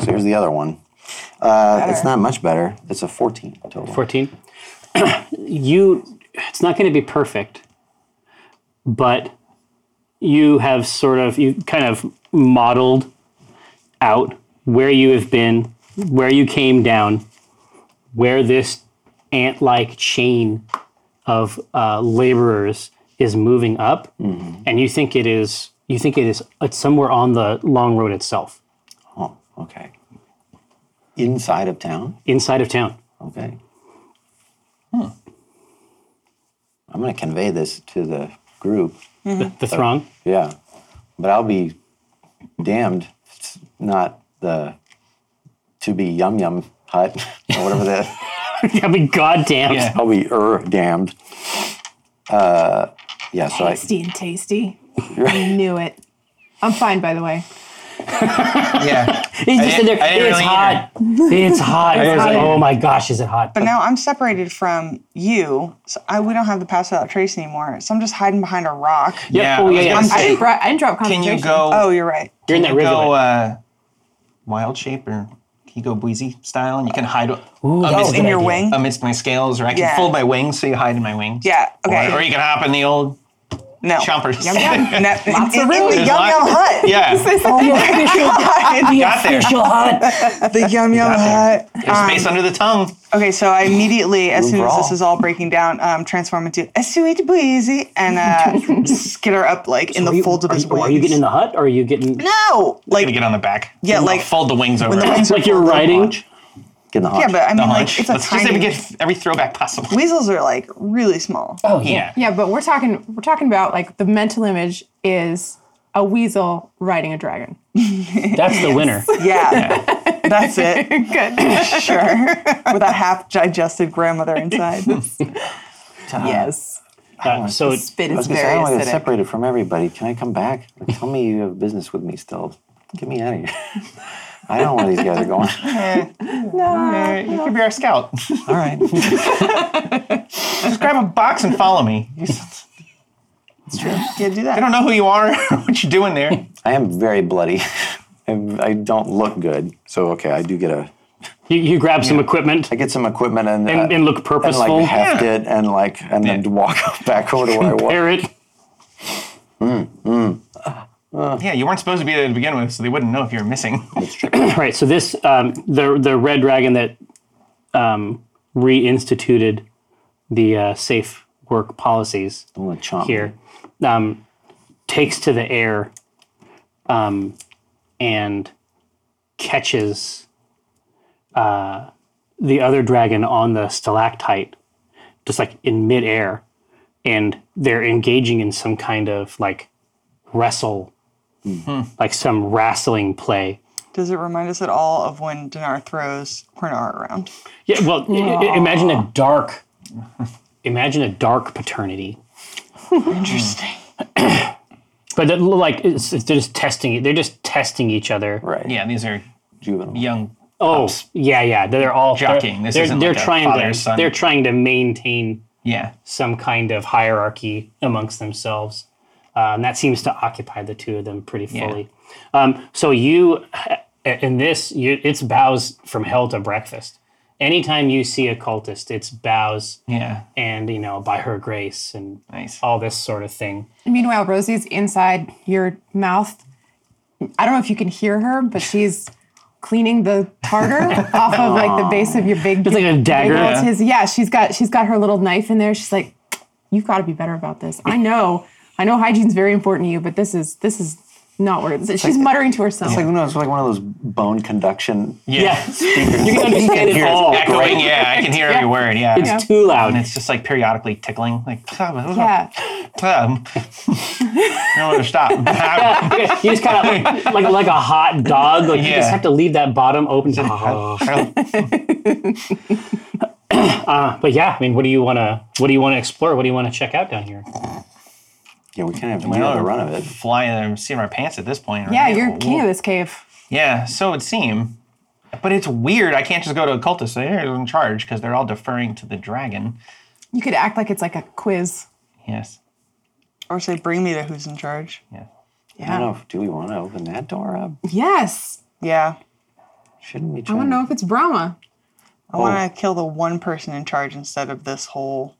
So here's the other one. Uh, it's not much better. It's a 14 total. 14 <clears throat> you it's not going to be perfect but you have sort of you kind of modeled out where you have been where you came down where this ant-like chain of uh, laborers is moving up and you think it is you think it is it's somewhere on the long road itself Oh, okay. Inside of town. inside of town Okay. I'm going to convey this to the group. the, the throng <laughs> Yeah. But I'll be damned if it's not the to be yum yum hut or whatever that. i mean goddamn Yeah. I'll be er damned. Uh, yeah, so I, Tasty and tasty. I knew it. I'm fine, by the way. <laughs> Yeah. He's just in there. didn't- I didn't It's really hot. <laughs> It's hot. It's like, oh my gosh, is it hot? But now I'm separated from you, so I we don't have the pass without trace anymore. So I'm just hiding behind a rock. Yep. Yeah, Oh I yeah. was yeah. gonna I say, didn't Bro, I didn't drop can concentration. you go? Oh, you're right. You're in that can you rivulet. go uh, wild shape or can you go Bweezy style, and you can hide Oh, amidst, in your my, wing. amidst my scales, or I can Yeah. fold my wings, so you hide in my wings. Yeah. Okay. Or, or you can hop in the <laughs> old no. chompers. <laughs> No, Oh in, in the There's yum lot- yum hut. Yeah, <laughs> Yeah. got there. <laughs> the yum yum hut. There's space under the tongue. Okay, so I immediately, as soon as for all. this is all breaking down, um, transform into Esuit Bweezy <laughs> and uh, skitter up like in Are the you- folds of are his you- oh, wings. Are you getting in the hut? Or are you getting no, Gonna like get on the back. Yeah, I'll like- fold the wings over. when the wings are like you're folded. riding? get in the hot. Yeah, but I mean, the like hunch. it's a Let's tiny. just get every throwback possible. weasels are like really small. Oh <laughs> yeah. Yeah, but we're talking we're talking about like the mental image is a weasel riding a <laughs> dragon. That's the winner. Yeah, that's it. Good, sure. With a half-digested grandmother inside. <laughs> yes. Uh, so it's Spit I is was gonna say, very I don't get acidic. separated from everybody. Can I come back? Like, tell me you have business with me still. Get me out of here. <laughs> I don't know where these guys are going. Uh, you could be our scout. All right. just grab a box and follow me. <laughs> Yeah, do I that. don't know who you are <laughs> or what you're <laughs> doing there. I am very bloody. <laughs> I'm- I don't look good. So okay, I do get a. you, you grab some equipment I get some equipment and and, uh, and look and like purposeful. heft it and like and then Yeah. walk back over to where I <laughs> was. Pair it. Yeah, you weren't supposed to be there to begin with, so they wouldn't know if you were missing. <laughs> Right. So this um, the the red dragon that um, reinstituted the uh, safe work policies. I'm gonna chomp. here um, takes to the air um, and catches uh, the other dragon on the stalactite, just like in midair. And they're engaging in some kind of like wrestle, like some wrestling play. Does it remind us at all of when Dinar throws Hornar around? Yeah, well, i- i- imagine a dark, imagine a dark paternity. Interesting. <clears throat> But it- like it's, it's, they're just testing. They're just testing each other. Right. Yeah, these are Juvenile. young. Oh, yeah, yeah. They're all Jockeying. This they're, isn't they're like a trying father to and son. they're trying to maintain Yeah. some kind of hierarchy amongst themselves, uh, and that seems to occupy the two of them pretty Yeah. fully. Um, so you <laughs> in this, you, it's bows from hell to breakfast. Anytime you see a cultist, it's bows Yeah. and you know by her grace and Nice. all this sort of thing. Meanwhile, Rosie's inside your mouth. I don't know if you can hear her, but she's cleaning the tartar off of like the base of your big. It's like a dagger. Well, it's his- yeah, she's got she's got her little knife in there. She's like, you've got to be better about this. I know, I know, hygiene's very important to you, but this is this is not words. She's muttering to herself. It's like, no, it's like one of those bone conduction. Yeah. Speakers. You can understand it hear it. all. Echoing, yeah, I can hear every word, yeah. It's too and <laughs> loud. it's just like periodically tickling, like <laughs> <laughs> yeah. yeah. I don't want to stop. you just kind of like like a hot dog. Like you Yeah. just have to leave that bottom open. <laughs> Oh. But yeah, I mean, what do you want to what do you want to explore? What do you want to check out down here? Yeah, we can't have Well, another run of it. Flying, I'm seeing my pants at this point. Yeah, right? <laughs> you're king of this cave. Yeah, so it seem. But it's weird. I can't just go to a cultist and say, hey, I'm in charge because they're all deferring to the dragon. You could act like it's like a quiz. Yes. Or say, bring me to who's in charge. I don't know. Do we want to open that door up? Yes. Yeah. Shouldn't we I try? want to know if it's Brahma. I want to kill the one person in charge instead of this whole,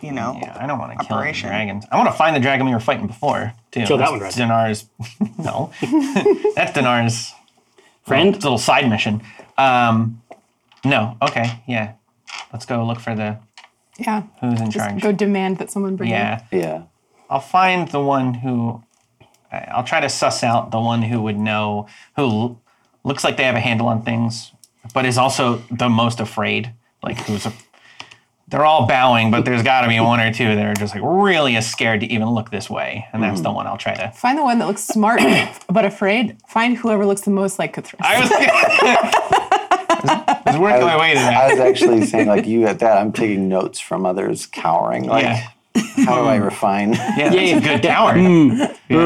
you know. Yeah, I don't want to kill any Operation. dragons. I want to find the dragon we were fighting before. Too. Kill that That's one dragon. Dinar's. <laughs> no. That's Dinar's Friend? little side mission. Um, no. Okay. Yeah. Let's go look for the Yeah. who's in Just charge. go demand that someone bring you. yeah. Yeah. I'll find the one who I- I'll try to suss out the one who would know who l- looks like they have a handle on things, but is also the most afraid. Like who's a, they're all bowing, but there's got to be one or two that are just like really scared to even look this way, and that's the one I'll try to. Find the one that looks smart <coughs> but afraid. Find whoever looks the most like Cthulhu. I was, <laughs> I was working my way to I that. was actually saying, like you at that, I'm taking notes from others cowering. Like, Yeah. how <laughs> do I refine? Yeah, that's a good coward.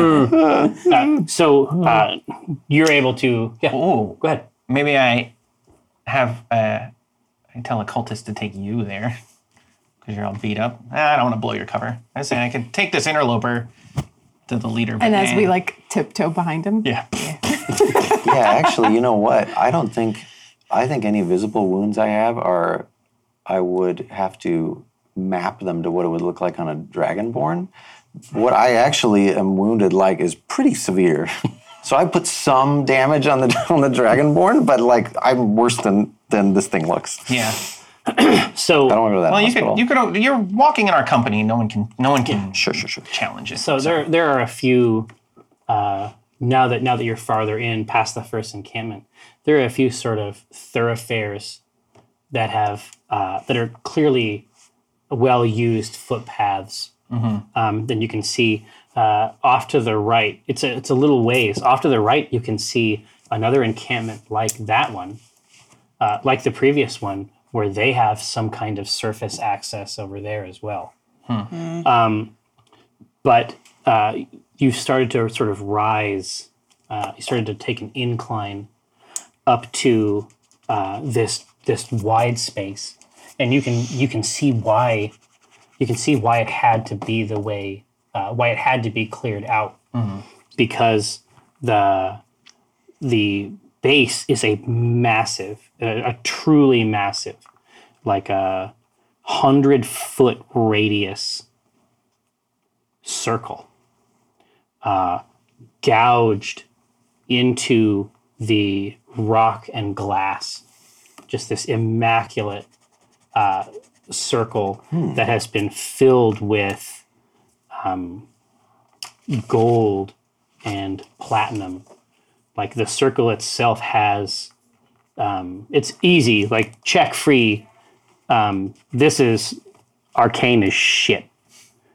Uh, so uh, you're able to. Yeah. Ooh, Go ahead. maybe I have uh, I tell a cultist to take you there because you're all beat up. Ah, I don't want to blow your cover. I say I could take this interloper to the leader. and as we like tiptoe behind him. yeah, yeah, actually, you know what? I don't think, I think any visible wounds I have are, I would have to map them to what it would look like on a dragonborn. What I actually am wounded like is pretty severe. <laughs> So I put some damage on the <laughs> on the dragonborn, but like I'm worse than than this thing looks. yeah. So I don't want to go to that Well, you hospital. could you could you're walking in our company. No one can no one can sure, sure, sure. challenge it. So there, there are a few. Uh, now that now that you're farther in past the first encampment, there are a few sort of thoroughfares that have uh, that are clearly well used footpaths. Um, then you can see uh, off to the right. It's a it's a little ways off to the right. You can see another encampment like that one, uh, like the previous one, where they have some kind of surface access over there as well but uh, you started to sort of rise. Uh, you started to take an incline up to uh, this this wide space, and you can you can see why you can see why it had to be the way uh, why it had to be cleared out because the the base is a massive, a, a truly massive, like a hundred foot radius circle uh, gouged into the rock and glass just this immaculate uh, circle that has been filled with um, gold and platinum like the circle itself has um, it's easy like check free um, this is arcane as shit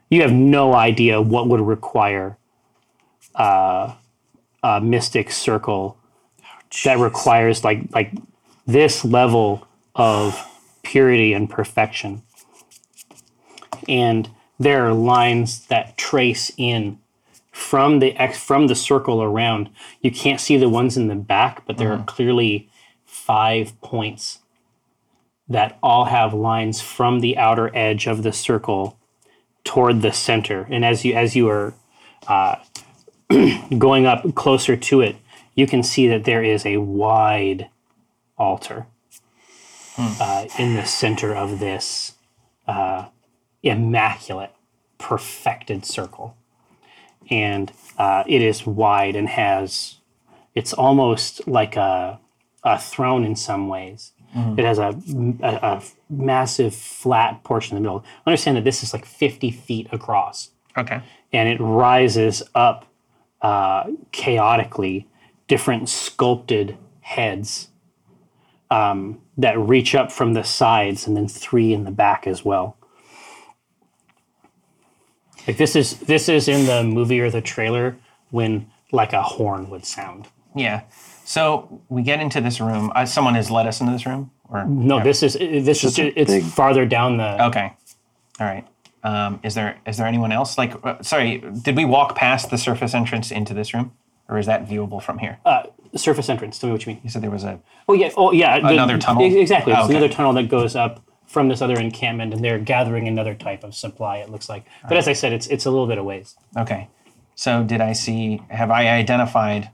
you have no idea what would require uh, a mystic circle that requires like like this level of purity and perfection and there are lines that trace in from the ex- from the circle around you can't see the ones in the back but there are clearly five points that all have lines from the outer edge of the circle toward the center. And as you as you are uh, <clears throat> going up closer to it, you can see that there is a wide altar uh, in the center of this uh, immaculate, perfected circle, and uh, it is wide and has. It's almost like a, a throne uh, in some ways. It has a, a, a massive flat portion in the middle. Understand that this is like 50 feet across okay. and it rises up uh, chaotically different sculpted heads um, that reach up from the sides and then three in the back as well. Like this is this is in the movie or the trailer when like a horn would sound. Yeah. So we get into this room. Uh, someone has led us into this room, or Mm. No, this is this is it's big- farther down the. okay, all right. Um, is there is there anyone else? Like, uh, sorry, did we walk past the surface entrance into this room, or is that viewable from here? surface entrance. Tell me what you mean. you said there was a. Oh yeah. Oh yeah. the- Another tunnel? e- Exactly. It's Oh, okay. another tunnel that goes up from this other encampment, and they're gathering another type of supply. It looks like. But as I said, it's it's a little bit of ways. Okay. So did I see? Have I identified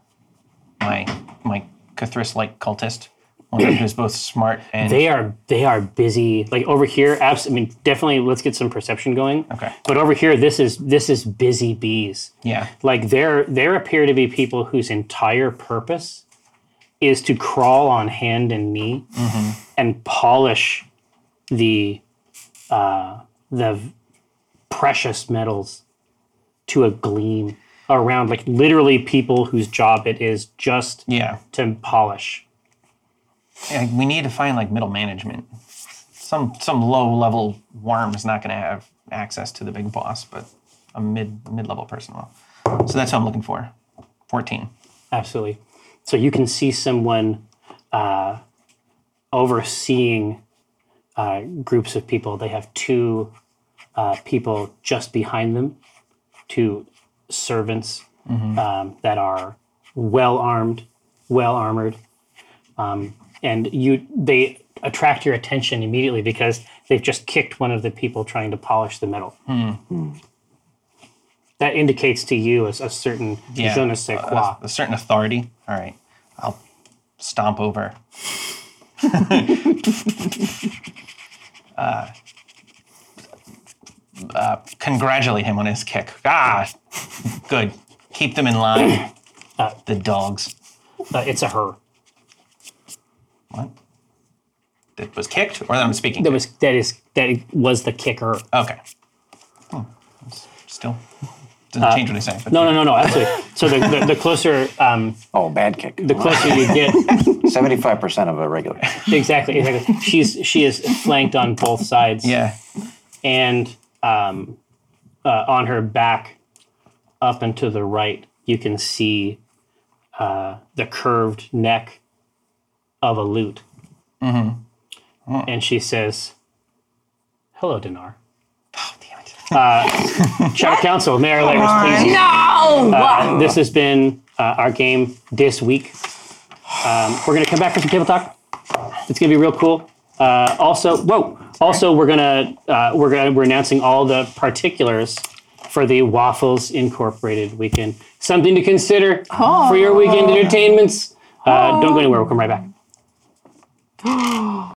my my Cathris like cultist? One who's both smart and They are they are busy. Like over here, abs- I mean, definitely let's get some perception going. Okay. But over here, this is this is busy bees. yeah. Like there there appear to be people whose entire purpose is to crawl on hand and knee and polish the uh, the v- precious metals to a gleam around like literally people whose job it is just Yeah. to polish. Yeah, we need to find like middle management. Some some low level worm is not going to have access to the big boss, but a mid mid level person will. So that's what I'm looking for. Fourteen. Absolutely. So you can see someone uh, overseeing uh, groups of people. They have two uh, people just behind them, two servants um, that are well armed, well armored, um, and you they attract your attention immediately because they've just kicked one of the people trying to polish the metal. That indicates to you a, a certain Yeah. je ne sais quoi. A, a certain authority. All right, I'll stomp over. <laughs> uh, uh, congratulate him on his kick. Ah, good. Keep them in <coughs> line. the dogs. Uh, it's a her. What? That was kicked, or that I'm speaking. That was that is that was the kicker. okay. Hmm. It's Still doesn't change what I say. But Uh, No, no, no, no. Absolutely. So the, the, the closer um, Oh, bad kick. the closer you get, <laughs> <laughs> Seventy-five percent of a regular. exactly, exactly. She's she is flanked on both sides. Yeah. and um, uh, on her back, up and to the right, you can see uh, the curved neck of a lute. Mm-hmm. And she says, "Hello, Dinar." Oh, damn it. <laughs> Shout council, Mayor Layers, please. No! Uh, this has been uh, our game this week. Um, we're gonna come back for some table talk. It's gonna be real cool. Uh, also, whoa! Also, we're gonna uh, we're gonna we're announcing all the particulars for the Waffles Incorporated weekend. Something to consider for your weekend entertainments. Uh, Don't go anywhere. We'll come right back.